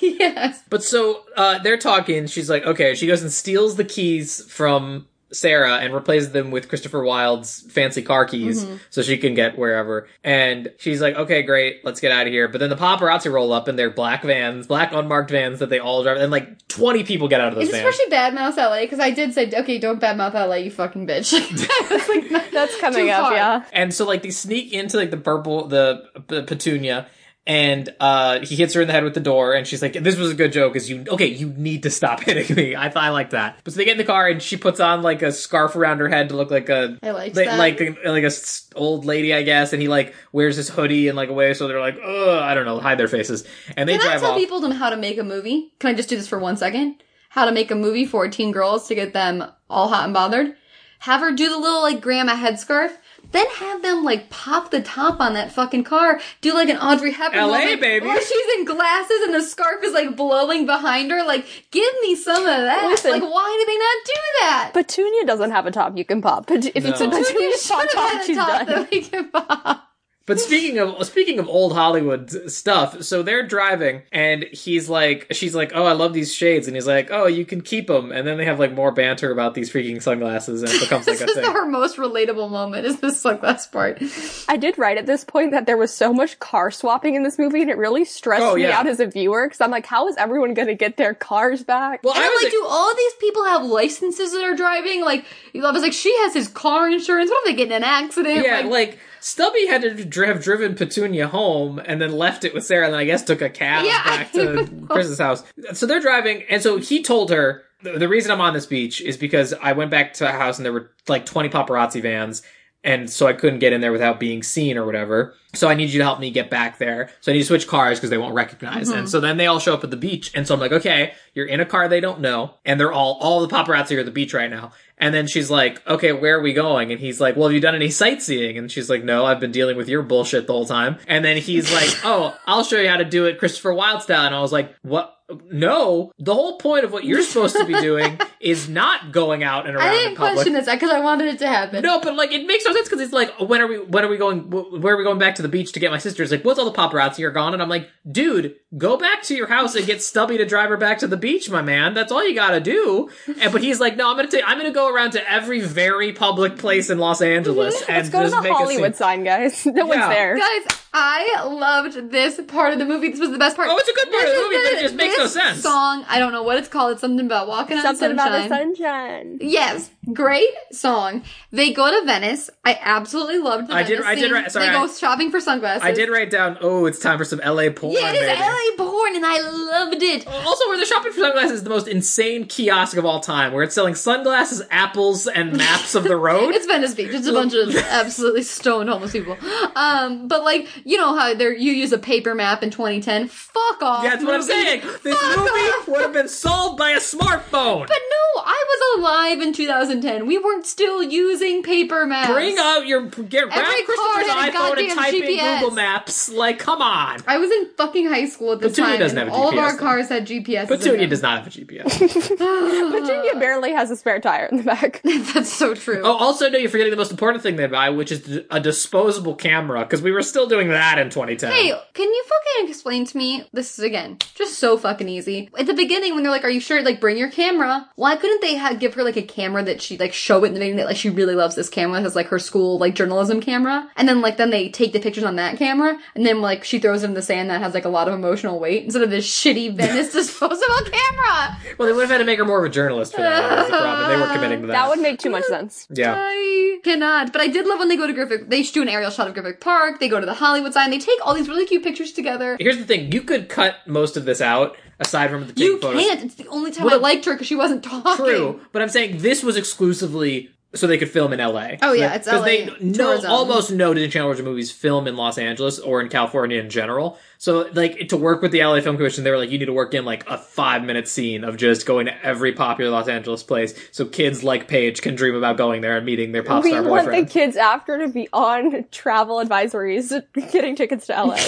[SPEAKER 3] yes.
[SPEAKER 2] But so uh, they're talking. She's like, okay. She goes and steals the keys from Sarah and replaces them with Christopher Wilde's fancy car keys
[SPEAKER 3] Mm-hmm.
[SPEAKER 2] so she can get wherever. And she's like, okay, great. Let's get out of here. But then the paparazzi roll up in their black vans, black unmarked vans that they all drive. And like 20 people get out of those
[SPEAKER 3] Is this where
[SPEAKER 2] vans.
[SPEAKER 3] she badmouths LA? Because I did say, okay, don't badmouth LA, you fucking bitch. I was like, no,
[SPEAKER 4] That's coming
[SPEAKER 3] too
[SPEAKER 4] up,
[SPEAKER 3] far.
[SPEAKER 4] yeah.
[SPEAKER 2] and so like they sneak into like the purple, the p- petunia. And uh, he hits her in the head with the door, and she's like, "This was a good joke." Is you okay? You need to stop hitting me. I I like that. But so they get in the car, and she puts on like a scarf around her head to look like a
[SPEAKER 3] I liked
[SPEAKER 2] like
[SPEAKER 3] that.
[SPEAKER 2] like a, like a s- old lady, I guess, and he like wears his hoodie in like a way, so they're like, oh, I don't know, hide their faces, and they
[SPEAKER 3] Can I
[SPEAKER 2] drive
[SPEAKER 3] tell
[SPEAKER 2] off.
[SPEAKER 3] people how to make a movie? Can I just do this for one second? How to make a movie for teen girls to get them all hot and bothered? Have her do the little like grandma headscarf. Then have them like pop the top on that fucking car, do like an Audrey Hepburn,
[SPEAKER 2] LA,
[SPEAKER 3] moment
[SPEAKER 2] baby.
[SPEAKER 3] where she's in glasses and the scarf is like blowing behind her. Like, give me some of that.
[SPEAKER 4] Listen.
[SPEAKER 3] like, why do they not do that?
[SPEAKER 4] Petunia doesn't have a top you can pop. Pet- if it's a
[SPEAKER 2] No.
[SPEAKER 4] Petunia
[SPEAKER 3] should
[SPEAKER 4] top
[SPEAKER 3] have
[SPEAKER 4] top,
[SPEAKER 3] had a
[SPEAKER 4] she's
[SPEAKER 3] top
[SPEAKER 4] done.
[SPEAKER 3] that we can pop.
[SPEAKER 2] But speaking of speaking of old Hollywood stuff, so they're driving, and he's like, she's like, oh, I love these shades, and he's like, oh, you can keep them, and then they have like more banter about these freaking sunglasses, and it becomes like
[SPEAKER 3] This
[SPEAKER 2] a
[SPEAKER 3] is
[SPEAKER 2] thing.
[SPEAKER 3] her most relatable moment. Is this sunglass part?
[SPEAKER 4] I did write at this point that there was so much car swapping in this movie, and it really stressed
[SPEAKER 2] Oh,
[SPEAKER 4] me
[SPEAKER 2] yeah.
[SPEAKER 4] out as a viewer because I'm like, how is everyone going to get their cars back?
[SPEAKER 2] Well,
[SPEAKER 3] And
[SPEAKER 2] I
[SPEAKER 3] I'm
[SPEAKER 2] was
[SPEAKER 3] like, do all these people have licenses that are driving? Like, I was like, she has his car insurance. What if they get in an accident?
[SPEAKER 2] yeah, like Stubby had to dr- have driven Petunia home and then left it with Sarah, and then I guess took a cab
[SPEAKER 3] Yeah,
[SPEAKER 2] back
[SPEAKER 3] I
[SPEAKER 2] to
[SPEAKER 3] know.
[SPEAKER 2] Chris's house. So they're driving, and so he told her the, the reason I'm on this beach is because I went back to a house and there were like 20 paparazzi vans. And so I couldn't get in there without being seen or whatever. So I need you to help me get back there. So I need to switch cars because they won't recognize.
[SPEAKER 3] Mm-hmm.
[SPEAKER 2] And so then they all show up at the beach. And so I'm like, okay, you're in a car they don't know. And they're all, all the paparazzi are at the beach right now. And then she's like, okay, where are we going? And he's like, well, have you done any sightseeing? And she's like, no, I've been dealing with your bullshit the whole time. And then he's like, oh, I'll show you how to do it Christopher Wilde style. And I was like, what? No, the whole point of what you're supposed to be doing is not going out and around
[SPEAKER 3] I
[SPEAKER 2] in
[SPEAKER 3] didn't
[SPEAKER 2] public.
[SPEAKER 3] question this because I wanted it to happen.
[SPEAKER 2] No, but like it makes no sense because it's like, when are we? When are we going? wh- Where are we going back to the beach to get my sister? It's like, what's all the paparazzi are gone? And I'm like, dude, go back to your house and get Stubby to drive her back to the beach, my man. That's all you gotta do. And but he's like, no, I'm gonna take. I'm gonna go around to every very public place in Los Angeles and
[SPEAKER 4] Mm-hmm. Let's go to
[SPEAKER 2] just
[SPEAKER 4] the
[SPEAKER 2] make a
[SPEAKER 4] Hollywood
[SPEAKER 2] scene.
[SPEAKER 4] sign, guys. No one's
[SPEAKER 2] Yeah.
[SPEAKER 4] there.
[SPEAKER 3] Guys, I loved this part of the movie. This was the best part.
[SPEAKER 2] Oh, it's a good part of the
[SPEAKER 3] This is
[SPEAKER 2] movie, but it just makes no
[SPEAKER 3] this
[SPEAKER 2] sense.
[SPEAKER 3] Song, I don't know what it's called. It's something about walking
[SPEAKER 4] Something
[SPEAKER 3] on
[SPEAKER 4] about the sunshine.
[SPEAKER 3] Yes, great song. They go to Venice. I absolutely loved the
[SPEAKER 2] I did-
[SPEAKER 3] Venice
[SPEAKER 2] I did
[SPEAKER 3] scene.
[SPEAKER 2] write- sorry,
[SPEAKER 3] they
[SPEAKER 2] I-
[SPEAKER 3] go shopping for sunglasses.
[SPEAKER 2] I did write down. Oh, it's time for some LA porn.
[SPEAKER 3] Yeah, it is
[SPEAKER 2] baby.
[SPEAKER 3] LA born, and I loved it.
[SPEAKER 2] Also, where the shopping for sunglasses is the most insane kiosk of all time, where it's selling sunglasses, apples, and maps of the road.
[SPEAKER 3] It's Venice Beach. It's a bunch of absolutely stoned homeless people. Um, but like you know how there you use a paper map in 2010. Fuck off.
[SPEAKER 2] That's what I'm
[SPEAKER 3] movie.
[SPEAKER 2] saying. This
[SPEAKER 3] Fuck off.
[SPEAKER 2] movie would have been solved by a smartphone.
[SPEAKER 3] But no, I was alive in 2010. We weren't still using paper maps.
[SPEAKER 2] Bring out your get grab
[SPEAKER 3] Every car
[SPEAKER 2] Christopher's
[SPEAKER 3] had
[SPEAKER 2] iPhone
[SPEAKER 3] a
[SPEAKER 2] and
[SPEAKER 3] goddamn
[SPEAKER 2] type in
[SPEAKER 3] GPS.
[SPEAKER 2] Google Maps. Like, come on.
[SPEAKER 3] I was in fucking high school at this
[SPEAKER 2] Petunia
[SPEAKER 3] time.
[SPEAKER 2] doesn't
[SPEAKER 3] and
[SPEAKER 2] have a
[SPEAKER 3] all of
[SPEAKER 2] GPS
[SPEAKER 3] our
[SPEAKER 2] though.
[SPEAKER 3] cars had GPS.
[SPEAKER 2] Petunia does not have a GPS.
[SPEAKER 4] Virginia barely has a spare tire in the back.
[SPEAKER 3] That's so true.
[SPEAKER 2] oh, also, no, you're forgetting the most important thing they buy, which is a disposable camera, because we were still doing that in 2010.
[SPEAKER 3] Hey, can you fucking explain to me? This is again just so fucking easy. At the beginning, when they're like, "Are you sure?" Like, bring your camera. Why couldn't they ha- give her like a camera that she like show it in the beginning that like she really loves this camera? Has like her school like journalism camera, and then like then they take the pictures on that camera, and then like she throws it in the sand that has like a lot of emotional weight, right? Instead of this shitty Venice disposable camera.
[SPEAKER 2] Well, they would have had to make her more of a journalist for that. That was the problem. They were committing to that.
[SPEAKER 4] That would make too much sense.
[SPEAKER 2] yeah.
[SPEAKER 3] I cannot. But I did love when they go to Griffith. They do an aerial shot of Griffith Park. They go to the Hollywood sign. They take all these really cute pictures together.
[SPEAKER 2] Here's the thing: you could cut most of this out, aside from the taking
[SPEAKER 3] You
[SPEAKER 2] photos.
[SPEAKER 3] can't. It's the only time I
[SPEAKER 2] Well,
[SPEAKER 3] liked her because she wasn't talking.
[SPEAKER 2] True, but I'm saying this was exclusively so they could film in L.A.
[SPEAKER 3] Oh, yeah, it's
[SPEAKER 2] because they
[SPEAKER 3] LA
[SPEAKER 2] no
[SPEAKER 3] tourism.
[SPEAKER 2] almost no Disney Channel original movies film in Los Angeles or in California in general. So like to work with the L.A. Film Commission, they were like, you need to work in like a five minute scene of just going to every popular Los Angeles place, so kids like Paige can dream about going there and meeting their pop
[SPEAKER 4] We
[SPEAKER 2] star
[SPEAKER 4] want the
[SPEAKER 2] boyfriend.
[SPEAKER 4] kids after to be on travel advisories, getting tickets to LA.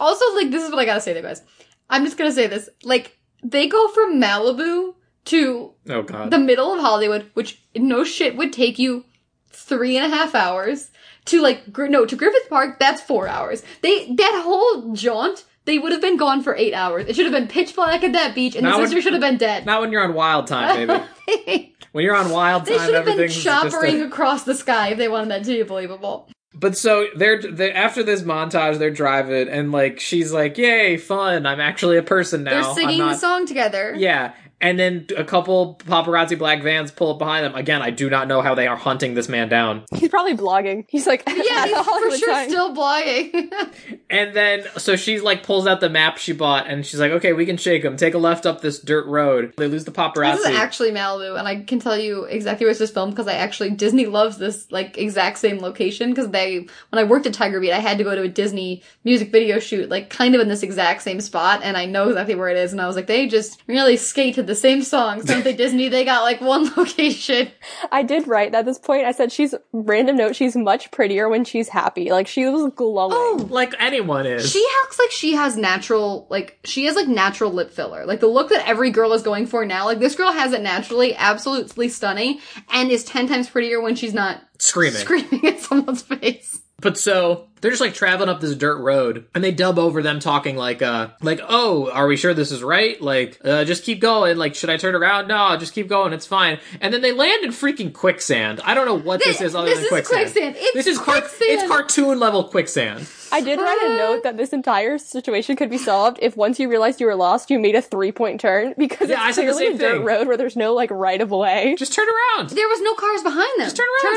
[SPEAKER 3] Also, like, this is what I gotta say there, guys. I'm just gonna say this. Like, they go from Malibu to
[SPEAKER 2] oh god,
[SPEAKER 3] the middle of Hollywood, which no shit would take you three and a half hours to like Gr- no to Griffith Park. That's four hours. They that whole jaunt. They would have been gone for eight hours. It should have been pitch black at that beach, and the
[SPEAKER 2] Now it-
[SPEAKER 3] sister should have been dead.
[SPEAKER 2] not when you're on wild time, baby.
[SPEAKER 3] they
[SPEAKER 2] when you're on wild time,
[SPEAKER 3] should have been
[SPEAKER 2] everything's just a-
[SPEAKER 3] choppering across the sky if they wanted that to be believable.
[SPEAKER 2] But so they're, they after this montage, they're driving, and like she's like, "Yay, fun! I'm actually a person now."
[SPEAKER 3] They're
[SPEAKER 2] I'm
[SPEAKER 3] singing
[SPEAKER 2] not-"
[SPEAKER 3] the song together.
[SPEAKER 2] Yeah, and then a couple paparazzi black vans pull up behind them. Again, I do not know how they are hunting this man down.
[SPEAKER 4] He's probably blogging. He's like,
[SPEAKER 3] Yeah,
[SPEAKER 4] at
[SPEAKER 3] he's
[SPEAKER 4] the
[SPEAKER 3] for
[SPEAKER 4] Hollywood
[SPEAKER 3] sure
[SPEAKER 4] sign.
[SPEAKER 3] still blogging.
[SPEAKER 2] And then so she's like pulls out the map she bought, and she's like, "Okay, we can shake him. Take a left up this dirt road." They lose the paparazzi.
[SPEAKER 3] This is actually Malibu, and I can tell you exactly where this was filmed because I actually Disney loves this like exact same location because they when I worked at Tiger Beat, I had to go to a Disney music video shoot like kind of in this exact same spot, and I know exactly where it is. And I was like, they just really skated the same songs. Don't they Disney? They got like one location.
[SPEAKER 4] I did write at this point. I said she's random note. She's much prettier when she's happy. Like she was glowing.
[SPEAKER 2] like anyone is.
[SPEAKER 3] She acts like she has natural, like she has like natural lip filler, like the look that every girl is going for now. Like this girl has it naturally, absolutely stunning, and is ten times prettier when she's not
[SPEAKER 2] screaming.
[SPEAKER 3] screaming at someone's face.
[SPEAKER 2] But so they're just like traveling up this dirt road, and they dub over them talking like, uh, like, oh, are we sure this is right? Like, uh, just keep going. Like, should I turn around? No, just keep going. It's fine. And then they land in freaking quicksand. I don't know what this,
[SPEAKER 3] This-
[SPEAKER 2] is other
[SPEAKER 3] this
[SPEAKER 2] than
[SPEAKER 3] is
[SPEAKER 2] quicksand.
[SPEAKER 3] quicksand. It's
[SPEAKER 2] this is car-
[SPEAKER 3] quicksand.
[SPEAKER 2] It's cartoon level quicksand.
[SPEAKER 4] I did write a note that this entire situation could be solved if once you realized you were lost, you made a three point turn because
[SPEAKER 2] Yeah, I
[SPEAKER 4] it's
[SPEAKER 2] said the same
[SPEAKER 4] clearly a dirt
[SPEAKER 2] thing.
[SPEAKER 4] road where there's no like right of way.
[SPEAKER 2] Just turn around.
[SPEAKER 3] There was no cars behind them. Just
[SPEAKER 2] turn around.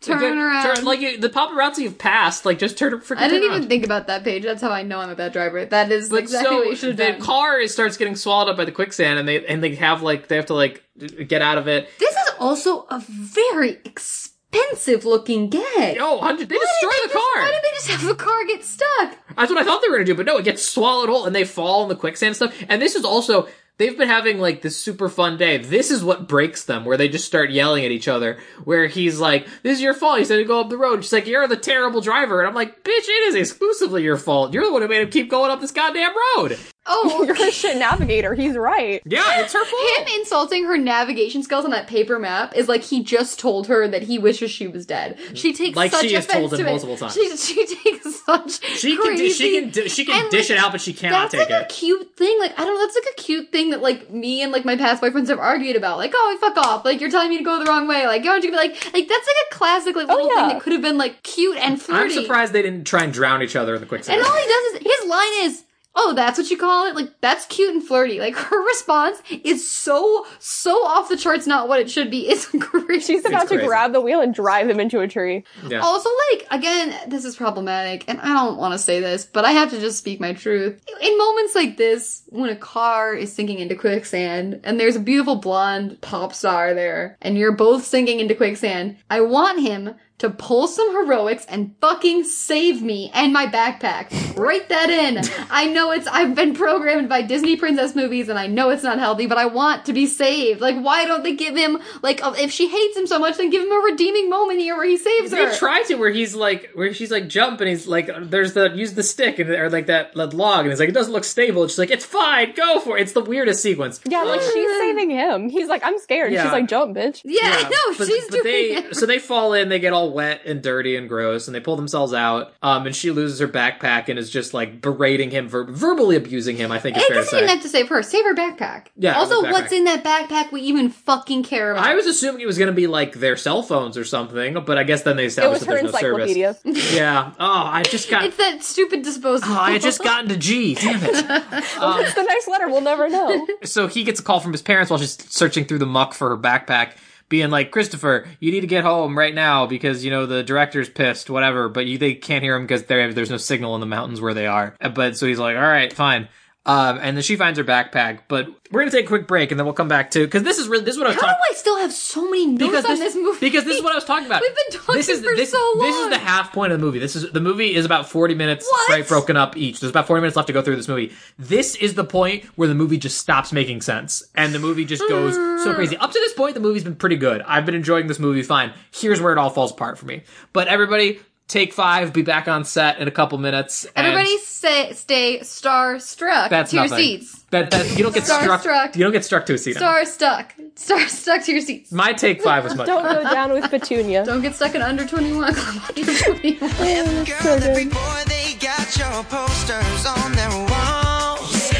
[SPEAKER 3] Turn around. Turn around.
[SPEAKER 2] Turn- like you, the paparazzi have passed. Like, just turn. Freaking
[SPEAKER 3] I didn't
[SPEAKER 2] turn around.
[SPEAKER 3] even think about that page. That's how I know I'm a bad driver. That is
[SPEAKER 2] But
[SPEAKER 3] exactly
[SPEAKER 2] so
[SPEAKER 3] what you should have
[SPEAKER 2] the
[SPEAKER 3] done.
[SPEAKER 2] car is- starts getting swallowed up by the quicksand, and they and they have like they have to like get out of it.
[SPEAKER 3] this is also a very expensive looking gag.
[SPEAKER 2] Oh, hundred! They
[SPEAKER 3] Why did
[SPEAKER 2] destroy
[SPEAKER 3] they
[SPEAKER 2] the
[SPEAKER 3] just-
[SPEAKER 2] car.
[SPEAKER 3] Why did they just have the car get stuck?
[SPEAKER 2] That's what I thought they were gonna do, but no, it gets swallowed whole and they fall in the quicksand and stuff. And this is also they've been having like this super fun day. This is what breaks them, where they just start yelling at each other. Where he's like, "This is your fault." He said to go up the road. She's like, "You're the terrible driver," and I'm like, "Bitch, it is exclusively your fault. You're the one who made him keep going up this goddamn road."
[SPEAKER 3] Oh,
[SPEAKER 4] You're a shit navigator. He's right.
[SPEAKER 2] Yeah, it's her
[SPEAKER 3] him
[SPEAKER 2] fault.
[SPEAKER 3] insulting her navigation skills on that paper map is like he just told her that he wishes she was dead. She takes
[SPEAKER 2] Like
[SPEAKER 3] such
[SPEAKER 2] she has
[SPEAKER 3] offense
[SPEAKER 2] told him
[SPEAKER 3] to it.
[SPEAKER 2] multiple times.
[SPEAKER 3] She, she takes such
[SPEAKER 2] She can,
[SPEAKER 3] crazy
[SPEAKER 2] di- she can di- she can
[SPEAKER 3] and,
[SPEAKER 2] dish
[SPEAKER 3] like,
[SPEAKER 2] it out, but she cannot
[SPEAKER 3] that's
[SPEAKER 2] take
[SPEAKER 3] like a
[SPEAKER 2] it.
[SPEAKER 3] cute thing. Like I don't know, that's like a cute thing that like me and like my past boyfriends have argued about. Like, oh, fuck off! Like you're telling me to go the wrong way. Like, don't you be like, like that's like a classic like little
[SPEAKER 4] yeah.
[SPEAKER 3] thing that could have been like cute and flirty.
[SPEAKER 2] Oh, I'm surprised they didn't try and drown each other in the quicksand.
[SPEAKER 3] And all he does is his line is, "Oh, that's what you call it? Like that's cute and flirty." Like her response is so so off the charts, not what it should be. It's crazy.
[SPEAKER 4] She's about to
[SPEAKER 2] crazy.
[SPEAKER 4] grab the wheel and drive him into a tree.
[SPEAKER 2] yeah.
[SPEAKER 3] Also, like, again, this is problematic, and I don't want to say this, but I have to just speak my truth. In moments like this, when a car is sinking into quicksand, and there's a beautiful blonde pop star there, and you're both sinking into quicksand, I want him to pull some heroics and fucking save me and my backpack. Write that in. I know it's, I've been programmed by Disney princess movies, and I know it's not healthy, but I want to be saved. Like, why don't they give him, like, a- if she hates him so much, then give him a redeeming moment here where he saves her.
[SPEAKER 2] They try to where he's like where she's like jump and he's like there's the use the stick and or like that, that log and it's like it doesn't look stable. And she's like it's fine, go for it. It's the weirdest sequence.
[SPEAKER 4] Yeah, like she's
[SPEAKER 3] Mm.
[SPEAKER 4] saving him. He's like, I'm scared.
[SPEAKER 2] Yeah.
[SPEAKER 4] She's like, jump, bitch.
[SPEAKER 3] Yeah,
[SPEAKER 2] Yeah,
[SPEAKER 3] no, she's doing
[SPEAKER 2] they,
[SPEAKER 3] it.
[SPEAKER 2] So they fall in, they get all wet and dirty and gross, and they pull themselves out. Um, and she loses her backpack and is just like berating him, ver- verbally abusing him. I think it's
[SPEAKER 3] I
[SPEAKER 2] fair to
[SPEAKER 3] guess I
[SPEAKER 2] say.
[SPEAKER 3] didn't have to save her. Save her backpack.
[SPEAKER 2] Yeah,
[SPEAKER 3] Also,
[SPEAKER 2] the backpack.
[SPEAKER 3] what's in that backpack we even fucking care about?
[SPEAKER 2] I was assuming it was going to be like their cell phones or something, but I guess then they
[SPEAKER 4] It
[SPEAKER 2] established
[SPEAKER 4] was
[SPEAKER 2] that
[SPEAKER 4] her
[SPEAKER 2] there's no service.
[SPEAKER 4] encyclopedia.
[SPEAKER 2] Yeah. Oh, I just got.
[SPEAKER 3] it's that stupid disposable.
[SPEAKER 2] Oh, I had just gotten to G. Damn it.
[SPEAKER 4] What's the next letter? We'll never know.
[SPEAKER 2] So he gets a call from his parents while she's searching through the muck for her backpack, being like, "Christopher, you need to get home right now because you know the director's pissed, whatever." But you, they can't hear him because there's no signal in the mountains where they are. Uh, But so he's like, "All right, fine." Um, and then she finds her backpack. But we're gonna take a quick break and then we'll come back to because this is really this is what I was
[SPEAKER 3] How do
[SPEAKER 2] talking.
[SPEAKER 3] I still have so many notes
[SPEAKER 2] Because
[SPEAKER 3] on
[SPEAKER 2] this,
[SPEAKER 3] this movie?
[SPEAKER 2] because this is what I was talking about.
[SPEAKER 3] We've been talking
[SPEAKER 2] this is,
[SPEAKER 3] for
[SPEAKER 2] this,
[SPEAKER 3] so long.
[SPEAKER 2] This is the half point of the movie. This is the movie is about forty minutes,
[SPEAKER 3] What?
[SPEAKER 2] right? Broken up each. There's about forty minutes left to go through this movie. This is the point where the movie just stops making sense, and the movie just goes
[SPEAKER 3] Mm.
[SPEAKER 2] so crazy. Up to this point, the movie's been pretty good. I've been enjoying this movie fine. Here's where it all falls apart for me. But everybody, take five. Be back on set in a couple minutes. and-
[SPEAKER 3] Everybody say, stay starstruck
[SPEAKER 2] that's
[SPEAKER 3] to your
[SPEAKER 2] nothing.
[SPEAKER 3] seats.
[SPEAKER 2] That, that you don't get struck.
[SPEAKER 3] Starstruck.
[SPEAKER 2] You don't get struck to a seat.
[SPEAKER 3] Star stuck. Star stuck to your seats.
[SPEAKER 2] My take five was much.
[SPEAKER 4] Don't go down with Petunia.
[SPEAKER 3] Don't get stuck in under 21. Club Under 21.
[SPEAKER 5] Girl, every boy they got your posters on their walls.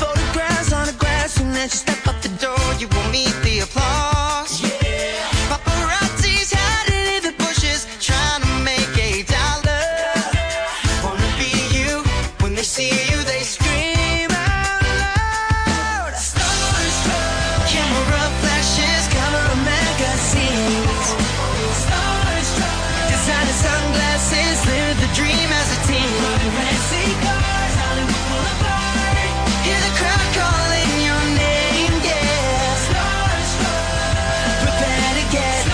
[SPEAKER 5] Photographs on the grass, soon as you step up the door, you will meet the applause. Paparazzi's hiding in the bushes, trying to make a dollar. Wanna be you? When they see you, they scream out loud. Starstruck. Camera flashes, cover of magazines. Designer sunglasses, live the dream as a team. Hear the crowd calling your name, yeah. Prepare to get.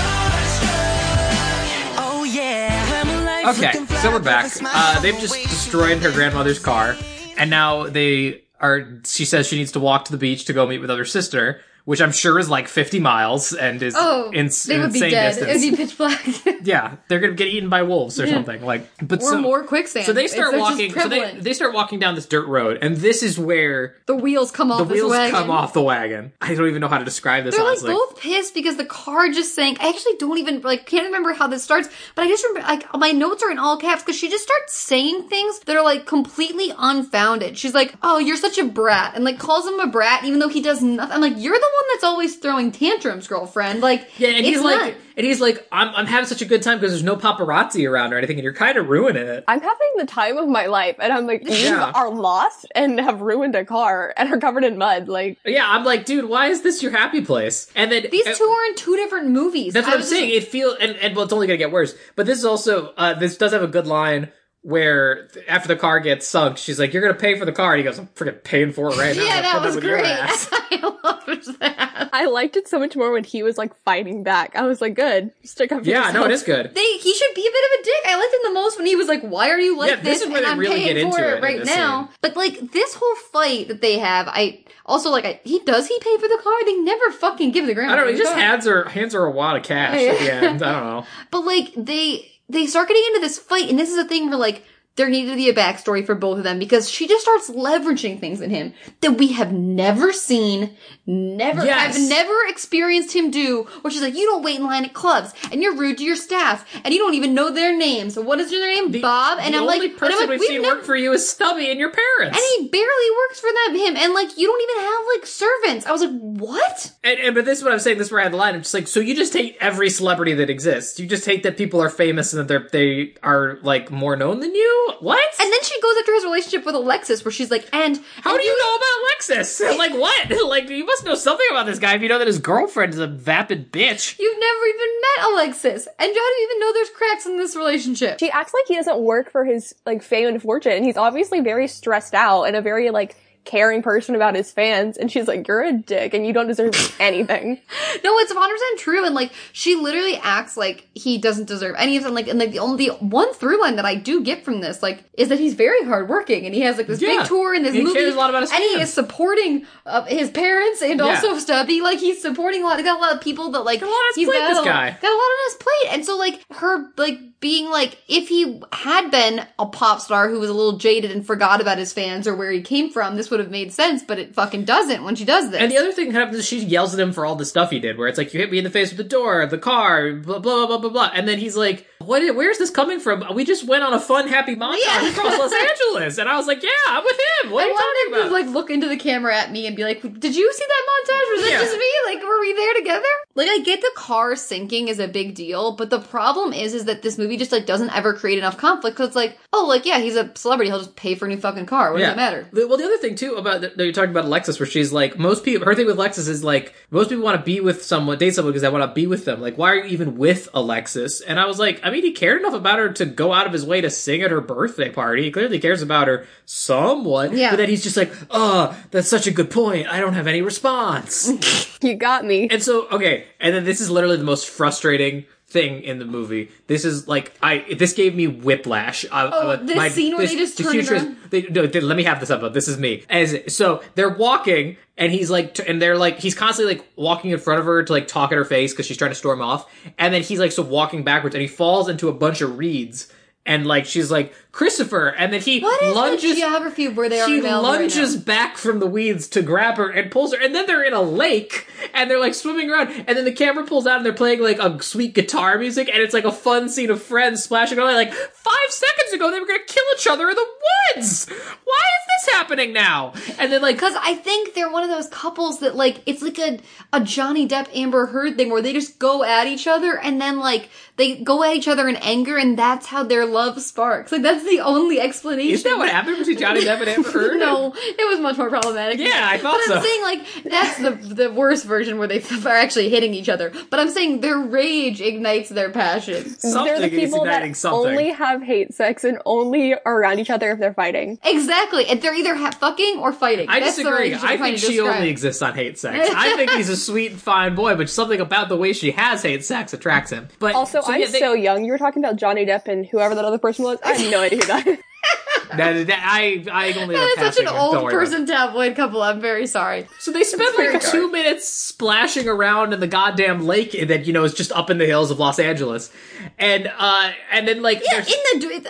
[SPEAKER 5] Oh yeah.
[SPEAKER 2] Okay, so we're back. Uh, they've just destroyed her grandmother's car, and now they are. She says she needs to walk to the beach to go meet with her sister, which I'm sure is like 50 miles and is
[SPEAKER 3] Oh,
[SPEAKER 2] ins-
[SPEAKER 3] they would be
[SPEAKER 2] insane
[SPEAKER 3] dead.
[SPEAKER 2] distance.
[SPEAKER 3] It would be pitch black.
[SPEAKER 2] yeah, they're gonna get eaten by wolves or something. Like, but
[SPEAKER 3] or
[SPEAKER 2] so,
[SPEAKER 3] more quicksand.
[SPEAKER 2] So they
[SPEAKER 3] It's-
[SPEAKER 2] start
[SPEAKER 3] they're just
[SPEAKER 2] walking. So they
[SPEAKER 3] prevalent.
[SPEAKER 2] they start walking down this dirt road, and this is where
[SPEAKER 3] the wheels come off.
[SPEAKER 2] the
[SPEAKER 3] this
[SPEAKER 2] wheels
[SPEAKER 3] wagon.
[SPEAKER 2] come off the wagon. I don't even know how to describe this.
[SPEAKER 3] They're like
[SPEAKER 2] honestly,
[SPEAKER 3] both pissed because the car just sank. I actually don't even like can't remember how this starts, but I just remember like my notes are in all caps because she just starts saying things that are like completely unfounded. She's like, "Oh, you're such a brat," and like calls him a brat even though he does nothing. I'm like, "You're the one that's always throwing tantrums, girlfriend." Like,
[SPEAKER 2] Yeah, and
[SPEAKER 3] it's
[SPEAKER 2] he's like,
[SPEAKER 3] not-
[SPEAKER 2] and he's like, I'm, I'm having such a good time because there's no paparazzi around or anything, and you're kind of ruining it.
[SPEAKER 4] I'm having the time of my life, and I'm like, you
[SPEAKER 2] Yeah.
[SPEAKER 4] are lost and have ruined a car and are covered in mud. Like,
[SPEAKER 2] Yeah, I'm like, dude, why is this your happy place? And then
[SPEAKER 3] these
[SPEAKER 2] and-
[SPEAKER 3] two are in two different movies.
[SPEAKER 2] eh That's
[SPEAKER 3] I
[SPEAKER 2] what I'm
[SPEAKER 3] was
[SPEAKER 2] saying. It feels and, and well, it's only gonna get worse. But this is also uh, this does have a good line where th- after the car gets sunk, she's like, "You're gonna pay for the car," and he goes, "I'm freaking paying for it right now."
[SPEAKER 3] Yeah,
[SPEAKER 2] Put
[SPEAKER 3] that
[SPEAKER 2] up
[SPEAKER 3] was
[SPEAKER 2] with your
[SPEAKER 3] great.
[SPEAKER 2] ass."
[SPEAKER 3] I loved that.
[SPEAKER 4] I liked it so much more when he was like fighting back. I was like, good, stick up. for
[SPEAKER 2] Yeah, no,
[SPEAKER 4] yourself.
[SPEAKER 2] it is good.
[SPEAKER 3] They, he should be a bit of a dick. I liked him the most when he was like, "Why are you like
[SPEAKER 2] Yeah, this
[SPEAKER 3] this?"
[SPEAKER 2] is where
[SPEAKER 3] and
[SPEAKER 2] they
[SPEAKER 3] I'm
[SPEAKER 2] really
[SPEAKER 3] paying
[SPEAKER 2] get into
[SPEAKER 3] for
[SPEAKER 2] it
[SPEAKER 3] it,
[SPEAKER 2] in
[SPEAKER 3] right
[SPEAKER 2] this
[SPEAKER 3] now.
[SPEAKER 2] scene.
[SPEAKER 3] But like this whole fight that they have, I also like. I, he does he pay for the car? They never fucking give the grandma.
[SPEAKER 2] I don't know. He
[SPEAKER 3] the
[SPEAKER 2] just
[SPEAKER 3] car.
[SPEAKER 2] hands her hands her a wad of cash at the end. I don't know.
[SPEAKER 3] But like they they start getting into this fight, and this is a thing where like there needed to be a backstory for both of them because she just starts leveraging things in him that we have never seen, never
[SPEAKER 2] Yes.
[SPEAKER 3] I've never experienced him do. Where she's like, "You don't wait in line at clubs, and you're rude to your staff, and you don't even know their names. So what is your name, Bob?" And
[SPEAKER 2] the
[SPEAKER 3] I'm
[SPEAKER 2] only
[SPEAKER 3] like, and I'm
[SPEAKER 2] person
[SPEAKER 3] like,
[SPEAKER 2] we've
[SPEAKER 3] "We've
[SPEAKER 2] seen
[SPEAKER 3] never-
[SPEAKER 2] work for you is Stubby and your parents.
[SPEAKER 3] and he barely works for them, him, and like you don't even have like servants. I was like, what?
[SPEAKER 2] And, and but this is what I'm saying. This is where I had the line. I'm just like, so you just hate every celebrity that exists. You just hate that people are famous and that they're they are like more known than you. What?
[SPEAKER 3] And then she goes after his relationship with Alexis, where she's like, and
[SPEAKER 2] How
[SPEAKER 3] and
[SPEAKER 2] do you know about Alexis? Like what? Like you must know something about this guy if you know that his girlfriend is a vapid bitch.
[SPEAKER 3] You've never even met Alexis, and how do you even know there's cracks in this relationship?
[SPEAKER 4] She acts like he doesn't work for his like fame and fortune, and he's obviously very stressed out and a very like caring person about his fans. And she's like, you're a dick, and you don't deserve anything.
[SPEAKER 3] no, it's 100 percent true, and like she literally acts like he doesn't deserve any of it. And, Like, and like the only the one through line that I do get from this, like, is that he's very hardworking, and he has like this
[SPEAKER 2] Yeah.
[SPEAKER 3] big tour and this
[SPEAKER 2] He
[SPEAKER 3] movie,
[SPEAKER 2] cares a lot about his
[SPEAKER 3] and he
[SPEAKER 2] fans.
[SPEAKER 3] is supporting uh, his parents and
[SPEAKER 2] Yeah.
[SPEAKER 3] also Stubby. Like, he's supporting a lot. He got a lot of people that like
[SPEAKER 2] Got a lot on his
[SPEAKER 3] he's
[SPEAKER 2] plate,
[SPEAKER 3] got
[SPEAKER 2] this
[SPEAKER 3] a,
[SPEAKER 2] guy.
[SPEAKER 3] got a lot on his plate, and so like her like being like, if he had been a pop star who was a little jaded and forgot about his fans or where he came from, this would have made sense, but it fucking doesn't when she does this.
[SPEAKER 2] And the other thing that happens is she yells at him for all the stuff he did, where it's like, you hit me in the face with the door, the car, blah, blah, blah, blah, blah. And then he's like, what, i- where's this coming from? We just went on a fun, happy montage
[SPEAKER 3] Yeah.
[SPEAKER 2] across Los Angeles. And I was like, yeah, I'm with him. What are
[SPEAKER 3] I
[SPEAKER 2] you talking
[SPEAKER 3] want them
[SPEAKER 2] about?
[SPEAKER 3] to like look into the camera at me and be like, "Did you see that montage? Was that
[SPEAKER 2] Yeah.
[SPEAKER 3] just me? Like, were we there together?" Like, I get the car sinking is a big deal, but the problem is, is that this movie just like doesn't ever create enough conflict. Cause it's like, oh, like yeah, he's a celebrity; he'll just pay for a new fucking car. What does it matter?
[SPEAKER 2] The- well, the other thing too about that you're talking about Alexis, where she's like, most people, her thing with Alexis is like, most people want to be with someone, date someone because they want to be with them. Like, why are you even with Alexis? And I was like, I mean, he cared enough about her to go out of his way to sing at her birthday party. He clearly cares about her somewhat.
[SPEAKER 3] Yeah.
[SPEAKER 2] But then he's just like, oh, that's such a good point. I don't have any response.
[SPEAKER 4] You got me.
[SPEAKER 2] And so, okay, and then this is literally the most frustrating thing in the movie. This is like I. This gave me whiplash. I,
[SPEAKER 3] Oh,
[SPEAKER 2] I-
[SPEAKER 3] this scene where they just
[SPEAKER 2] the
[SPEAKER 3] turn
[SPEAKER 2] future is-
[SPEAKER 3] around?
[SPEAKER 2] They, no, they- let me have this up. This is me. As so, they're walking, and he's like, t- and they're like, he's constantly like walking in front of her to like talk at her face because she's trying to storm off, and then he's like, so walking backwards, and he falls into a bunch of reeds. And like she's like Christopher, and then he
[SPEAKER 3] What is
[SPEAKER 2] lunges.
[SPEAKER 3] the geography of where they are?
[SPEAKER 2] She
[SPEAKER 3] in Malibu right
[SPEAKER 2] lunges
[SPEAKER 3] now?
[SPEAKER 2] back from the weeds to grab her and pulls her, and then they're in a lake and they're like swimming around, and then the camera pulls out and they're playing like a sweet guitar music, and it's like a fun scene of friends splashing around. Like five seconds ago, they were gonna kill each other in the woods. Why is this happening now? And then like
[SPEAKER 3] Because I think they're one of those couples that like it's like a a Johnny Depp Amber Heard thing where they just go at each other and then like they go at each other in anger and that's how their love sparks. Like that's the only explanation.
[SPEAKER 2] is that what happened between Johnny Depp and Amber Heard?
[SPEAKER 3] no, it was much more problematic.
[SPEAKER 2] Yeah, I thought
[SPEAKER 3] But I'm
[SPEAKER 2] so.
[SPEAKER 3] saying like that's the the worst version where they are actually hitting each other. But I'm saying their rage ignites their passion.
[SPEAKER 2] something
[SPEAKER 4] they're the
[SPEAKER 2] is
[SPEAKER 4] people
[SPEAKER 2] igniting
[SPEAKER 4] that
[SPEAKER 2] something.
[SPEAKER 4] only have hate sex and only are around each other if they're fighting.
[SPEAKER 3] Exactly, and they're either ha- fucking or fighting.
[SPEAKER 2] I
[SPEAKER 3] That's the
[SPEAKER 2] disagree.
[SPEAKER 3] rage you're
[SPEAKER 2] I
[SPEAKER 3] trying
[SPEAKER 2] think
[SPEAKER 3] to
[SPEAKER 2] she
[SPEAKER 3] describe.
[SPEAKER 2] only exists on hate sex. I think he's a sweet, fine boy, but something about the way she has hate sex attracts him. But
[SPEAKER 4] Also, I'm
[SPEAKER 2] yeah, they-
[SPEAKER 4] so young. You were talking about Johnny Depp and whoever that other person was. I have no idea who that is.
[SPEAKER 2] That, that, I, I only
[SPEAKER 3] That
[SPEAKER 2] am
[SPEAKER 3] is such
[SPEAKER 2] passing
[SPEAKER 3] an
[SPEAKER 2] her. Don't
[SPEAKER 3] old
[SPEAKER 2] worry about it.
[SPEAKER 3] person tabloid couple. I'm very sorry.
[SPEAKER 2] So they spend
[SPEAKER 3] very
[SPEAKER 2] like
[SPEAKER 3] dark.
[SPEAKER 2] two minutes splashing around in the goddamn lake that you know is just up in the hills of Los Angeles, and uh, and then like
[SPEAKER 3] Yeah,
[SPEAKER 2] they're-
[SPEAKER 3] in the,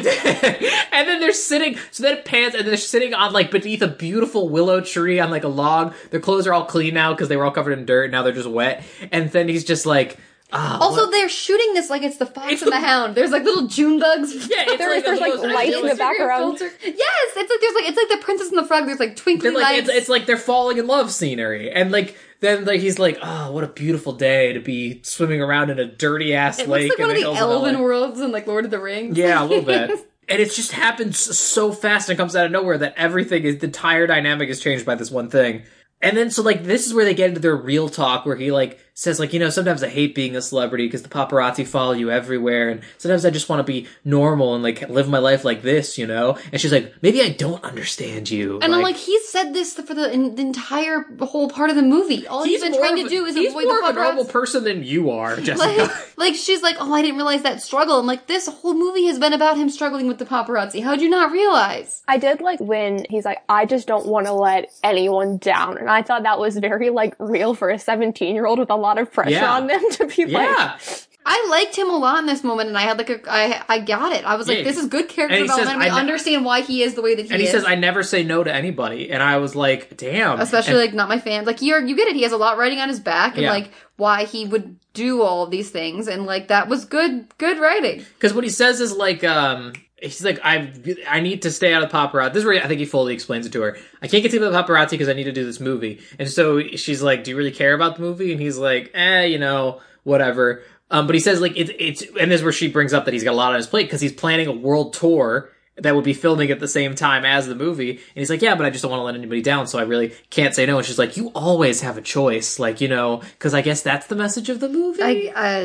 [SPEAKER 3] the oh.
[SPEAKER 2] and then they're sitting. So then it pans, and they're sitting on like beneath a beautiful willow tree on like a log. Their clothes are all clean now because they were all covered in dirt. Now they're just wet. And then he's just like, ah,
[SPEAKER 3] Also,
[SPEAKER 2] what-
[SPEAKER 3] they're shooting this like it's the Fox
[SPEAKER 2] It's
[SPEAKER 3] and the
[SPEAKER 2] the-
[SPEAKER 3] Hound. There's like little June bugs.
[SPEAKER 2] yeah, it's
[SPEAKER 4] there
[SPEAKER 2] like
[SPEAKER 4] is- there's,
[SPEAKER 2] the
[SPEAKER 4] like,
[SPEAKER 2] most
[SPEAKER 4] lights in the
[SPEAKER 2] idyllic-
[SPEAKER 4] back. background.
[SPEAKER 3] Yes, it's like there's like it's like the Princess and the Frog. There's like twinkly
[SPEAKER 2] They're like
[SPEAKER 3] lights.
[SPEAKER 2] it's, it's like they're falling in love scenery, and like then like he's like, oh, what a beautiful day to be swimming around in a dirty ass
[SPEAKER 3] it
[SPEAKER 2] lake.
[SPEAKER 3] looks like
[SPEAKER 2] in
[SPEAKER 3] one of the
[SPEAKER 2] hills LA."
[SPEAKER 3] elven worlds in like Lord of the Rings.
[SPEAKER 2] Yeah, a little bit. And it just happens so fast and comes out of nowhere that everything is the entire dynamic is changed by this one thing. And then so like this is where they get into their real talk where he like says like you know sometimes I hate being a celebrity because the paparazzi follow you everywhere and sometimes I just want to be normal and like live my life like this you know and she's like maybe I don't understand you
[SPEAKER 3] And I'm like, he's said this for the, in, the entire whole part of the movie. All he's, been
[SPEAKER 2] more
[SPEAKER 3] trying
[SPEAKER 2] of
[SPEAKER 3] to
[SPEAKER 2] a-
[SPEAKER 3] do is
[SPEAKER 2] he's
[SPEAKER 3] avoid
[SPEAKER 2] more
[SPEAKER 3] the
[SPEAKER 2] of a normal
[SPEAKER 3] paparazzi.
[SPEAKER 2] person than you are
[SPEAKER 3] Like,
[SPEAKER 2] Jessica.
[SPEAKER 3] like she's like, oh, I didn't realize that struggle. I'm like, this whole movie has been about him struggling with the paparazzi. How'd you not realize?
[SPEAKER 4] I did like when he's like, I just don't want to let anyone down. And I thought that was very like real for a 17 year old with a lot of pressure
[SPEAKER 2] Yeah.
[SPEAKER 4] on them to be like,
[SPEAKER 2] yeah,
[SPEAKER 3] I liked him a lot in this moment, and I had like a I I got it. I was like,
[SPEAKER 2] Yeah.
[SPEAKER 3] this is good character
[SPEAKER 2] And he says,
[SPEAKER 3] development. we
[SPEAKER 2] "I ne-
[SPEAKER 3] understand why he is the way that he
[SPEAKER 2] and he
[SPEAKER 3] is.
[SPEAKER 2] says I never say no to anybody and I was like damn
[SPEAKER 3] especially
[SPEAKER 2] And-
[SPEAKER 3] like not my fan. Like you you get it. He has a lot writing on his back, and
[SPEAKER 2] Yeah.
[SPEAKER 3] like why he would do all of these things, and like that was good good writing.
[SPEAKER 2] Because what he says is like, um, he's like, I I need to stay out of the paparazzi. This is where I think he fully explains it to her. I can't get to the paparazzi because I need to do this movie. And so she's like, Do you really care about the movie? And he's like, Eh, you know, whatever. Um, but he says like it's it's and this is where she brings up that he's got a lot on his plate because he's planning a world tour that would be filming at the same time as the movie. And he's like, yeah, but I just don't want to let anybody down, so I really can't say no. And she's like, you always have a choice, like you know, because I guess that's the message of the movie.
[SPEAKER 3] I, I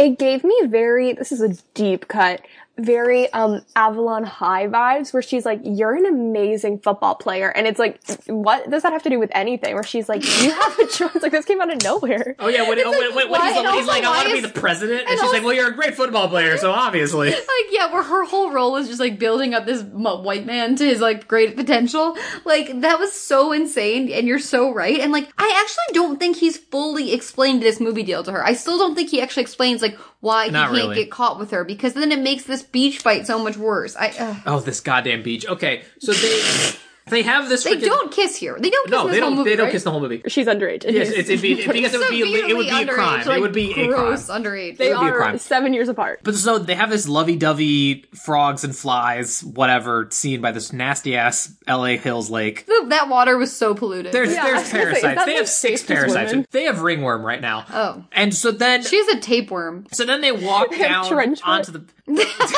[SPEAKER 4] it gave me very, this is a deep cut, very um Avalon High vibes where she's like, You're an amazing football player and it's like what does that have to do with anything? Where she's like, You have a choice like this came out of nowhere.
[SPEAKER 2] Oh yeah, when, oh, when, when, when
[SPEAKER 3] why-
[SPEAKER 2] he's,
[SPEAKER 3] and
[SPEAKER 2] like, he's
[SPEAKER 3] also
[SPEAKER 2] like, I
[SPEAKER 3] why
[SPEAKER 2] want to be
[SPEAKER 3] is-
[SPEAKER 2] the president, and,
[SPEAKER 3] and
[SPEAKER 2] she's like,
[SPEAKER 3] also-
[SPEAKER 2] well, you're a great football player, so obviously.
[SPEAKER 3] like yeah where her whole role is just like building up this mo- white man to his like great potential like that was so insane and you're so right and like i actually don't think he's fully explained this movie deal to her i still don't think he actually explains like why he
[SPEAKER 2] Not
[SPEAKER 3] can't
[SPEAKER 2] really.
[SPEAKER 3] get caught with her because then it makes this beach fight so much worse i uh,
[SPEAKER 2] Oh, this goddamn beach. Okay, so they they have this.
[SPEAKER 3] they
[SPEAKER 2] freaking-
[SPEAKER 3] don't kiss here they don't kiss
[SPEAKER 2] No,
[SPEAKER 3] in this
[SPEAKER 2] they don't.
[SPEAKER 3] whole movie
[SPEAKER 2] they don't
[SPEAKER 3] right?
[SPEAKER 2] kiss the whole movie.
[SPEAKER 4] She's underage. and
[SPEAKER 2] Yes,
[SPEAKER 4] he's-
[SPEAKER 2] it's, it'd be, because it would be it would be a
[SPEAKER 3] Severely
[SPEAKER 2] crime.
[SPEAKER 3] underage, like,
[SPEAKER 2] it would be a
[SPEAKER 3] gross
[SPEAKER 2] crime.
[SPEAKER 3] underage
[SPEAKER 4] they
[SPEAKER 2] it would be a
[SPEAKER 4] are
[SPEAKER 2] crime.
[SPEAKER 4] seven years apart.
[SPEAKER 2] But so they have this lovey-dovey frogs and flies, whatever, seen by this nasty ass L.A. Hills lake.
[SPEAKER 3] The- that water was so polluted
[SPEAKER 2] There's
[SPEAKER 4] Yeah, I
[SPEAKER 2] there's
[SPEAKER 4] was gonna say,
[SPEAKER 2] parasites.
[SPEAKER 4] is that
[SPEAKER 2] They have
[SPEAKER 4] like
[SPEAKER 2] six
[SPEAKER 4] safest
[SPEAKER 2] parasites.
[SPEAKER 4] women?
[SPEAKER 2] They have ringworm right now.
[SPEAKER 3] Oh.
[SPEAKER 2] and so then
[SPEAKER 3] she's a tapeworm
[SPEAKER 2] so then they walk
[SPEAKER 4] have
[SPEAKER 2] down
[SPEAKER 4] trench foot.
[SPEAKER 2] onto the.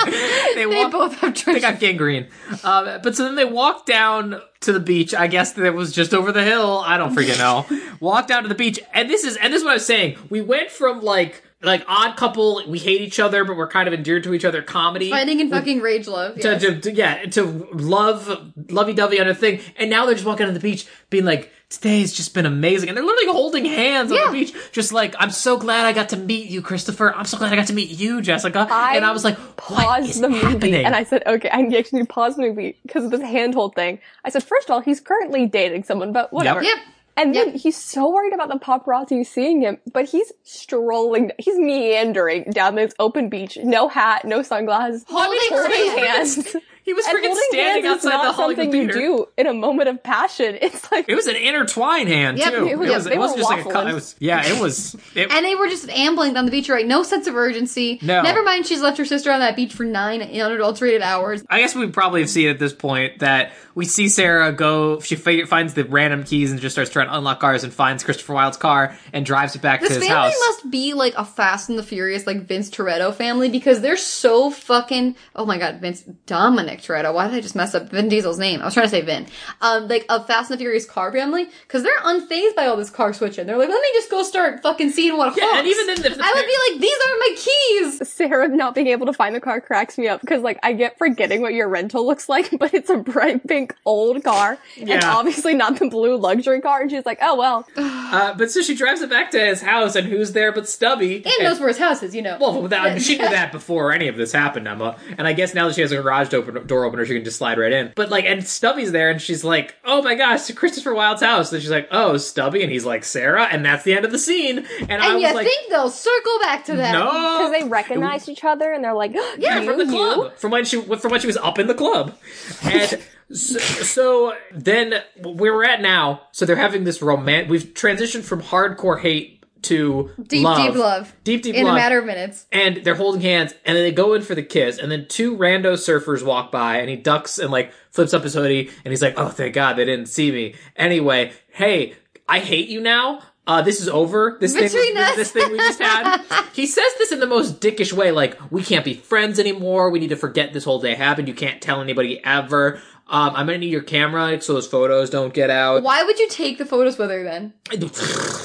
[SPEAKER 2] they
[SPEAKER 3] they
[SPEAKER 2] walk.
[SPEAKER 3] both have trench
[SPEAKER 2] they got gangrene. Um, but so then they walk down to the beach. I guess that it was just over the hill. I don't freaking know. walk down to the beach, and this is and this is what I was saying. We went from like like odd couple. We hate each other, but we're kind of endeared to each other. Comedy.
[SPEAKER 3] fighting and fucking rage love
[SPEAKER 2] To,
[SPEAKER 3] yes.
[SPEAKER 2] to, to- yeah, to love lovey dovey on a thing, and now they're just walking on the beach, being like, "Today's just been amazing," and they're literally holding hands
[SPEAKER 3] Yeah.
[SPEAKER 2] on the beach, just like, "I'm so glad I got to meet you, Christopher. I'm so glad I got to meet you, Jessica."
[SPEAKER 4] I
[SPEAKER 2] and I was like, "What
[SPEAKER 4] Pause
[SPEAKER 2] is
[SPEAKER 4] the movie,
[SPEAKER 2] happening?"
[SPEAKER 4] and I said, "Okay, I actually need to pause the movie because of this handhold thing." I said, first of all, he's currently dating someone, but whatever."
[SPEAKER 3] Yep.
[SPEAKER 4] And then
[SPEAKER 3] Yep.
[SPEAKER 4] he's so worried about the paparazzi seeing him, but he's strolling, he's meandering down this open beach, no hat, no sunglasses,
[SPEAKER 3] Holding hands.
[SPEAKER 4] hands.
[SPEAKER 2] he was
[SPEAKER 4] And
[SPEAKER 2] freaking
[SPEAKER 4] holding
[SPEAKER 2] standing
[SPEAKER 4] hands is
[SPEAKER 2] outside the
[SPEAKER 4] not
[SPEAKER 2] Hollywood
[SPEAKER 4] something you
[SPEAKER 2] Theater.
[SPEAKER 4] do in a moment of passion. It's like
[SPEAKER 2] It was an intertwined hand
[SPEAKER 3] Yep,
[SPEAKER 2] too.
[SPEAKER 3] it
[SPEAKER 2] It,
[SPEAKER 3] was-
[SPEAKER 2] was,
[SPEAKER 4] they
[SPEAKER 2] it wasn't
[SPEAKER 4] were
[SPEAKER 2] just like a cut.
[SPEAKER 4] waffling.
[SPEAKER 2] It was yeah. It was. It,
[SPEAKER 3] And they were just ambling down the beach, right? No sense of urgency.
[SPEAKER 2] No.
[SPEAKER 3] Never mind, she's left her sister on that beach for nine unadulterated hours.
[SPEAKER 2] I guess we probably have seen at this point that we see Sarah go. She fi- finds the random keys and just starts trying to unlock cars and finds Christopher Wilde's car and drives it back
[SPEAKER 3] This
[SPEAKER 2] to
[SPEAKER 3] family
[SPEAKER 2] his house.
[SPEAKER 3] must be like a Fast and the Furious, like Vince Toretto family, because they're so fucking. Oh my god, Vince Dominic Toretto. Why did I just mess up Vin Diesel's name? I was trying to say Vin. Um, like a Fast and the Furious car family, because they're unfazed by all this car switching. They're like, let me just go start fucking seeing what.
[SPEAKER 2] Yeah, and
[SPEAKER 3] honks."
[SPEAKER 2] even then, if the
[SPEAKER 3] I would
[SPEAKER 2] par-
[SPEAKER 3] be like, these are my keys.
[SPEAKER 4] Sarah not being able to find the car cracks me up because like I get forgetting what your rental looks like, but it's a bright pink old car and
[SPEAKER 2] Yeah.
[SPEAKER 4] obviously not the blue luxury car. And she's like, oh well,
[SPEAKER 2] uh, but so she drives it back to his house, and who's there but Stubby?
[SPEAKER 3] And knows where his house is, you know.
[SPEAKER 2] Well, that, I mean, she knew that before any of this happened, Emma. And I guess now that she has a garage open, door opener, she can just slide right in. But like, and Stubby's there, and she's like, "Oh my gosh, it's Christopher Wilde's house." And she's like, "Oh, Stubby," and he's like, "Sarah," and that's the end of the scene. And, I
[SPEAKER 3] and
[SPEAKER 2] was
[SPEAKER 3] you
[SPEAKER 2] like,
[SPEAKER 3] think they'll circle back to that.
[SPEAKER 2] "No."
[SPEAKER 4] because they recognize each other and they're like,
[SPEAKER 2] Oh. Yeah,
[SPEAKER 4] you,
[SPEAKER 2] from the
[SPEAKER 4] you.
[SPEAKER 2] club, from when she from when she was up in the club, and so, so then where we're at now. So they're having this romance. We've transitioned from hardcore hate to
[SPEAKER 3] Deep,
[SPEAKER 2] love.
[SPEAKER 3] deep love.
[SPEAKER 2] deep, deep
[SPEAKER 3] in
[SPEAKER 2] love.
[SPEAKER 3] a matter of minutes.
[SPEAKER 2] and they're holding hands, and then they go in for the kiss, and then two rando surfers walk by, and he ducks and like flips up his hoodie, and he's like, "Oh, thank God they didn't see me." Anyway, hey, I hate you now. Uh, this is over. This thing,
[SPEAKER 3] Between
[SPEAKER 2] this,
[SPEAKER 3] us.
[SPEAKER 2] this thing we just had. he says this in the most dickish way, like, "We can't be friends anymore. We need to forget this whole day happened. You can't tell anybody ever." Um, I'm gonna need your camera so those photos don't get out.
[SPEAKER 3] Why would you take the photos with her then?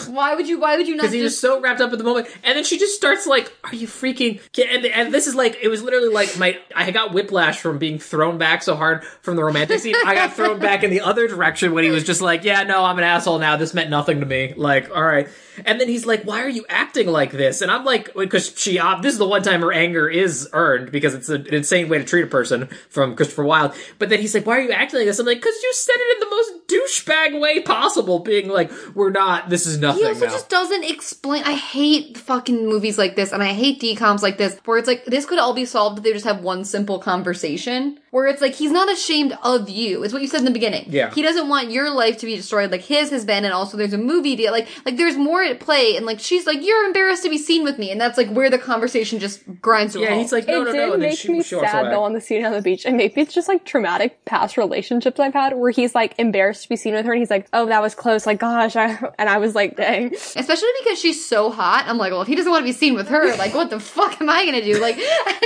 [SPEAKER 3] Why would you? Why would you not
[SPEAKER 2] because he was
[SPEAKER 3] just?
[SPEAKER 2] so wrapped up in the moment. And then she just starts like, "Are you freaking?" ki-" And, and this is like, it was literally like my I got whiplash from being thrown back so hard from the romantic scene. I got thrown back in the other direction when he was just like, "Yeah, no, I'm an asshole now. This meant nothing to me." Like, all right. And then he's like, "Why are you acting like this?" And I'm like, because she, uh, this is the one time her anger is earned because it's an insane way to treat a person from Christopher Wilde. But then he's like, "Why are you acting like this?" I'm like, "Cause you said it in the most douchebag way possible, being like, we're not. This is nothing."
[SPEAKER 3] He also
[SPEAKER 2] now.
[SPEAKER 3] just doesn't explain. I hate fucking movies like this, and I hate DComs like this, where it's like this could all be solved if they just have one simple conversation. Where it's like he's not ashamed of you. It's what you said in the beginning.
[SPEAKER 2] Yeah.
[SPEAKER 3] he doesn't want your life to be destroyed like his has been, and also there's a movie deal. Like, like there's more at play, and like she's like, you're embarrassed to be seen with me, and that's like where the conversation just grinds to a
[SPEAKER 2] Yeah,
[SPEAKER 3] halt.
[SPEAKER 2] he's like,
[SPEAKER 4] It
[SPEAKER 2] no, no,
[SPEAKER 4] did
[SPEAKER 2] no. And then
[SPEAKER 4] make
[SPEAKER 2] she,
[SPEAKER 4] me
[SPEAKER 2] she walks
[SPEAKER 4] sad
[SPEAKER 2] away.
[SPEAKER 4] though on the scene on the beach, and maybe it's just like traumatic past relationships I've had where he's like embarrassed to be seen with her, and he's like, "Oh, that was close," like, "Gosh," I, and I was like, "Dang."
[SPEAKER 3] Especially because she's so hot. I'm like, well, if he doesn't want to be seen with her, like, what the fuck am I gonna do? Like,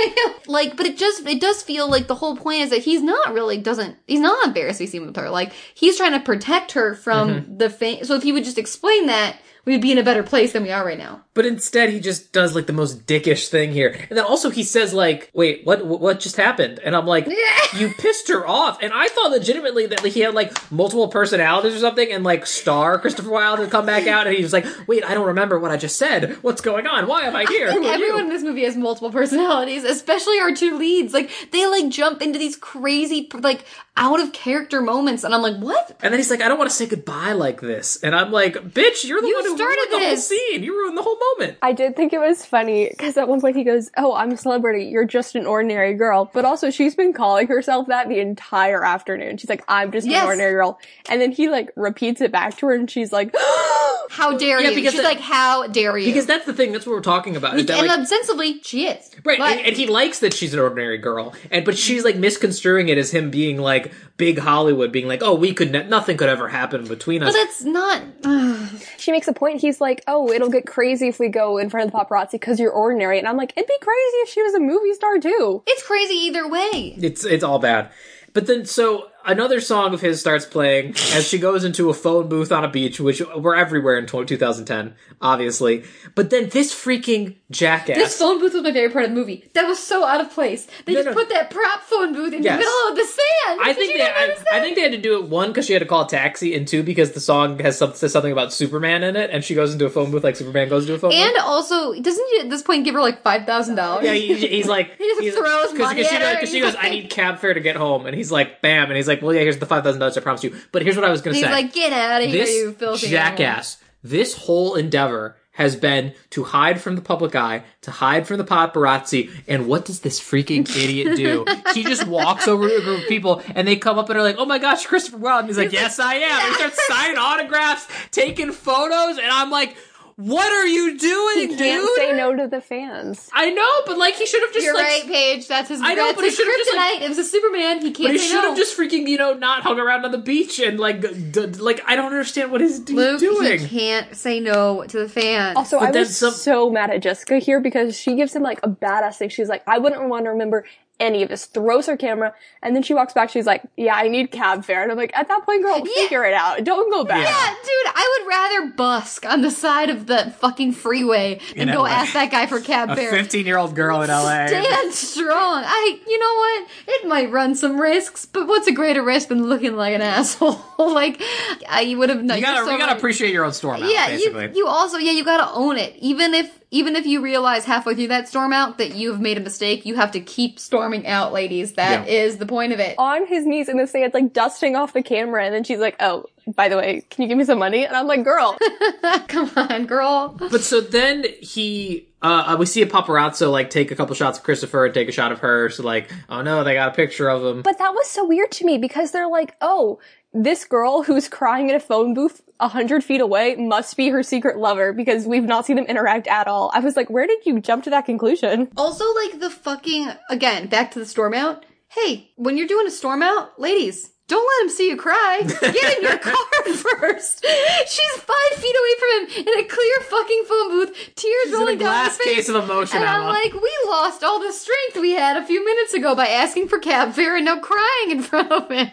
[SPEAKER 3] like, but it just it does feel like the whole point is that he's not really doesn't he's not
[SPEAKER 2] Mm-hmm.
[SPEAKER 3] embarrassed to be seen with her. Like, he's trying to protect her from the fame. So if he would just explain that. we'd be in a better place than we are right now.
[SPEAKER 2] But instead, he just does like the most dickish thing here. And then also he says like, "Wait, what? What what just happened?" And I'm like, "You pissed her off." And I thought legitimately that he had like multiple personalities or something, and like Star Christopher Wilde had come back out, and he was like, "Wait, I don't remember what I just said. What's going on? Why am I here?
[SPEAKER 3] I think
[SPEAKER 2] Who are
[SPEAKER 3] everyone
[SPEAKER 2] you?"
[SPEAKER 3] in this movie has multiple personalities, especially our two leads. Like they like jump into these crazy like out of character moments, and I'm like, what?
[SPEAKER 2] And then he's like, "I don't want to say goodbye like this." And I'm like, "Bitch, you're the
[SPEAKER 3] You
[SPEAKER 2] one who
[SPEAKER 3] started
[SPEAKER 2] ruined the whole
[SPEAKER 3] this.
[SPEAKER 2] scene. You ruined the whole moment."
[SPEAKER 4] I did think it was funny because at one point he goes, "Oh, I'm a celebrity. You're just an ordinary girl." But also, she's been calling herself that the entire afternoon. She's like, "I'm just
[SPEAKER 3] Yes.
[SPEAKER 4] an ordinary girl," and then he like repeats it back to her, and she's like,
[SPEAKER 3] How dare
[SPEAKER 2] Yeah,
[SPEAKER 3] you?
[SPEAKER 2] because
[SPEAKER 3] She's
[SPEAKER 2] the-
[SPEAKER 3] like, how dare you?
[SPEAKER 2] Because that's the thing. That's what we're talking about. is that,
[SPEAKER 3] and
[SPEAKER 2] like,
[SPEAKER 3] ostensibly, she is
[SPEAKER 2] Right,
[SPEAKER 3] But-
[SPEAKER 2] and, and he likes that she's an ordinary girl, and but she's like misconstruing it as him being like big Hollywood, being like, "Oh, we could ne- nothing could ever happen between us."
[SPEAKER 3] but that's not.
[SPEAKER 4] she makes a point. He's like, "Oh, it'll get crazy if we go in front of the paparazzi because you're ordinary." And I'm like, "It'd be crazy if she was a movie star too."
[SPEAKER 3] It's crazy either way.
[SPEAKER 2] It's it's all bad. But then so another song of his starts playing as she goes into a phone booth on a beach, which were everywhere in tw 2010, obviously. But then this freaking jackass.
[SPEAKER 3] This phone booth was my favorite part of the movie. That was so out of place. They
[SPEAKER 2] No,
[SPEAKER 3] just
[SPEAKER 2] no.
[SPEAKER 3] put that prop phone booth in
[SPEAKER 2] Yes.
[SPEAKER 3] the middle of the sand.
[SPEAKER 2] I
[SPEAKER 3] Did
[SPEAKER 2] think
[SPEAKER 3] you
[SPEAKER 2] they,
[SPEAKER 3] not
[SPEAKER 2] I,
[SPEAKER 3] notice that?
[SPEAKER 2] I think they had to do it one because she had to call a taxi, and two because the song has some, says something about Superman in it, and she goes into a phone booth like Superman goes into a phone booth.
[SPEAKER 3] and also, doesn't he at this point give her like five thousand dollars?
[SPEAKER 2] Yeah, he, he's like
[SPEAKER 3] He just
[SPEAKER 2] he's,
[SPEAKER 3] throws money
[SPEAKER 2] she
[SPEAKER 3] at
[SPEAKER 2] goes,
[SPEAKER 3] her,
[SPEAKER 2] 'cause she
[SPEAKER 3] and
[SPEAKER 2] goes,
[SPEAKER 3] he's
[SPEAKER 2] "I
[SPEAKER 3] like-
[SPEAKER 2] need cab fare to get home," and he's like, "Bam!" And he's like, "Well, yeah, here's the five thousand dollars I promised you, but here's what I was gonna
[SPEAKER 3] He's
[SPEAKER 2] say."
[SPEAKER 3] like, get out of here,
[SPEAKER 2] this
[SPEAKER 3] you filthy animal."
[SPEAKER 2] jackass, this whole endeavor has been to hide from the public eye, to hide from the paparazzi, and what does this freaking idiot do? he just walks over to a group of people, and they come up and are like, "Oh my gosh, Christopher Wilde!" And he's like, "Yes, I am." And he starts signing autographs, taking photos, and I'm like. What are you doing,
[SPEAKER 4] He
[SPEAKER 2] dude?
[SPEAKER 4] can't say no to the fans.
[SPEAKER 2] I know, but like he should have just
[SPEAKER 3] You're
[SPEAKER 2] like
[SPEAKER 3] right, Paige. That's his.
[SPEAKER 2] I know,
[SPEAKER 3] that's
[SPEAKER 2] but he
[SPEAKER 3] his
[SPEAKER 2] should've just,
[SPEAKER 3] kryptonite.
[SPEAKER 2] like-
[SPEAKER 3] it was a Superman. He can't
[SPEAKER 2] But he
[SPEAKER 3] say
[SPEAKER 2] should
[SPEAKER 3] no.
[SPEAKER 2] have just freaking, you know, not hung around on the beach and like, d- like I don't understand what he's d-
[SPEAKER 3] Luke.
[SPEAKER 2] doing.
[SPEAKER 3] He can't say no to the fans.
[SPEAKER 4] Also,
[SPEAKER 2] But
[SPEAKER 4] I
[SPEAKER 2] then
[SPEAKER 4] was
[SPEAKER 2] some-
[SPEAKER 4] so mad at Jessica here because she gives him like a badass thing. She's like, I wouldn't want to remember any of this. Throws her camera, and then she walks back. She's like, Yeah, I need cab fare. And I'm like, At that point, girl,
[SPEAKER 3] Yeah.
[SPEAKER 4] figure it out. Don't go back.
[SPEAKER 3] Yeah, dude, I would rather busk on the side of the fucking freeway than
[SPEAKER 2] In
[SPEAKER 3] go
[SPEAKER 2] LA.
[SPEAKER 3] ask that guy for cab fare.
[SPEAKER 2] year old girl in LA.
[SPEAKER 3] Stand strong. I, you know what? It might run some risks, but what's a greater risk than looking like an asshole? like, I would have.
[SPEAKER 2] You gotta, you gotta appreciate your own storm out,
[SPEAKER 3] Yeah,
[SPEAKER 2] basically.
[SPEAKER 3] you, you also yeah you gotta own it. Even if even if you realize halfway through that storm out that you have made a mistake, you have to keep storming out, ladies. That is
[SPEAKER 2] Yeah.
[SPEAKER 3] the point of it.
[SPEAKER 4] On his knees in the sand, like dusting off the camera, and then she's like, "Oh, by the way, can you give me some money?" And I'm like, "Girl,
[SPEAKER 3] Come on, girl.
[SPEAKER 2] but so then he uh, uh, we see a paparazzo like take a couple shots of Christopher and take a shot of her. So like, oh no, they got a picture of him.
[SPEAKER 4] But that was so weird to me because they're like, oh, this girl who's crying in a phone booth a hundred feet away must be her secret lover because we've not seen them interact at all. I was like, where did you jump to that conclusion?
[SPEAKER 3] Also, like the fucking again back to the storm out. Hey, when you're doing a storm out, ladies. Don't let him see you cry. Get in your car first. She's five feet away from him in a clear fucking phone booth, tears
[SPEAKER 2] in
[SPEAKER 3] rolling
[SPEAKER 2] a
[SPEAKER 3] down
[SPEAKER 2] glass
[SPEAKER 3] her face.
[SPEAKER 2] case of emotion,
[SPEAKER 3] And I'm
[SPEAKER 2] Emma.
[SPEAKER 3] like, we lost all the strength we had a few minutes ago by asking for cab fare and now crying in front of him.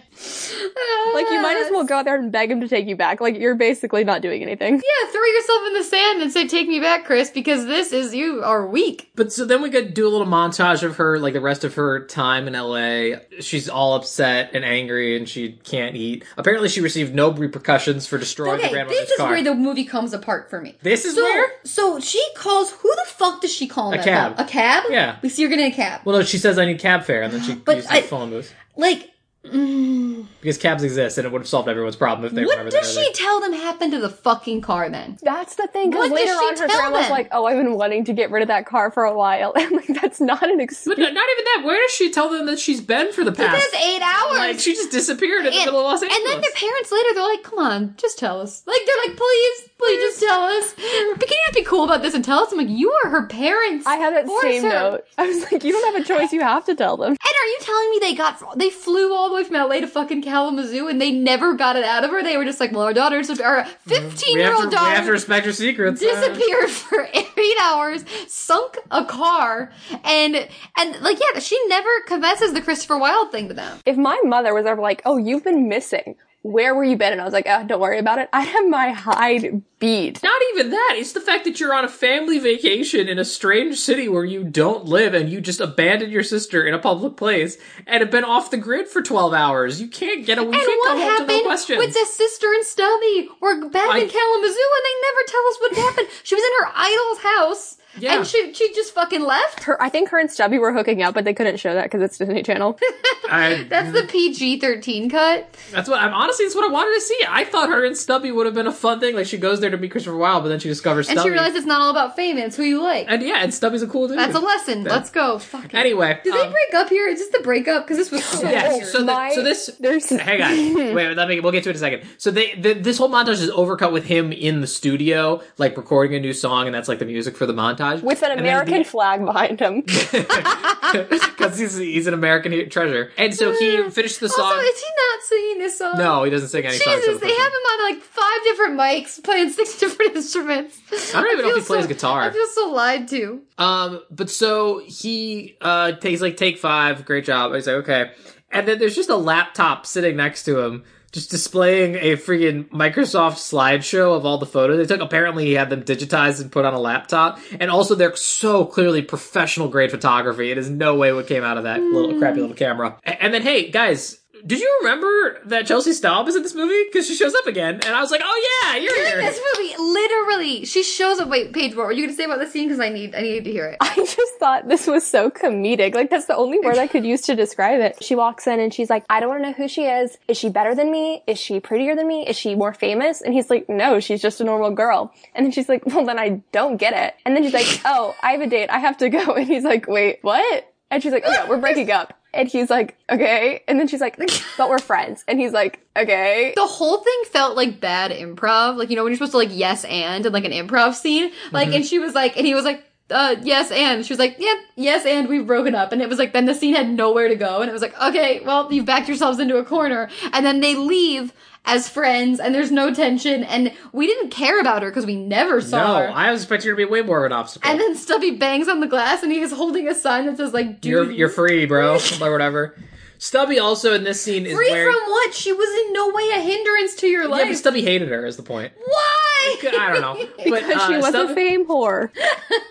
[SPEAKER 4] Like, you might as well go out there and beg him to take you back. Like, you're basically not doing anything.
[SPEAKER 3] Yeah, throw yourself in the sand and say, "Take me back, Chris," because this is you are weak.
[SPEAKER 2] But so then we could do a little montage of her, like the rest of her time in LA. She's all upset and angry and she can't eat. Apparently, she received no repercussions for destroying her
[SPEAKER 3] Okay,
[SPEAKER 2] grandmother's
[SPEAKER 3] this is
[SPEAKER 2] car.
[SPEAKER 3] where the movie comes apart for me.
[SPEAKER 2] This is
[SPEAKER 3] so,
[SPEAKER 2] where?
[SPEAKER 3] So she calls. Who the fuck does she call? in
[SPEAKER 2] A
[SPEAKER 3] that
[SPEAKER 2] cab.
[SPEAKER 3] phone? A cab.
[SPEAKER 2] Yeah.
[SPEAKER 3] We see her getting a cab.
[SPEAKER 2] well, no, she says I need cab fare and then she
[SPEAKER 3] But
[SPEAKER 2] uses
[SPEAKER 3] I-
[SPEAKER 2] the phone booth.
[SPEAKER 3] like,
[SPEAKER 2] Because cabs exist and it would have solved everyone's problem if they
[SPEAKER 3] what
[SPEAKER 2] remembered
[SPEAKER 3] does
[SPEAKER 2] that.
[SPEAKER 3] she tell them happened to the fucking car? Then
[SPEAKER 4] That's the thing. Because
[SPEAKER 3] What does
[SPEAKER 4] later
[SPEAKER 3] she
[SPEAKER 4] on, her
[SPEAKER 3] tell
[SPEAKER 4] grandma's
[SPEAKER 3] them?
[SPEAKER 4] like, oh, I've been wanting to get rid of that car for a while. And like, that's not an excuse.
[SPEAKER 2] But no, not even that. Where does she tell them that she's been for the past?
[SPEAKER 3] that's eight hours.
[SPEAKER 2] Ah. Like she just disappeared in the
[SPEAKER 3] and,
[SPEAKER 2] middle of Los
[SPEAKER 3] and
[SPEAKER 2] Angeles.
[SPEAKER 3] then the parents later, they're like, "Come on, just tell us." Like they're like, "Please, please, just tell us." But can you just be cool about this and tell us? I'm like, "You are her parents."
[SPEAKER 4] I had that
[SPEAKER 3] Force
[SPEAKER 4] same
[SPEAKER 3] her.
[SPEAKER 4] note. I was like, you don't have a choice. You have to tell them.
[SPEAKER 3] And are you telling me they got they flew all the way from LA to fucking Kalamazoo and they never got it out of her? They were just like, well, our daughter's our fifteen
[SPEAKER 2] Mm-hmm. we
[SPEAKER 3] year
[SPEAKER 2] have, to,
[SPEAKER 3] old
[SPEAKER 2] we have to
[SPEAKER 3] daughter
[SPEAKER 2] respect her secrets. uh,
[SPEAKER 3] disappeared for eight hours, sunk a car, and and like yeah, she never confesses the Christopher Wilde thing to them.
[SPEAKER 4] if my mother was ever like, "Oh, you've been missing," where were you been? And I was like, oh, don't worry about it. I have my hide beat.
[SPEAKER 2] Not even that. It's the fact that you're on a family vacation in a strange city where you don't live and you just abandon your sister in a public place and have been off the grid for 12 hours. You can't get a we
[SPEAKER 3] And
[SPEAKER 2] can't
[SPEAKER 3] what
[SPEAKER 2] come home to no
[SPEAKER 3] happened
[SPEAKER 2] questions.
[SPEAKER 3] with the sister and Stubby? We're back
[SPEAKER 2] I-
[SPEAKER 3] in Kalamazoo and they never tell us what happened. She was in her idol's house
[SPEAKER 2] Yeah.
[SPEAKER 3] and she she just fucking left.
[SPEAKER 4] Her, I think her and Stubby were hooking up, but they couldn't show that because it's Disney Channel.
[SPEAKER 2] I-
[SPEAKER 3] That's the PG thirteen cut.
[SPEAKER 2] That's what I'm honestly. That's what I wanted to see. I thought her and Stubby would have been a fun thing. Like she goes there to meet Christopher Wilde, but then she discovers
[SPEAKER 3] And
[SPEAKER 2] Stubby.
[SPEAKER 3] she realized it's not all about fame, it's who you like.
[SPEAKER 2] and yeah, and Stubby's a cool dude.
[SPEAKER 3] That's a lesson.
[SPEAKER 2] That-
[SPEAKER 3] Let's go. Fuck it.
[SPEAKER 2] Anyway,
[SPEAKER 3] Did
[SPEAKER 2] um,
[SPEAKER 3] they break up here? Is this the breakup? Because this was so
[SPEAKER 2] Yeah.
[SPEAKER 4] Oh,
[SPEAKER 2] So, the,
[SPEAKER 4] my-
[SPEAKER 2] so this.
[SPEAKER 4] There's
[SPEAKER 2] Hang on. Wait. Let me. We'll get to it in a second. So they. The, this whole montage is overcut with him in the studio, like recording a new song, and that's like the music for the montage
[SPEAKER 4] with an American flag behind him.
[SPEAKER 2] because he's he's an American he- treasure. And so he finished the song.
[SPEAKER 3] Hmm. Also, is he not singing this song?
[SPEAKER 2] no, he doesn't sing any songs. to
[SPEAKER 3] Jesus,
[SPEAKER 2] the
[SPEAKER 3] they
[SPEAKER 2] person.
[SPEAKER 3] have him on like five different mics playing six different instruments.
[SPEAKER 2] I don't even know if
[SPEAKER 3] feel
[SPEAKER 2] he plays
[SPEAKER 3] so-
[SPEAKER 2] guitar.
[SPEAKER 3] I feel so lied to.
[SPEAKER 2] Um, but so he uh takes like take five, great job. He's like, okay. And then there's just a laptop sitting next to him, just displaying a freaking Microsoft slideshow of all the photos they took. Apparently he had them digitized and put on a laptop. And also they're so clearly professional grade photography. It is no way what came out of that little crappy little camera. A- And then hey, guys, did you remember that Chelsea Staub is in this movie? Because she shows up again, and I was like, "Oh yeah, you're here."
[SPEAKER 3] This movie, literally, she shows up. Wait, Paige, what were you going to say about the scene? Because I need, I need to hear it.
[SPEAKER 4] I just thought this was so comedic. Like that's the only word I could use to describe it. She walks in and she's like, I don't want to know who she is. Is she better than me? Is she prettier than me? Is she more famous? And he's like, no, she's just a normal girl. And then she's like, well, then I don't get it. And then she's like, oh, I have a date. I have to go. And he's like, wait, what? And she's like, oh yeah, we're breaking up. And he's like, okay. And then she's like, but we're friends. And he's like, okay.
[SPEAKER 3] The whole thing felt like bad improv. Like you know when you're supposed to like yes and in like an improv scene.
[SPEAKER 2] Mm-hmm.
[SPEAKER 3] Like and she was like, and he was like. Uh, yes, and she was like, yeah, yes, and we've broken up. And it was like, then the scene had nowhere to go. And it was like, okay, well, you've backed yourselves into a corner. And then they leave as friends and there's no tension. And we didn't care about her because we never saw
[SPEAKER 2] no,
[SPEAKER 3] her.
[SPEAKER 2] I was expecting her to be way more of an obstacle.
[SPEAKER 3] And then Stubby bangs on the glass and he is holding a sign that says like dude
[SPEAKER 2] You're you're free, bro, or whatever. Stubby also in this scene is
[SPEAKER 3] free
[SPEAKER 2] wearing.
[SPEAKER 3] from what? She was in no way a hindrance to your
[SPEAKER 2] yeah,
[SPEAKER 3] life.
[SPEAKER 2] but Stubby hated her. Is the point?
[SPEAKER 3] Why?
[SPEAKER 2] I don't know. But
[SPEAKER 4] Because she
[SPEAKER 2] uh,
[SPEAKER 4] was a
[SPEAKER 2] Stubby,
[SPEAKER 4] fame whore.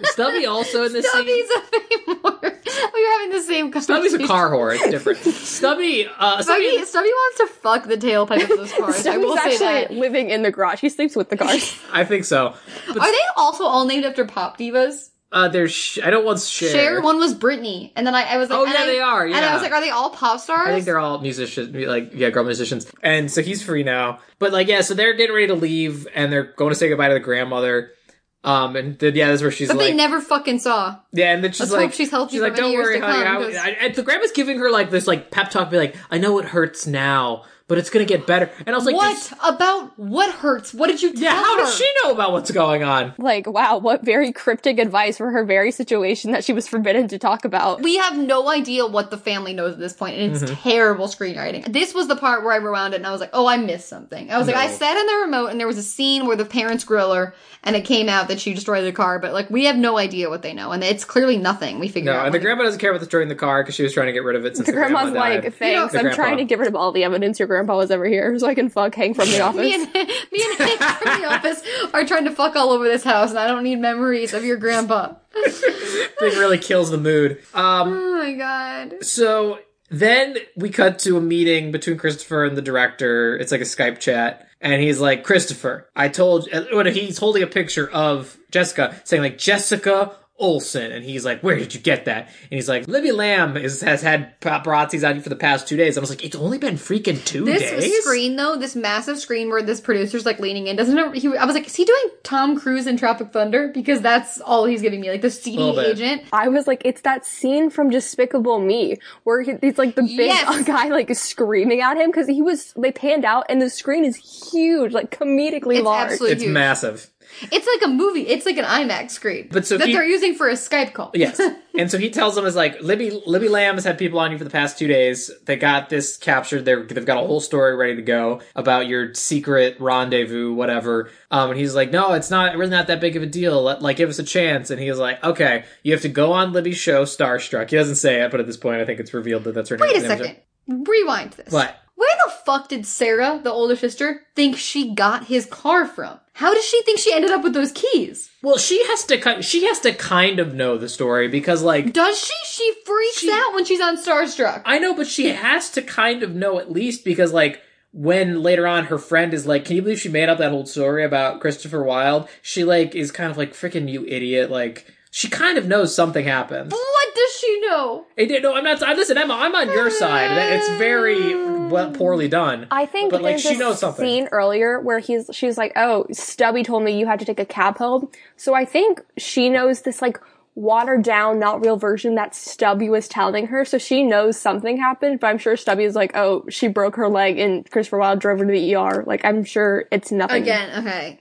[SPEAKER 2] Stubby also in this scene.
[SPEAKER 3] Stubby's a fame whore. We were having the same conversation.
[SPEAKER 2] Stubby's a car whore. It's different. Stubby. Uh, Stubby.
[SPEAKER 3] Stubby, Stubby wants to fuck the tailpipe of those cars. I will
[SPEAKER 4] He's
[SPEAKER 3] say
[SPEAKER 4] actually
[SPEAKER 3] that.
[SPEAKER 4] living in the garage. He sleeps with the cars.
[SPEAKER 2] I think so. But
[SPEAKER 3] Are they also all named after pop divas?
[SPEAKER 2] uh, there's. Sh- I don't want share.
[SPEAKER 3] Cher, one was Britney, and then I, I was like,
[SPEAKER 2] Oh,
[SPEAKER 3] and
[SPEAKER 2] yeah,
[SPEAKER 3] I-
[SPEAKER 2] they are,
[SPEAKER 3] And I
[SPEAKER 2] yeah.
[SPEAKER 3] was like, are they all pop stars?
[SPEAKER 2] I think they're all musicians, like yeah, girl musicians. And so he's free now. But like yeah, so they're getting ready to leave, and they're going to say goodbye to the grandmother. Um, and then, yeah, that's where she's
[SPEAKER 3] but
[SPEAKER 2] like,
[SPEAKER 3] they never fucking saw.
[SPEAKER 2] Yeah, and then she's
[SPEAKER 3] Let's
[SPEAKER 2] like,
[SPEAKER 3] hope she's healthy
[SPEAKER 2] She's
[SPEAKER 3] for
[SPEAKER 2] like,
[SPEAKER 3] many
[SPEAKER 2] don't
[SPEAKER 3] years
[SPEAKER 2] worry,
[SPEAKER 3] to
[SPEAKER 2] honey.
[SPEAKER 3] come,
[SPEAKER 2] I-
[SPEAKER 3] 'cause-
[SPEAKER 2] I, and the grandma's giving her like this like pep talk, be like, I know it hurts now, but it's gonna get better. And I was like,
[SPEAKER 3] What
[SPEAKER 2] this-
[SPEAKER 3] about what hurts? What did you tell
[SPEAKER 2] Yeah, how
[SPEAKER 3] her?
[SPEAKER 2] does she know about what's going on?
[SPEAKER 4] like, wow, what very cryptic advice for her very situation that she was forbidden to talk about.
[SPEAKER 3] We have no idea what the family knows at this point, and it's
[SPEAKER 2] Mm-hmm.
[SPEAKER 3] terrible screenwriting. This was the part where I rewound it and I was like, oh, I missed something. I was like, I
[SPEAKER 2] No.
[SPEAKER 3] sat in the remote and there was a scene where the parents grill her, and it came out that she destroyed the car, but like, we have no idea what they know, and it's clearly nothing. We figure
[SPEAKER 2] No,
[SPEAKER 3] out.
[SPEAKER 2] and the
[SPEAKER 3] when-
[SPEAKER 2] grandma doesn't care about destroying the car because she was trying to get rid of it. Since
[SPEAKER 4] The grandma's
[SPEAKER 2] grandma died.
[SPEAKER 4] like, thanks,
[SPEAKER 2] The
[SPEAKER 4] I'm
[SPEAKER 2] grandpa.
[SPEAKER 4] trying to get rid of all the evidence your grandpa was ever here so I can fuck hang from the
[SPEAKER 3] me
[SPEAKER 4] office.
[SPEAKER 3] and, me and Hank from the office are trying to fuck all over this house, and I don't need memories of your grandpa.
[SPEAKER 2] It really kills the mood. Um,
[SPEAKER 3] Oh my god.
[SPEAKER 2] so then we cut to a meeting between Christopher and the director. It's like a Skype chat. And he's like, Christopher, I told, uh, when he's holding a picture of Jessica saying like, Jessica Olson. And he's like, where did you get that? And he's like, Libby Lamb is, has had paparazzis on you for the past two days. I was like, it's only been freaking two
[SPEAKER 3] This
[SPEAKER 2] days.
[SPEAKER 3] screen though, this massive screen where this producer's like leaning in, doesn't it, he? I was like, is he doing Tom Cruise in Tropic Thunder? Because that's all he's giving me, like the
[SPEAKER 2] Little
[SPEAKER 3] CD
[SPEAKER 2] bit.
[SPEAKER 3] agent.
[SPEAKER 4] I was like, it's that scene from Despicable Me where he, it's like the big
[SPEAKER 3] Yes.
[SPEAKER 4] guy like is screaming at him because he was, they panned out and the screen is huge, like comedically
[SPEAKER 3] It's
[SPEAKER 4] large.
[SPEAKER 3] absolutely
[SPEAKER 2] it's
[SPEAKER 3] huge.
[SPEAKER 2] massive.
[SPEAKER 3] It's like a movie. It's like an IMAX screen,
[SPEAKER 2] But so
[SPEAKER 3] that
[SPEAKER 2] he-
[SPEAKER 3] they're using for a Skype call.
[SPEAKER 2] Yes. and so he tells them is like Libby Libby Lamb has had people on you for the past two days. They got this captured. They're, they've got a whole story ready to go about your secret rendezvous, whatever. Um, and he's like, no, it's not really not that big of a deal. Let, like, give us a chance. And he's like, okay, you have to go on Libby's show, Starstruck. He doesn't say it, but at this point, I think it's revealed that that's her
[SPEAKER 3] Wait
[SPEAKER 2] name.
[SPEAKER 3] a second. Rewind this.
[SPEAKER 2] What?
[SPEAKER 3] Where the fuck did Sarah, the older sister, think she got his car from? How does she think she ended up with those keys?
[SPEAKER 2] Well, she has to ki- she has to kind of know the story because like
[SPEAKER 3] Does she? She freaks
[SPEAKER 2] She-
[SPEAKER 3] out when she's on Starstruck.
[SPEAKER 2] I know, but she has to kind of know at least because like when later on her friend is like, "Can you believe she made up that whole story about Christopher Wilde?" She like is kind of like, "Freaking you idiot!" Like she kind of knows something happened.
[SPEAKER 3] what does she know?
[SPEAKER 2] It did, no, I'm not. I, listen, Emma, I'm on your side. That- It's very well, poorly done.
[SPEAKER 4] I think
[SPEAKER 2] but like
[SPEAKER 4] there's
[SPEAKER 2] she
[SPEAKER 4] a
[SPEAKER 2] knows something.
[SPEAKER 4] scene earlier where he's she's like, "Oh, Stubby told me you had to take a cab home." So I think she knows this like watered down, not real version that Stubby was telling her. So she knows something happened, but I'm sure Stubby is like, "Oh, she broke her leg and Christopher Wilde drove her to the ER." Like I'm sure it's nothing
[SPEAKER 3] Again, okay.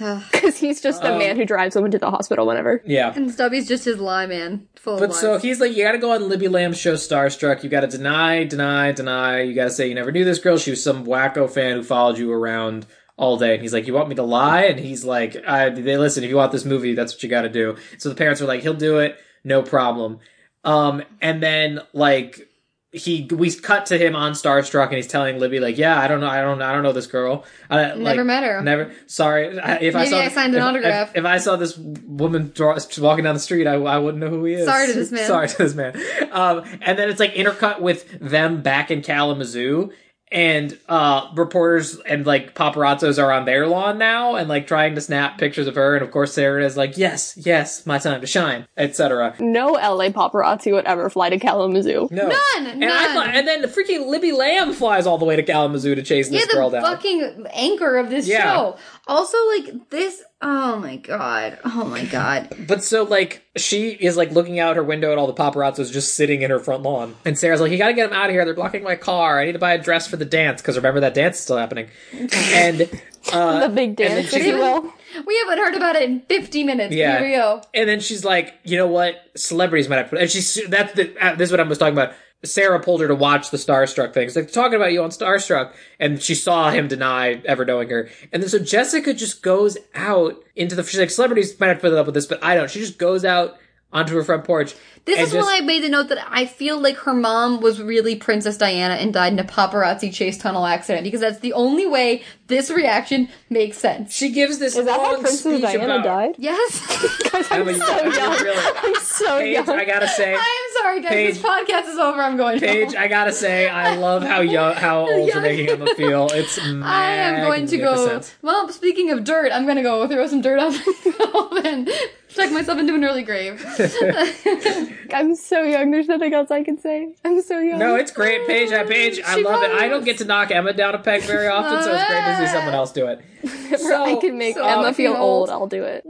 [SPEAKER 3] Ugh.
[SPEAKER 4] because he's just
[SPEAKER 2] Oh.
[SPEAKER 4] the man who drives someone to the hospital whenever.
[SPEAKER 2] yeah.
[SPEAKER 3] And Stubby's just his lie man, full of
[SPEAKER 2] But
[SPEAKER 3] lies.
[SPEAKER 2] so he's like, you gotta go on Libby Lamb's show Starstruck. You gotta deny, deny, deny. You gotta say you never knew this girl. She was some wacko fan who followed you around all day. And he's like, you want me to lie? And he's like, I, they listen, if you want this movie, that's what you gotta do. So the parents were like, he'll do it. No problem. Um, and then like, he, we cut to him on Starstruck and he's telling Libby like, yeah, I don't know. I don't, I don't know this girl. I, never
[SPEAKER 3] met her.
[SPEAKER 2] Never. Sorry. I- If I
[SPEAKER 3] Maybe
[SPEAKER 2] saw,
[SPEAKER 3] I signed an
[SPEAKER 2] if-
[SPEAKER 3] autograph.
[SPEAKER 2] If, if I saw this woman draw, walking down the street, I, I wouldn't know who he is.
[SPEAKER 3] Sorry to this man.
[SPEAKER 2] Sorry to this man. Um, and then it's like intercut with them back in Kalamazoo. And uh, reporters and like paparazzos are on their lawn now and like trying to snap pictures of her. And of course, Sarah is like, yes, yes, my time to shine, etc.
[SPEAKER 4] No LA paparazzi would ever fly to Kalamazoo.
[SPEAKER 2] No.
[SPEAKER 3] None,
[SPEAKER 2] And, I
[SPEAKER 3] none.
[SPEAKER 2] thought, and then freaking Libby Lamb flies all the way to Kalamazoo to chase
[SPEAKER 3] yeah,
[SPEAKER 2] this girl
[SPEAKER 3] the
[SPEAKER 2] down.
[SPEAKER 3] fucking anchor of this
[SPEAKER 2] Yeah.
[SPEAKER 3] show. Also, like this. Oh my god. Oh my god.
[SPEAKER 2] But so like she is like looking out her window at all the paparazzos just sitting in her front lawn, and Sarah's like, "You got to get them out of here. They're blocking my car. I need to buy a dress for the dance because remember that dance is still happening." and uh,
[SPEAKER 4] The big
[SPEAKER 2] then
[SPEAKER 4] dance, if
[SPEAKER 2] she-
[SPEAKER 4] you will.
[SPEAKER 3] We haven't heard about it in 50 minutes.
[SPEAKER 2] Yeah.
[SPEAKER 3] Here we go.
[SPEAKER 2] And then she's like, you know what? Celebrities might have put. And she's that's the uh, this is what I was talking about. Sarah pulled her to watch the Starstruck thing. She's like talking about you on Starstruck, and she saw him deny ever knowing her. And then so Jessica just goes out into the. She's like, celebrities might have put up with this, but I don't. She just goes out onto her front porch.
[SPEAKER 3] This
[SPEAKER 2] and
[SPEAKER 3] is
[SPEAKER 2] just-
[SPEAKER 3] when I made the note that I feel like her mom was really Princess Diana and died in a paparazzi chase tunnel accident because that's the only way this reaction makes sense.
[SPEAKER 2] She gives this
[SPEAKER 4] Is that
[SPEAKER 2] long
[SPEAKER 4] how Princess
[SPEAKER 2] speech
[SPEAKER 4] Diana
[SPEAKER 2] about.
[SPEAKER 4] died?
[SPEAKER 3] Yes.
[SPEAKER 4] Guys, I'm
[SPEAKER 2] Emma, you-
[SPEAKER 4] so
[SPEAKER 2] you
[SPEAKER 4] young.
[SPEAKER 2] really-
[SPEAKER 4] I'm so
[SPEAKER 2] Paige,
[SPEAKER 4] young.
[SPEAKER 2] I gotta say,
[SPEAKER 3] I am sorry, guys.
[SPEAKER 2] Paige-
[SPEAKER 3] this podcast is over. I'm going
[SPEAKER 2] Paige,
[SPEAKER 3] home.
[SPEAKER 2] I gotta say, I love how young, how old you're making Emma feel. It's
[SPEAKER 3] I am going to go.
[SPEAKER 2] magnificent.
[SPEAKER 3] Well, speaking of dirt, I'm going to go throw some dirt on myself and tuck myself into an early grave.
[SPEAKER 4] I'm so young. There's nothing else I can say. I'm so young.
[SPEAKER 2] No, it's great, Paige. I, Paige, I
[SPEAKER 4] She
[SPEAKER 2] love it. I don't
[SPEAKER 4] was.
[SPEAKER 2] get to knock Emma down a peg very often, so it's great to see someone else do it.
[SPEAKER 4] Whenever I
[SPEAKER 2] so-
[SPEAKER 4] can make
[SPEAKER 3] so
[SPEAKER 4] Emma feel
[SPEAKER 3] fucking
[SPEAKER 4] old.
[SPEAKER 3] old.
[SPEAKER 4] I'll do it.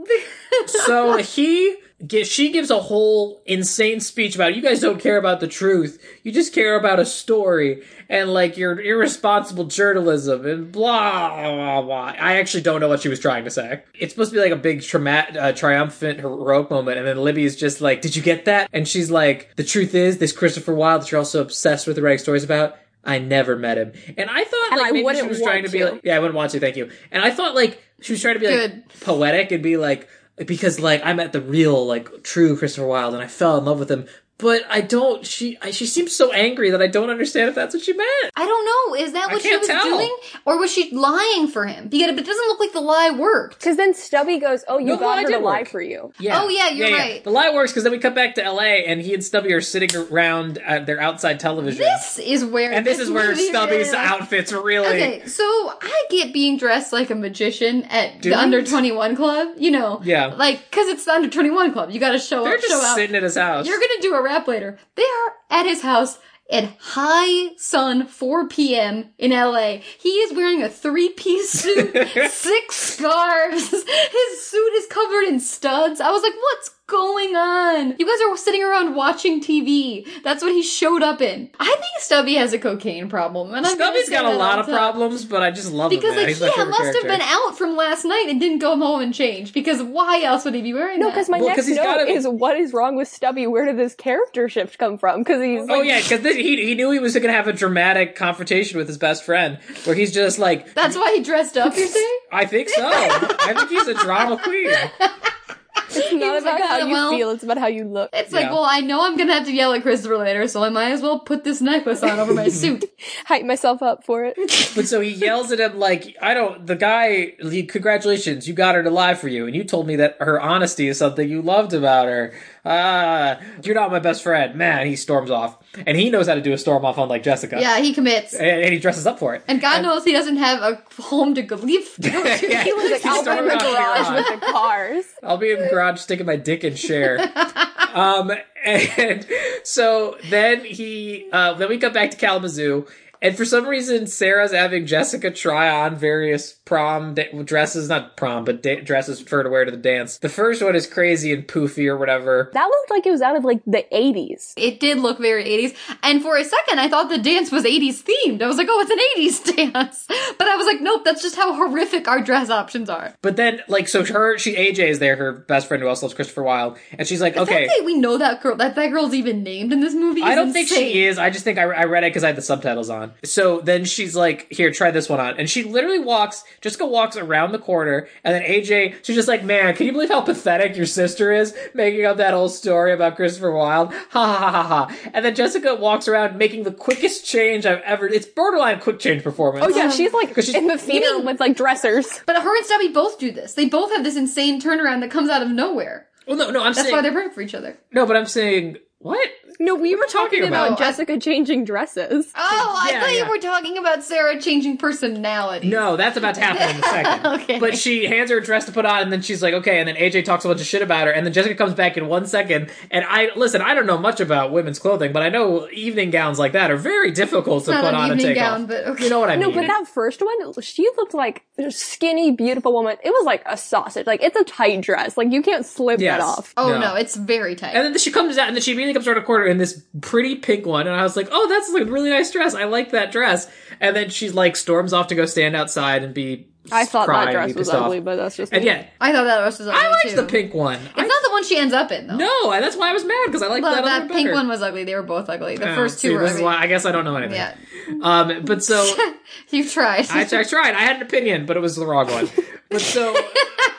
[SPEAKER 2] So he, gi- she gives a whole insane speech about you guys don't care about the truth, you just care about a story and like your irresponsible journalism and blah blah blah. I actually don't know what she was trying to say. It's supposed to be like a big trauma- uh, triumphant heroic moment, and then Libby's just like, "Did you get that?" And she's like, "The truth is, this Christopher Wilde that you're also obsessed with writing stories about." I never met him, and I thought
[SPEAKER 4] And
[SPEAKER 2] like
[SPEAKER 4] I
[SPEAKER 2] maybe she
[SPEAKER 4] wouldn't
[SPEAKER 2] was
[SPEAKER 4] want
[SPEAKER 2] trying to be
[SPEAKER 4] to.
[SPEAKER 2] like, yeah, I wouldn't want to. Thank you. And I thought like she was trying to be like
[SPEAKER 3] Good.
[SPEAKER 2] poetic and be like because like I met the real like true Christopher Wilde and I fell in love with him. But I don't. She I, she seems so angry that I don't understand if that's what she meant.
[SPEAKER 3] I don't know. Is that what she
[SPEAKER 2] can't
[SPEAKER 3] was
[SPEAKER 2] tell.
[SPEAKER 3] doing? Or was she lying for him? Because it doesn't look like the lie worked.
[SPEAKER 4] Because then Stubby goes, "Oh, you
[SPEAKER 2] No,
[SPEAKER 4] got
[SPEAKER 2] I
[SPEAKER 4] her to
[SPEAKER 2] did
[SPEAKER 4] lie
[SPEAKER 2] work.
[SPEAKER 4] for you."
[SPEAKER 2] Yeah.
[SPEAKER 3] Oh, yeah, you're right.
[SPEAKER 2] The lie works because then we cut back to L.A. and he and Stubby are sitting around at their outside television.
[SPEAKER 3] This is where.
[SPEAKER 2] and this is where
[SPEAKER 3] movie
[SPEAKER 2] Stubby's
[SPEAKER 3] really-
[SPEAKER 2] outfits really.
[SPEAKER 3] Okay, so I get being dressed like a magician at
[SPEAKER 2] Do
[SPEAKER 3] the
[SPEAKER 2] you?
[SPEAKER 3] under 21 club, you know.
[SPEAKER 2] Yeah.
[SPEAKER 3] Like, because it's the under 21 club. You gotta show
[SPEAKER 2] They're
[SPEAKER 3] up, show
[SPEAKER 2] just
[SPEAKER 3] out.
[SPEAKER 2] sitting at his house.
[SPEAKER 3] You're gonna do a rap later. They are at his house at high sun, 4 p.m. in LA. He is wearing a three piece suit, six scarves. His suit is covered in studs. I was like, what's going on? You guys are sitting around watching TV. That's what he showed up in. I think Stubby has a cocaine problem. And I'm gonna
[SPEAKER 2] Stubby's
[SPEAKER 3] say
[SPEAKER 2] got a
[SPEAKER 3] that
[SPEAKER 2] lot
[SPEAKER 3] off
[SPEAKER 2] of
[SPEAKER 3] top.
[SPEAKER 2] problems, but I just love
[SPEAKER 3] Because
[SPEAKER 2] him. man.
[SPEAKER 3] like
[SPEAKER 2] He's
[SPEAKER 3] he
[SPEAKER 2] my favorite
[SPEAKER 3] must
[SPEAKER 2] character.
[SPEAKER 3] have been out from last night and didn't go home and change. Because why else would he be wearing
[SPEAKER 4] No,
[SPEAKER 3] that?
[SPEAKER 4] because my
[SPEAKER 2] Well, 'cause
[SPEAKER 4] next
[SPEAKER 2] he's gotta
[SPEAKER 4] note
[SPEAKER 2] be-
[SPEAKER 4] is, "What is wrong with Stubby? Where did this character shift come from?" Because he's
[SPEAKER 2] Oh
[SPEAKER 4] like,
[SPEAKER 2] yeah, because he he knew he was going to have a dramatic confrontation with his best friend, where he's just like,
[SPEAKER 3] That's why he dressed up. You're saying?
[SPEAKER 2] I think so. I think he's a drama queen.
[SPEAKER 4] It's not
[SPEAKER 3] was
[SPEAKER 4] about
[SPEAKER 3] like,
[SPEAKER 4] how
[SPEAKER 3] "Oh,
[SPEAKER 4] you
[SPEAKER 3] well."
[SPEAKER 4] feel, it's about how you look.
[SPEAKER 3] It's like,
[SPEAKER 2] Yeah.
[SPEAKER 3] well, I know I'm gonna have to yell at Christopher later, so I might as well put this necklace on over my suit.
[SPEAKER 4] Hype myself up for it.
[SPEAKER 2] But so he yells at him like, "I don't." The guy, he- congratulations, you got her to lie for you, and you told me that her honesty is something you loved about her. Ah, you're not my best friend, man. He storms off, and he knows how to do a storm off, unlike Jessica.
[SPEAKER 3] Yeah, he commits.
[SPEAKER 2] and, and he dresses up for it.
[SPEAKER 3] And God knows he doesn't have a home to go leave.
[SPEAKER 2] Yeah.
[SPEAKER 4] He was like,
[SPEAKER 2] He's
[SPEAKER 4] I'll be in
[SPEAKER 2] storming
[SPEAKER 4] the
[SPEAKER 2] off
[SPEAKER 4] garage
[SPEAKER 2] the
[SPEAKER 4] with the cars.
[SPEAKER 2] I'll be in the garage sticking my dick in share. um, and so then he, uh, then we come back to Kalamazoo. And for some reason, Sarah's having Jessica try on various prom da- dresses, not prom, but da- dresses for her to wear to the dance. The first one is crazy and poofy or whatever.
[SPEAKER 4] That looked like it was out of like the 80s.
[SPEAKER 3] It did look very 80s. And for a second, I thought the dance was 80s themed. I was like, oh, it's an 80s dance. But I was like, nope, that's just how horrific our dress options are.
[SPEAKER 2] But then, like, so her, she, AJ is there, her best friend who also loves Christopher Wilde. And she's like,
[SPEAKER 3] The
[SPEAKER 2] okay.
[SPEAKER 3] fact that we know that girl, that that girl's even named in this movie is
[SPEAKER 2] I don't think
[SPEAKER 3] insane.
[SPEAKER 2] she is. I just think I, I read it because I had the subtitles on. So then she's like, "Here, try this one on," and she literally walks. Jessica walks around the corner, and then AJ. She's just like, "Man, can you believe how pathetic your sister is making up that whole story about Christopher Wilde?" Ha ha ha ha. ha. And then Jessica walks around making the quickest change I've ever. It's borderline quick change performance.
[SPEAKER 4] Oh yeah, she's like
[SPEAKER 2] 'Cause she's-
[SPEAKER 4] in the theater with like dressers.
[SPEAKER 3] But her and Stubby both do this. They both have this insane turnaround that comes out of nowhere.
[SPEAKER 2] Well, no, no, I'm
[SPEAKER 3] That's
[SPEAKER 2] saying
[SPEAKER 3] why they're perfect for each other.
[SPEAKER 2] no, but I'm saying what?
[SPEAKER 4] No, we were
[SPEAKER 2] talking
[SPEAKER 4] talking,
[SPEAKER 2] about-
[SPEAKER 4] about, Jessica changing dresses.
[SPEAKER 3] Oh,
[SPEAKER 2] Yeah,
[SPEAKER 3] I thought
[SPEAKER 2] yeah.
[SPEAKER 3] you were talking about Sarah changing personality.
[SPEAKER 2] No, that's about to happen in a second.
[SPEAKER 3] Okay.
[SPEAKER 2] But she hands her a dress to put on, and then she's like, okay. And then AJ talks a bunch of shit about her, and then Jessica comes back in one second. And I listen, I don't know much about women's clothing, but I know evening gowns like that are very difficult to
[SPEAKER 3] not
[SPEAKER 2] put
[SPEAKER 3] an
[SPEAKER 2] on and
[SPEAKER 3] evening
[SPEAKER 2] take
[SPEAKER 3] gown,
[SPEAKER 2] off.
[SPEAKER 3] but okay.
[SPEAKER 2] You know what I
[SPEAKER 4] No,
[SPEAKER 2] mean?
[SPEAKER 4] but that first one, she looked like a skinny, beautiful woman. It was like a sausage. Like it's a tight dress. Like you can't slip
[SPEAKER 2] Yes.
[SPEAKER 4] that off.
[SPEAKER 3] Oh,
[SPEAKER 2] No.
[SPEAKER 3] no. it's very tight.
[SPEAKER 2] And then she comes out, and then she immediately comes around a corner in this pretty pink one, and I was like, "Oh, that's a really nice dress. I like that dress." And then she's like storms off to go stand outside and be.
[SPEAKER 4] I thought
[SPEAKER 2] cry
[SPEAKER 4] that
[SPEAKER 2] and be
[SPEAKER 4] dress was
[SPEAKER 2] pissed off.
[SPEAKER 4] ugly, but that's just
[SPEAKER 2] And
[SPEAKER 4] me.
[SPEAKER 2] yeah,
[SPEAKER 3] I thought that was just ugly
[SPEAKER 2] I liked
[SPEAKER 3] too.
[SPEAKER 2] the pink one. I,
[SPEAKER 3] It's not the one she ends up in though.
[SPEAKER 2] no, and that's why I was mad because I liked
[SPEAKER 3] Well,
[SPEAKER 2] that,
[SPEAKER 3] that
[SPEAKER 2] other
[SPEAKER 3] pink
[SPEAKER 2] better.
[SPEAKER 3] one was ugly. They were both ugly. The
[SPEAKER 2] Oh,
[SPEAKER 3] first two
[SPEAKER 2] see,
[SPEAKER 3] were
[SPEAKER 2] This is
[SPEAKER 3] ugly.
[SPEAKER 2] why I guess I don't know anything.
[SPEAKER 3] Yeah,
[SPEAKER 2] Um, but so
[SPEAKER 3] you tried.
[SPEAKER 2] I, I tried. I had an opinion, but it was the wrong one. But so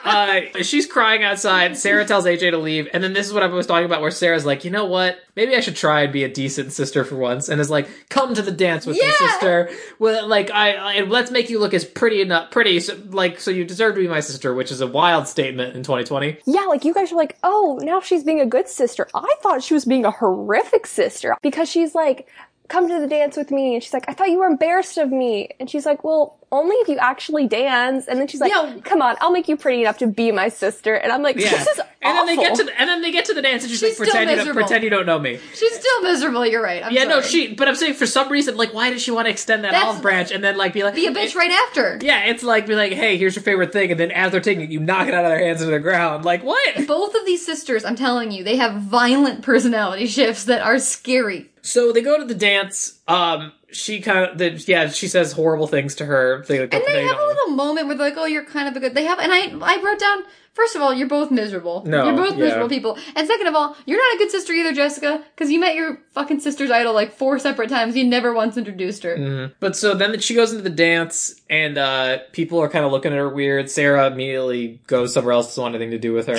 [SPEAKER 2] uh, she's crying outside. Sarah tells AJ to leave, and then this is what I was talking about, where Sarah's like, "You know what? Maybe I should try and be a decent sister for once," and is like, "Come to the dance with me,
[SPEAKER 3] Yeah.
[SPEAKER 2] sister. Well, like I, I let's make you look as pretty enough, pretty so, like so you deserve to be my sister," which is a wild statement in 2020.
[SPEAKER 4] Yeah, like you guys are like, oh, now she's being a good sister. I thought she was being a horrific sister because she's like, come to the dance with me. And she's like, I thought you were embarrassed of me. And she's like, well, only if you actually dance. And then she's like,
[SPEAKER 3] Yeah.
[SPEAKER 4] come on, I'll make you pretty enough to be my sister. And I'm like,
[SPEAKER 2] Yeah.
[SPEAKER 4] this is
[SPEAKER 2] and then
[SPEAKER 4] awful.
[SPEAKER 2] they get to the, and then they get to the dance, and she's,
[SPEAKER 3] She's
[SPEAKER 2] like,
[SPEAKER 3] still
[SPEAKER 2] "Pretend you don't,
[SPEAKER 3] miserable.
[SPEAKER 2] pretend you don't know me."
[SPEAKER 3] She's still miserable. You're right. I'm
[SPEAKER 2] Yeah, no,
[SPEAKER 3] sorry.
[SPEAKER 2] she. But I'm saying for some reason, like, why does she want to extend that
[SPEAKER 3] That's-
[SPEAKER 2] olive branch and then like be like
[SPEAKER 3] be a bitch
[SPEAKER 2] it-
[SPEAKER 3] right after.
[SPEAKER 2] Yeah, it's like be like, hey, here's your favorite thing, and then as they're taking it, you knock it out of their hands into the ground. Like what?
[SPEAKER 3] Both of these sisters, I'm telling you, they have violent personality shifts that are scary.
[SPEAKER 2] So they go to the dance. Um, she kind of, the, yeah, she says horrible things to her. They like,
[SPEAKER 3] And they have a little moment where they're like, "Oh, you're kind of a good." They have, and I, I wrote down. First of all, you're both miserable.
[SPEAKER 2] No,
[SPEAKER 3] you're both
[SPEAKER 2] yeah.
[SPEAKER 3] miserable people. And second of all, you're not a good sister either, Jessica, because you met your fucking sister's idol like four separate times. You never once introduced her.
[SPEAKER 2] But so then she goes into the dance, and uh, people are kind of looking at her weird. Sarah immediately goes somewhere else, doesn't want anything to do with her.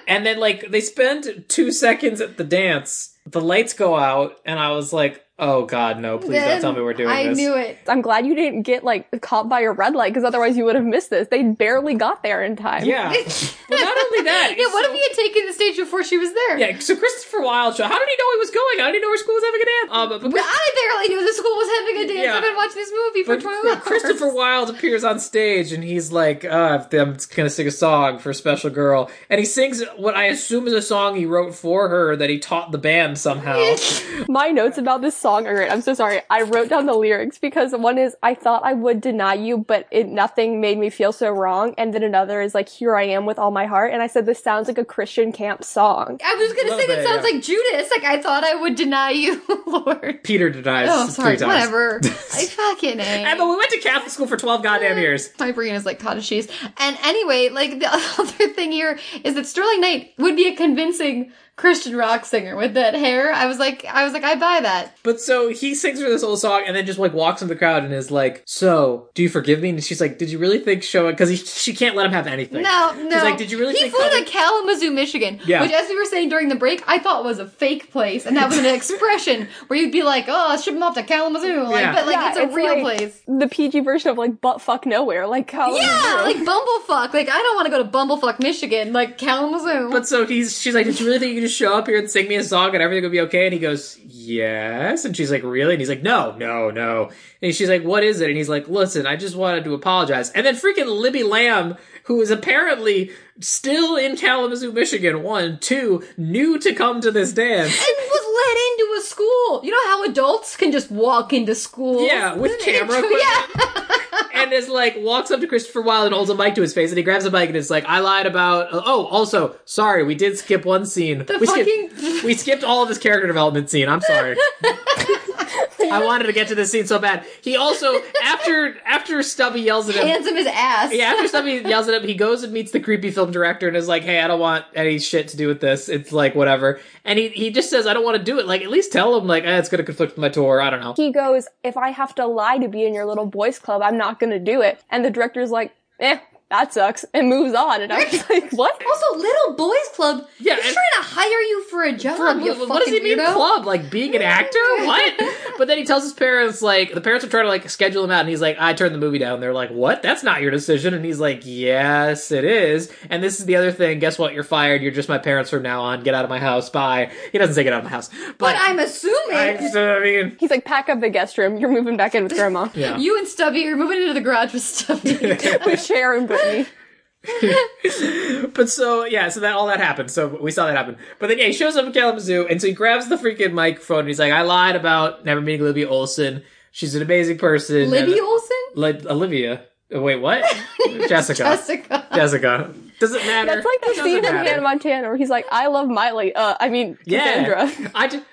[SPEAKER 2] and then, like, they spend two seconds at the dance. The lights go out, and I was like, oh, God, no, please don't
[SPEAKER 3] Then
[SPEAKER 2] tell me we're doing
[SPEAKER 3] I
[SPEAKER 2] this.
[SPEAKER 3] knew it.
[SPEAKER 4] I'm glad you didn't get like caught by a red light because otherwise you would have missed this. They barely got there in time.
[SPEAKER 2] Yeah. well, not only that.
[SPEAKER 3] Yeah, what
[SPEAKER 2] so-
[SPEAKER 3] if he had taken the stage before she was there?
[SPEAKER 2] Yeah, so Christopher Wilde show. How did he know he was going? How did he know her school was having a dance? Um, but,
[SPEAKER 3] Well, I barely knew the school was having a dance.
[SPEAKER 2] Yeah.
[SPEAKER 3] I've been watching this movie for
[SPEAKER 2] but
[SPEAKER 3] 12 hours.
[SPEAKER 2] Christopher Wilde appears on stage and he's like, uh, "I'm gonna sing a song for a special girl," and he sings what I assume is a song he wrote for her that he taught the band somehow.
[SPEAKER 4] My notes about this song are great. I'm so sorry. I wrote down the lyrics because one is, I thought I would deny you, but it, nothing made me feel so wrong. And then another is like, here I am with all my heart. And I said, this sounds like a Christian camp song.
[SPEAKER 3] I was gonna
[SPEAKER 2] Little
[SPEAKER 3] say
[SPEAKER 2] bit,
[SPEAKER 3] that sounds
[SPEAKER 2] yeah.
[SPEAKER 3] like Judas. Like I thought I would deny you, Lord.
[SPEAKER 2] Peter denies
[SPEAKER 3] Oh, sorry.
[SPEAKER 2] three times.
[SPEAKER 3] Whatever. I fucking a.
[SPEAKER 2] Emma, we went to Catholic school for twelve goddamn years.
[SPEAKER 3] My brain is like cottage cheese. And anyway, like the other thing here is that Sterling Knight would be a convincing Christian rock singer with that hair. I was like, I was like, I buy that.
[SPEAKER 2] But so he sings her this whole song and then just like walks in the crowd and is like, So, do you forgive me? And she's like, Did you really think Showa? Because she can't let him have anything.
[SPEAKER 3] No, no.
[SPEAKER 2] He's like, Did you really
[SPEAKER 3] He
[SPEAKER 2] think
[SPEAKER 3] flew
[SPEAKER 2] Kobe-"
[SPEAKER 3] to Kalamazoo, Michigan,
[SPEAKER 2] Yeah.
[SPEAKER 3] which, as we were saying during the break, I thought was a fake place, and that was an expression where you'd be like, "Oh, ship him off to Kalamazoo," like,
[SPEAKER 2] Yeah.
[SPEAKER 3] but like
[SPEAKER 4] Yeah,
[SPEAKER 3] it's a real
[SPEAKER 4] like
[SPEAKER 3] place.
[SPEAKER 4] The PG version of like butt fuck nowhere. Like
[SPEAKER 2] Oh,
[SPEAKER 4] how
[SPEAKER 3] Yeah, like Bumblefuck. Like I don't want to go to Bumblefuck, Michigan. Like Kalamazoo.
[SPEAKER 2] But so he's she's like, Did you really think you could just show up here and sing me a song and everything would be okay? And he goes, Yes. And she's like, Really? And he's like, No, no, no. And she's like, What is it? And he's like, Listen, I just wanted to apologize. And then freaking Libby Lamb, who is apparently still in Kalamazoo, Michigan, one, two, new to come to this dance.
[SPEAKER 3] and was let into a school. You know how adults can just walk into school.
[SPEAKER 2] Yeah, with camera equipment.
[SPEAKER 3] Yeah,
[SPEAKER 2] and is like walks up to Christopher Wilde and holds a mic to his face, and he grabs a mic and is like, "I lied about." Oh, also, sorry, we did skip one scene.
[SPEAKER 3] The
[SPEAKER 2] we skipped,
[SPEAKER 3] fucking-
[SPEAKER 2] we skipped all of his character development scene. I'm sorry. I wanted to get to this scene so bad. He also after after Stubby yells at him.
[SPEAKER 3] hands him his ass.
[SPEAKER 2] yeah, after Stubby yells at him, he goes and meets the creepy film director and is like, "Hey, I don't want any shit to do with this. It's like whatever." And he he just says, "I don't want to do it." Like, at least tell him like, eh, "It's going to conflict with my tour." I don't know.
[SPEAKER 4] he goes, If I have to lie to be in your little boys club, I'm not gonna do it. And the director's like, eh, that sucks, and moves on. And I was like, What?
[SPEAKER 3] Also, little boys club.
[SPEAKER 2] Yeah,
[SPEAKER 3] he's
[SPEAKER 2] and-
[SPEAKER 3] trying to hire you for a job.
[SPEAKER 2] Club,
[SPEAKER 3] you
[SPEAKER 2] what,
[SPEAKER 3] fucking
[SPEAKER 2] does he mean
[SPEAKER 3] weirdo.
[SPEAKER 2] club? Like being an actor? What? but then he tells his parents, like the parents are trying to like schedule him out, and he's like, I turned the movie down. They're like, What? That's not your decision. And he's like, Yes, it is. And this is the other thing. Guess what? You're fired. You're just my parents from now on. Get out of my house. Bye. He doesn't say get out of my house,
[SPEAKER 3] But
[SPEAKER 2] but,
[SPEAKER 3] I'm assuming
[SPEAKER 2] I, I mean,
[SPEAKER 4] He's like, Pack up the guest room, you're moving back in with grandma.
[SPEAKER 2] yeah.
[SPEAKER 3] you and Stubby are moving into the garage with Stubby.
[SPEAKER 4] with Cher and Brittany.
[SPEAKER 2] But so yeah, so that all that happened. So we saw that happen. But then yeah, he shows up in Kalamazoo, and so he grabs the freaking microphone. and He's like, I lied about never meeting Libby Olson. She's an amazing person.
[SPEAKER 3] Libby
[SPEAKER 2] And-
[SPEAKER 3] Olson?
[SPEAKER 2] like Olivia. Oh, Wait, what? Jessica.
[SPEAKER 3] Jessica.
[SPEAKER 2] Jessica. Doesn't matter.
[SPEAKER 4] That's like the
[SPEAKER 2] Doesn't
[SPEAKER 4] scene in
[SPEAKER 2] matter.
[SPEAKER 4] Hannah Montana where he's like, I love Miley. Uh, I mean, Cassandra.
[SPEAKER 2] Yeah. I just.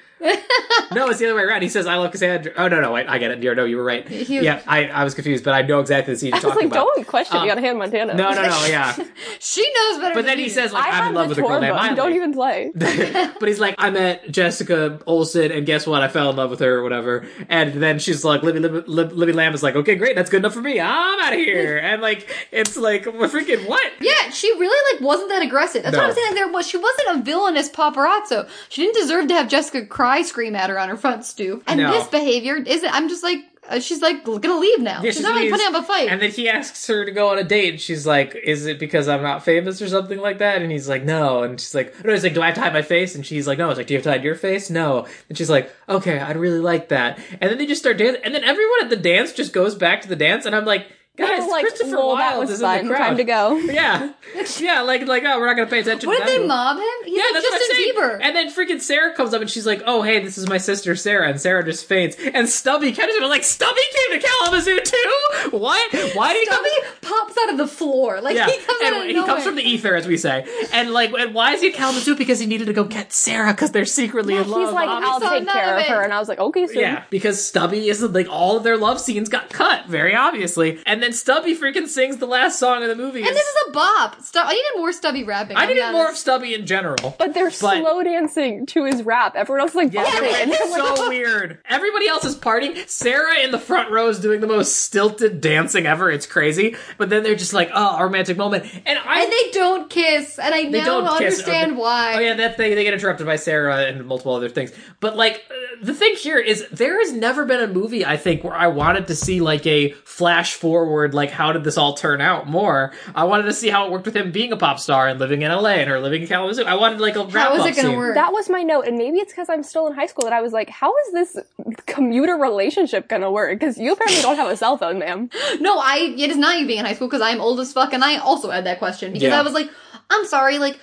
[SPEAKER 2] no, it's the other way around. He says, "I love Cassandra." Oh no, no, wait, I get it. You're- No, you were right.
[SPEAKER 3] He-
[SPEAKER 2] yeah, I, I was confused, but I know exactly the scene you're
[SPEAKER 4] I was
[SPEAKER 2] talking
[SPEAKER 4] like,
[SPEAKER 2] about.
[SPEAKER 4] don't question me
[SPEAKER 2] Um,
[SPEAKER 4] on Hannah Montana.
[SPEAKER 2] No, no, no, yeah.
[SPEAKER 3] She knows
[SPEAKER 2] But
[SPEAKER 3] better than
[SPEAKER 2] then
[SPEAKER 3] you
[SPEAKER 2] he
[SPEAKER 3] do.
[SPEAKER 2] says, "Like
[SPEAKER 4] I
[SPEAKER 2] I'm in
[SPEAKER 4] have
[SPEAKER 2] love
[SPEAKER 4] the
[SPEAKER 2] with a girl
[SPEAKER 4] tour
[SPEAKER 2] named
[SPEAKER 4] bus.
[SPEAKER 2] Miley."
[SPEAKER 4] Don't even play.
[SPEAKER 2] but he's like, I met Jessica Olson, and guess what? I fell in love with her or whatever. And then she's like, Libby, Libby, Lib- Libby Lamb is like, okay, great, that's good enough for me. I'm out of here. And like, it's like, we're freaking what?
[SPEAKER 3] Yeah, she really like wasn't that aggressive. That's what
[SPEAKER 2] No.
[SPEAKER 3] I'm saying. Like, there was she wasn't a villainous paparazzo. She didn't deserve to have Jessica cry scream at her on her front stoop. And
[SPEAKER 2] No.
[SPEAKER 3] this behavior isn't. I'm just like uh, she's like gonna leave now.
[SPEAKER 2] Yeah,
[SPEAKER 3] she's, not really
[SPEAKER 2] leaves.
[SPEAKER 3] putting up a fight.
[SPEAKER 2] And then he asks her to go on a date. And she's like, "Is it because I'm not famous or something like that?" And he's like, "No." And she's like, "No." He's like, "Do I have to hide my face?" And she's like, "No." It's like, "Do you have to hide your face?" No. And she's like, "Okay, I'd really like that." And then they just start dancing. And then everyone at the dance just goes back to the dance. And I'm like, "Guys,
[SPEAKER 4] were like,
[SPEAKER 2] Christopher
[SPEAKER 4] "Lol, that
[SPEAKER 2] Wilde
[SPEAKER 4] was
[SPEAKER 2] is in
[SPEAKER 4] fun.
[SPEAKER 2] the crowd."
[SPEAKER 4] Time to go.
[SPEAKER 2] Yeah, yeah. Like, like, oh, we're not gonna pay attention. to
[SPEAKER 3] what
[SPEAKER 2] that
[SPEAKER 3] did they
[SPEAKER 2] move.
[SPEAKER 3] mob him? He's
[SPEAKER 2] Yeah,
[SPEAKER 3] like
[SPEAKER 2] that's what I'm
[SPEAKER 3] Justin
[SPEAKER 2] saying.
[SPEAKER 3] Bieber.
[SPEAKER 2] And then freaking Sarah comes up and she's like, "Oh, hey, this is my sister Sarah," and Sarah just faints. And Stubby catches her like, "Stubby came to Kalamazoo too? What? Why did he come?"
[SPEAKER 3] Stubby pops out of the floor. Like
[SPEAKER 2] Yeah,
[SPEAKER 3] he comes
[SPEAKER 2] and
[SPEAKER 3] out of
[SPEAKER 2] he
[SPEAKER 3] nowhere.
[SPEAKER 2] comes from the ether, as we say. And like, and why is he at Kalamazoo? Because he needed to go get Sarah because they're secretly in
[SPEAKER 4] He's
[SPEAKER 2] love.
[SPEAKER 4] like, I'll
[SPEAKER 2] obviously.
[SPEAKER 3] saw
[SPEAKER 4] take
[SPEAKER 3] none
[SPEAKER 4] care
[SPEAKER 3] of
[SPEAKER 4] of her.
[SPEAKER 3] it.
[SPEAKER 4] And I was like, okay, so
[SPEAKER 2] yeah, because Stubby is like all of their love scenes got cut, very obviously. And then Stubby freaking sings the last song of the movie.
[SPEAKER 3] and this is a bop. Stub- I needed more Stubby rapping.
[SPEAKER 2] I
[SPEAKER 3] I'll be
[SPEAKER 2] needed more of
[SPEAKER 3] honest.
[SPEAKER 2] Stubby in general.
[SPEAKER 4] But they're
[SPEAKER 2] But-
[SPEAKER 4] slow dancing to his rap. Everyone else is like,
[SPEAKER 2] Yeah,
[SPEAKER 4] bumping it. And
[SPEAKER 2] it
[SPEAKER 4] I'm like,
[SPEAKER 2] was so weird. Everybody else is partying. Sarah in the front row is doing the most stilted dancing ever. It's crazy. But then they're just like, oh, a romantic moment. And I
[SPEAKER 3] And they don't kiss. And I
[SPEAKER 2] they
[SPEAKER 3] now
[SPEAKER 2] don't kiss.
[SPEAKER 3] understand
[SPEAKER 2] Oh, they-
[SPEAKER 3] why.
[SPEAKER 2] Oh yeah, that they they get interrupted by Sarah and multiple other things. But like uh, the thing here is there has never been a movie I think where I wanted to see like a flash forward like how did this all turn out more. I wanted to see how it worked with him being a pop star and living in LA and her living in Kalamazoo. I wanted like a wrap
[SPEAKER 3] is
[SPEAKER 2] up
[SPEAKER 3] it gonna
[SPEAKER 2] scene.
[SPEAKER 3] work?
[SPEAKER 4] that was my note. And maybe it's because I'm still in high school that I was like, how is this commuter relationship going to work? Because you apparently don't have a cell phone, ma'am.
[SPEAKER 3] No, I it is not you being in high school because I'm old as fuck and I also had that question because
[SPEAKER 2] Yeah.
[SPEAKER 3] I was like, I'm sorry, like,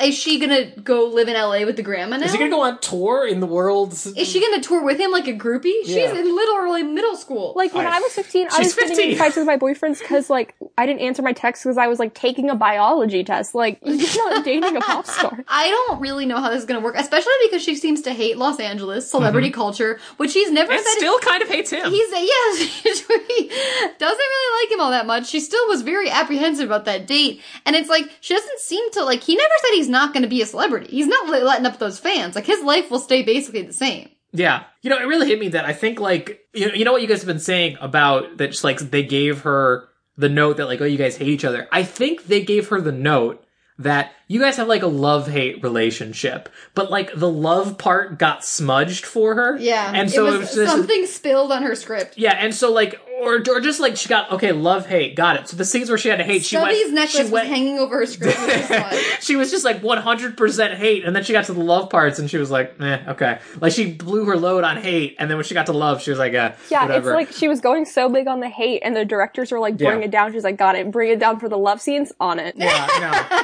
[SPEAKER 3] is she gonna go live in LA with the grandma now?
[SPEAKER 2] Is he gonna go on tour in the world?
[SPEAKER 3] Is she gonna tour with him like a groupie?
[SPEAKER 2] Yeah.
[SPEAKER 3] She's in literally middle school.
[SPEAKER 4] Like when
[SPEAKER 2] I-
[SPEAKER 4] I, was 15,
[SPEAKER 2] She's
[SPEAKER 4] I was getting
[SPEAKER 2] 15.
[SPEAKER 4] in fights with my boyfriends because like I didn't answer my text because I was like taking a biology test. Like you're not dating a pop star.
[SPEAKER 3] I don't really know how this is gonna work, especially because she seems to hate Los Angeles celebrity culture, which he's never
[SPEAKER 2] Mm-hmm. and
[SPEAKER 3] said.
[SPEAKER 2] still kind of hates him.
[SPEAKER 3] He's yes, he doesn't really like him all that much. She still was very apprehensive about that date. And it's like, she doesn't seem to like, he never said he's not going to be a celebrity. He's not li- letting up those fans. Like, his life will stay basically the same.
[SPEAKER 2] Yeah. You know, it really hit me that I think like you you know what you guys have been saying about that just like they gave her the note that like oh you guys hate each other. I think they gave her the note that you guys have like a love-hate relationship, but like the love part got smudged for her.
[SPEAKER 3] Yeah.
[SPEAKER 2] And so it was, just
[SPEAKER 3] something spilled on her script.
[SPEAKER 2] yeah, and so like or or just like she got okay, love hate, got it. So the scenes where she had to hate, she went
[SPEAKER 3] Stubby's
[SPEAKER 2] she
[SPEAKER 3] necklace was
[SPEAKER 2] went
[SPEAKER 3] hanging over her script. Which is like,
[SPEAKER 2] she was just like 100% hate and then she got to the love parts and she was like eh, okay like she blew her load on hate and then when she got to love she was like uh,
[SPEAKER 4] Yeah,
[SPEAKER 2] whatever
[SPEAKER 4] it's like she was going so big on the hate, and the directors were like, "Bring
[SPEAKER 2] Yeah.
[SPEAKER 4] it down." She's like, "Got it. Bring it down for the love scenes on it."
[SPEAKER 2] yeah, no.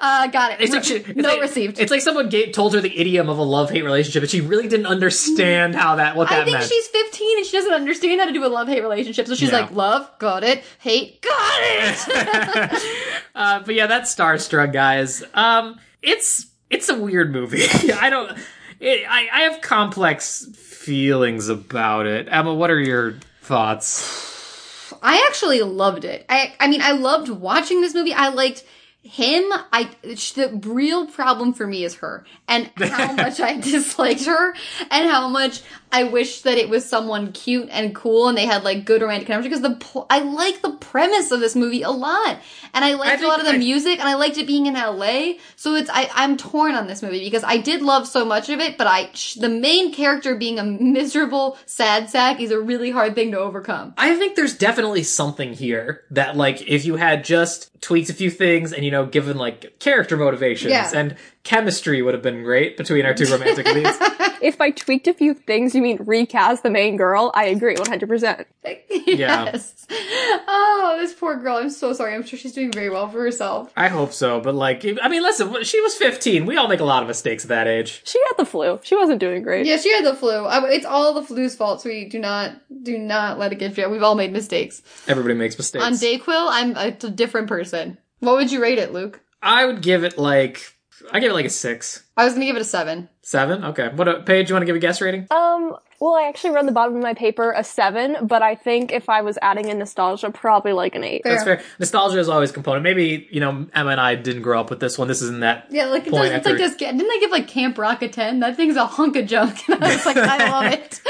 [SPEAKER 3] uh, got it.
[SPEAKER 2] It's like she, it's
[SPEAKER 3] no
[SPEAKER 2] like-
[SPEAKER 3] received.
[SPEAKER 2] It's like someone gave, told her the idiom of a love hate relationship, and she really didn't understand how that what that
[SPEAKER 3] I think
[SPEAKER 2] meant.
[SPEAKER 3] she's 15 and she doesn't understand how to do a love hate relationship. So she's
[SPEAKER 2] Yeah.
[SPEAKER 3] like, love, got it. Hate, got it.
[SPEAKER 2] Uh, but yeah, that's Starstruck, guys. Um, it's it's a weird movie. I don't. It, I I have complex feelings about it. Emma, what are your thoughts?
[SPEAKER 3] I actually loved it. I, I mean, I loved watching this movie. I liked him. I, sh- the real problem for me is her and how much I disliked her and how much I wish that it was someone cute and cool and they had like good romantic chemistry because the, pl- I like the premise of this movie a lot and I liked
[SPEAKER 2] think
[SPEAKER 3] a lot of the
[SPEAKER 2] I-
[SPEAKER 3] music. music and I liked it being in LA. So it's I, I'm torn on this movie because I did love so much of it, but I sh- the main character being a miserable sad sack is a really hard thing to overcome.
[SPEAKER 2] I think there's definitely something here that like if you had just tweaked a few things and you know given like character motivations
[SPEAKER 3] Yeah.
[SPEAKER 2] and chemistry would have been great between our two romantic leads.
[SPEAKER 4] If I tweaked a few things, you mean recast the main girl? I agree, one hundred percent.
[SPEAKER 3] yes. Oh, this poor girl. I'm so sorry. I'm sure she's doing very well for herself.
[SPEAKER 2] I hope so, but like I mean listen, she was 15. We all make a lot of mistakes at that age.
[SPEAKER 4] She got the flu. She wasn't doing great.
[SPEAKER 3] Yeah, she had the flu. I, it's all the flu's fault. So we do not do not let it get you. We've all made mistakes.
[SPEAKER 2] Everybody makes mistakes.
[SPEAKER 3] On Dayquil, I'm a t- different person. What would you rate it, Luke?
[SPEAKER 2] I would give it like I give it like a 6.
[SPEAKER 3] I was gonna give it a seven.
[SPEAKER 2] 7? Okay. What a Paige, you want to give a guess rating?
[SPEAKER 3] Oh,
[SPEAKER 4] Um. Well, I actually read the bottom of my paper a seven, but I think if I was adding in nostalgia, probably like an eight.
[SPEAKER 3] Fair.
[SPEAKER 2] That's fair. Nostalgia is always a component. Maybe, you know, Emma and I didn't grow up with this one. This isn't that
[SPEAKER 3] Yeah, like it
[SPEAKER 2] point
[SPEAKER 3] does, it's like
[SPEAKER 2] after-
[SPEAKER 3] this. Didn't I give like Camp Rock a ten? That thing's a hunk of junk. And I was like, I love it.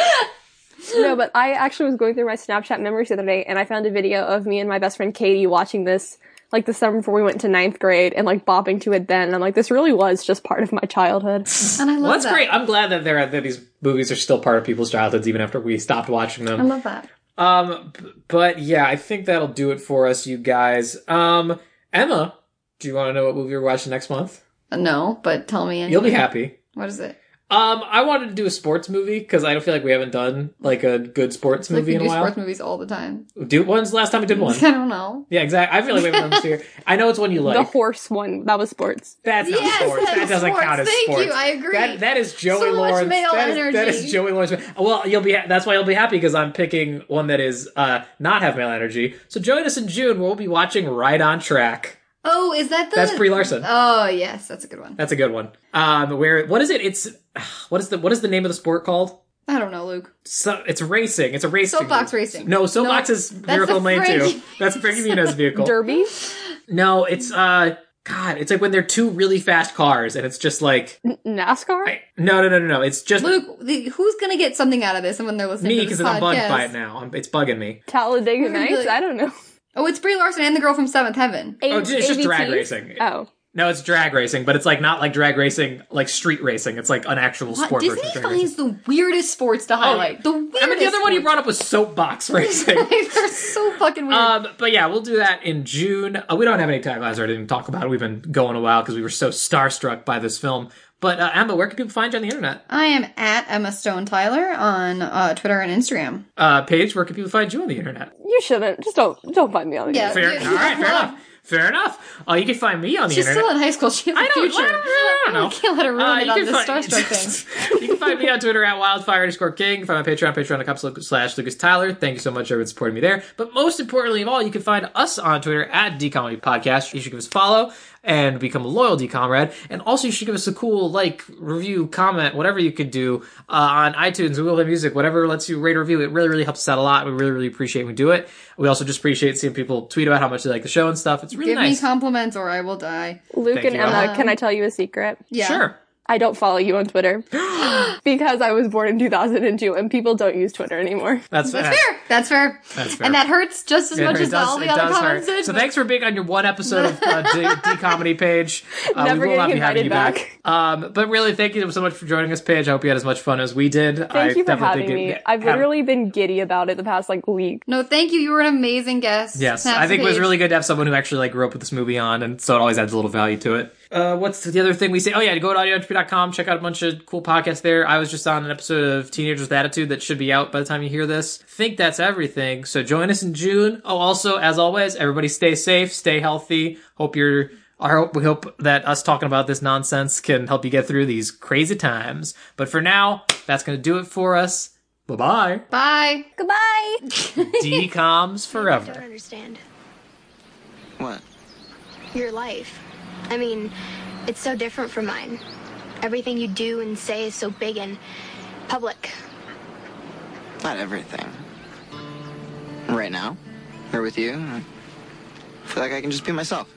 [SPEAKER 4] No, but I actually was going through my Snapchat memories the other day and I found a video of me and my best friend Katie watching this like the summer before we went to ninth grade and like bopping to it then. And I'm like, this really was just part of my childhood.
[SPEAKER 3] And I love
[SPEAKER 2] Well, that's
[SPEAKER 3] that.
[SPEAKER 2] great. I'm glad that there are, that these movies are still part of people's childhoods even after we stopped watching
[SPEAKER 3] I
[SPEAKER 2] them.
[SPEAKER 3] love that.
[SPEAKER 2] Um, b- but yeah, I think that'll do it for us, you guys. Um, Emma, do you want to know what movie we're watching next month?
[SPEAKER 3] Uh, No, but tell me.
[SPEAKER 2] You'll be happy.
[SPEAKER 3] What is it?
[SPEAKER 2] Um, I wanted to do a sports movie because I don't feel like we haven't done like a good sports
[SPEAKER 3] Like
[SPEAKER 2] movie
[SPEAKER 3] we
[SPEAKER 2] in a
[SPEAKER 3] do
[SPEAKER 2] while.
[SPEAKER 3] sports movies all the time.
[SPEAKER 2] Do when's the last time we did one?
[SPEAKER 3] I don't know.
[SPEAKER 2] yeah, exactly. I feel like we haven't done this here. I know it's one you like.
[SPEAKER 4] the horse one, that was sports.
[SPEAKER 2] That's not
[SPEAKER 3] Yes,
[SPEAKER 2] sports.
[SPEAKER 3] that
[SPEAKER 2] That
[SPEAKER 3] is
[SPEAKER 2] doesn't
[SPEAKER 3] sports.
[SPEAKER 2] count as
[SPEAKER 3] Thank you,
[SPEAKER 2] sports.
[SPEAKER 3] I agree.
[SPEAKER 2] That, that is Joey
[SPEAKER 3] So much
[SPEAKER 2] Lawrence.
[SPEAKER 3] male
[SPEAKER 2] that, is, that
[SPEAKER 3] energy.
[SPEAKER 2] is Joey Lawrence. Well, you'll be. Ha- that's why you'll be happy because I'm picking one that is uh, not have male energy. So join us in June. Where we'll be watching Right on Track.
[SPEAKER 3] Oh, is that the?
[SPEAKER 2] That's Brie Larson.
[SPEAKER 3] Oh yes, that's a good one.
[SPEAKER 2] That's a good one. Um, where what is it? It's what is the what is the name of the sport called?
[SPEAKER 3] I don't know, Luke.
[SPEAKER 2] So, it's racing. It's a racing.
[SPEAKER 3] Soapbox racing.
[SPEAKER 2] No, soapbox
[SPEAKER 3] No,
[SPEAKER 2] is
[SPEAKER 3] that's
[SPEAKER 2] Miracle
[SPEAKER 3] the
[SPEAKER 2] in Lane
[SPEAKER 3] Frankie-
[SPEAKER 2] Two. That's Frankie Muniz vehicle.
[SPEAKER 4] Derby?
[SPEAKER 2] No, it's uh, God, it's like when they're two really fast cars, and it's just like
[SPEAKER 4] NASCAR?
[SPEAKER 2] no, no, no, no, no. It's just
[SPEAKER 3] Luke, the, who's gonna get something out of this? And when they're listening
[SPEAKER 2] me
[SPEAKER 3] to this
[SPEAKER 2] because I'm bugged by
[SPEAKER 3] podcast?
[SPEAKER 2] it now. I'm- It's bugging me.
[SPEAKER 4] Talladega Nights?
[SPEAKER 3] really-
[SPEAKER 4] I don't know.
[SPEAKER 3] Oh, it's Brie Larson and the girl from Seventh Heaven.
[SPEAKER 2] Oh, it's just drag racing.
[SPEAKER 4] Oh.
[SPEAKER 2] No, it's drag racing, but it's like not like drag racing, like street racing. It's like an actual
[SPEAKER 3] What?
[SPEAKER 2] sport
[SPEAKER 3] Uh, Disney
[SPEAKER 2] version of drag racing.
[SPEAKER 3] finds the weirdest sports to highlight. the weirdest.
[SPEAKER 2] Oh, I mean, the other one you
[SPEAKER 3] sports.
[SPEAKER 2] brought up was soapbox racing.
[SPEAKER 3] They're so fucking weird.
[SPEAKER 2] Um, but yeah, we'll do that in June. Uh, we don't have any taglines or didn't talk about it. We've been going a while because we were so starstruck by this film. But uh, Emma, where can people find you on the internet?
[SPEAKER 3] I am at Emma Stone Tyler on uh, Twitter and Instagram.
[SPEAKER 2] Oh, Uh, Paige, where can people find you on the internet?
[SPEAKER 4] You shouldn't. Just don't don't find me on it.
[SPEAKER 3] Yeah.
[SPEAKER 2] Fair.
[SPEAKER 3] you-
[SPEAKER 2] All right, fair enough. Fair enough. Uh, you can find me on the
[SPEAKER 3] She's
[SPEAKER 2] internet.
[SPEAKER 3] still in high school. She has
[SPEAKER 2] I
[SPEAKER 3] a
[SPEAKER 2] don't,
[SPEAKER 3] future.
[SPEAKER 2] I don't- I don't know.
[SPEAKER 3] I can't let her ruin
[SPEAKER 2] Uh,
[SPEAKER 3] it
[SPEAKER 2] you
[SPEAKER 3] on
[SPEAKER 2] can
[SPEAKER 3] this
[SPEAKER 2] find-
[SPEAKER 3] Starstruck thing.
[SPEAKER 2] you can find me on Twitter at wildfire underscore king. Find my Patreon, patreon.com slash Lucas Tyler. Thank you so much, everyone, for supporting me there. But most importantly of all, you can find us on Twitter at DComedy Podcast. You should give us a follow and become a loyal D comrade. And also, you should give us a cool like, review, comment, whatever you could do uh, on iTunes, Google Play Music, whatever lets you rate or review. It really, really helps us out a lot. We really, really appreciate when we do it. We also just appreciate seeing people tweet about how much they like the show and stuff. It's really
[SPEAKER 3] Give
[SPEAKER 2] nice.
[SPEAKER 3] me compliments or I will die.
[SPEAKER 4] Luke
[SPEAKER 2] Thank
[SPEAKER 4] and
[SPEAKER 2] you.
[SPEAKER 4] Emma,
[SPEAKER 3] Uh-huh.
[SPEAKER 4] can I tell you a secret?
[SPEAKER 3] Yeah.
[SPEAKER 2] Sure.
[SPEAKER 4] I don't follow you on Twitter because I was born in 2002 and people don't use Twitter anymore.
[SPEAKER 2] That's,
[SPEAKER 3] That's
[SPEAKER 2] fair.
[SPEAKER 3] fair. That's fair.
[SPEAKER 2] That's fair.
[SPEAKER 3] And that hurts just as
[SPEAKER 2] It
[SPEAKER 3] much
[SPEAKER 2] hurt-
[SPEAKER 3] as
[SPEAKER 2] does-
[SPEAKER 3] all the
[SPEAKER 2] it
[SPEAKER 3] other
[SPEAKER 2] does hurt.
[SPEAKER 3] comments did.
[SPEAKER 2] So
[SPEAKER 3] but-
[SPEAKER 2] thanks for being on your one episode of uh, D, D comedy, Paige. Uh,
[SPEAKER 4] Never
[SPEAKER 2] we will not be
[SPEAKER 4] getting
[SPEAKER 2] having
[SPEAKER 4] invited
[SPEAKER 2] you back. Um, but really, thank you so much for joining us, Paige. I hope you had as much fun as we did. I
[SPEAKER 4] Thank you for
[SPEAKER 2] definitely
[SPEAKER 4] having
[SPEAKER 2] think
[SPEAKER 4] me.
[SPEAKER 2] It,
[SPEAKER 4] I've
[SPEAKER 2] had-
[SPEAKER 4] literally been giddy about it the past like week.
[SPEAKER 3] No, thank you. You were an amazing guest.
[SPEAKER 2] Yes,
[SPEAKER 3] Snaps
[SPEAKER 2] I think it was
[SPEAKER 3] Paige.
[SPEAKER 2] really good to have someone who actually like grew up with this movie on, and so it always adds a little value to it. Uh, what's the other thing we say? Oh yeah, go to audioentropy.com, check out a bunch of cool podcasts there. I was just on an episode of Teenagers with Attitude that should be out by the time you hear this. I think that's everything. So join us in June. Oh, also as always, everybody stay safe, stay healthy. Hope you're. I hope we hope that us talking about this nonsense can help you get through these crazy times. But for now, that's going to do it for us. Bye bye.
[SPEAKER 3] Bye.
[SPEAKER 4] Goodbye.
[SPEAKER 2] Decoms
[SPEAKER 6] I don't
[SPEAKER 2] forever.
[SPEAKER 6] understand.
[SPEAKER 5] What?
[SPEAKER 6] Your life. I mean, it's so different from mine. Everything you do and say is so big and public.
[SPEAKER 5] Not everything. Right now, here with you, I feel like I can just be myself.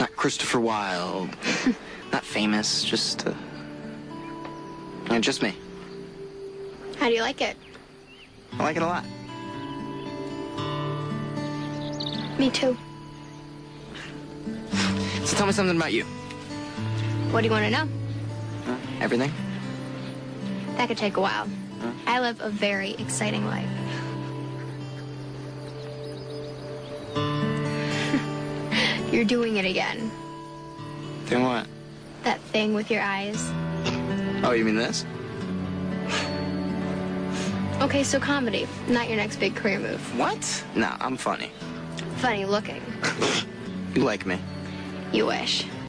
[SPEAKER 5] Not Christopher Wilde, not famous, just, uh, yeah, just me.
[SPEAKER 6] How do you like it?
[SPEAKER 5] I like it a lot.
[SPEAKER 6] Me too.
[SPEAKER 5] So tell me something about you.
[SPEAKER 6] What do you want to know?
[SPEAKER 5] Huh? Everything?
[SPEAKER 6] That could take a while. I live a very exciting life. You're doing it again.
[SPEAKER 5] Doing what?
[SPEAKER 6] That thing with your eyes.
[SPEAKER 5] Oh, you mean this?
[SPEAKER 6] Okay, so comedy, not your next big career move.
[SPEAKER 5] What? No, I'm funny.
[SPEAKER 6] Funny looking.
[SPEAKER 5] You like me.
[SPEAKER 6] You wish.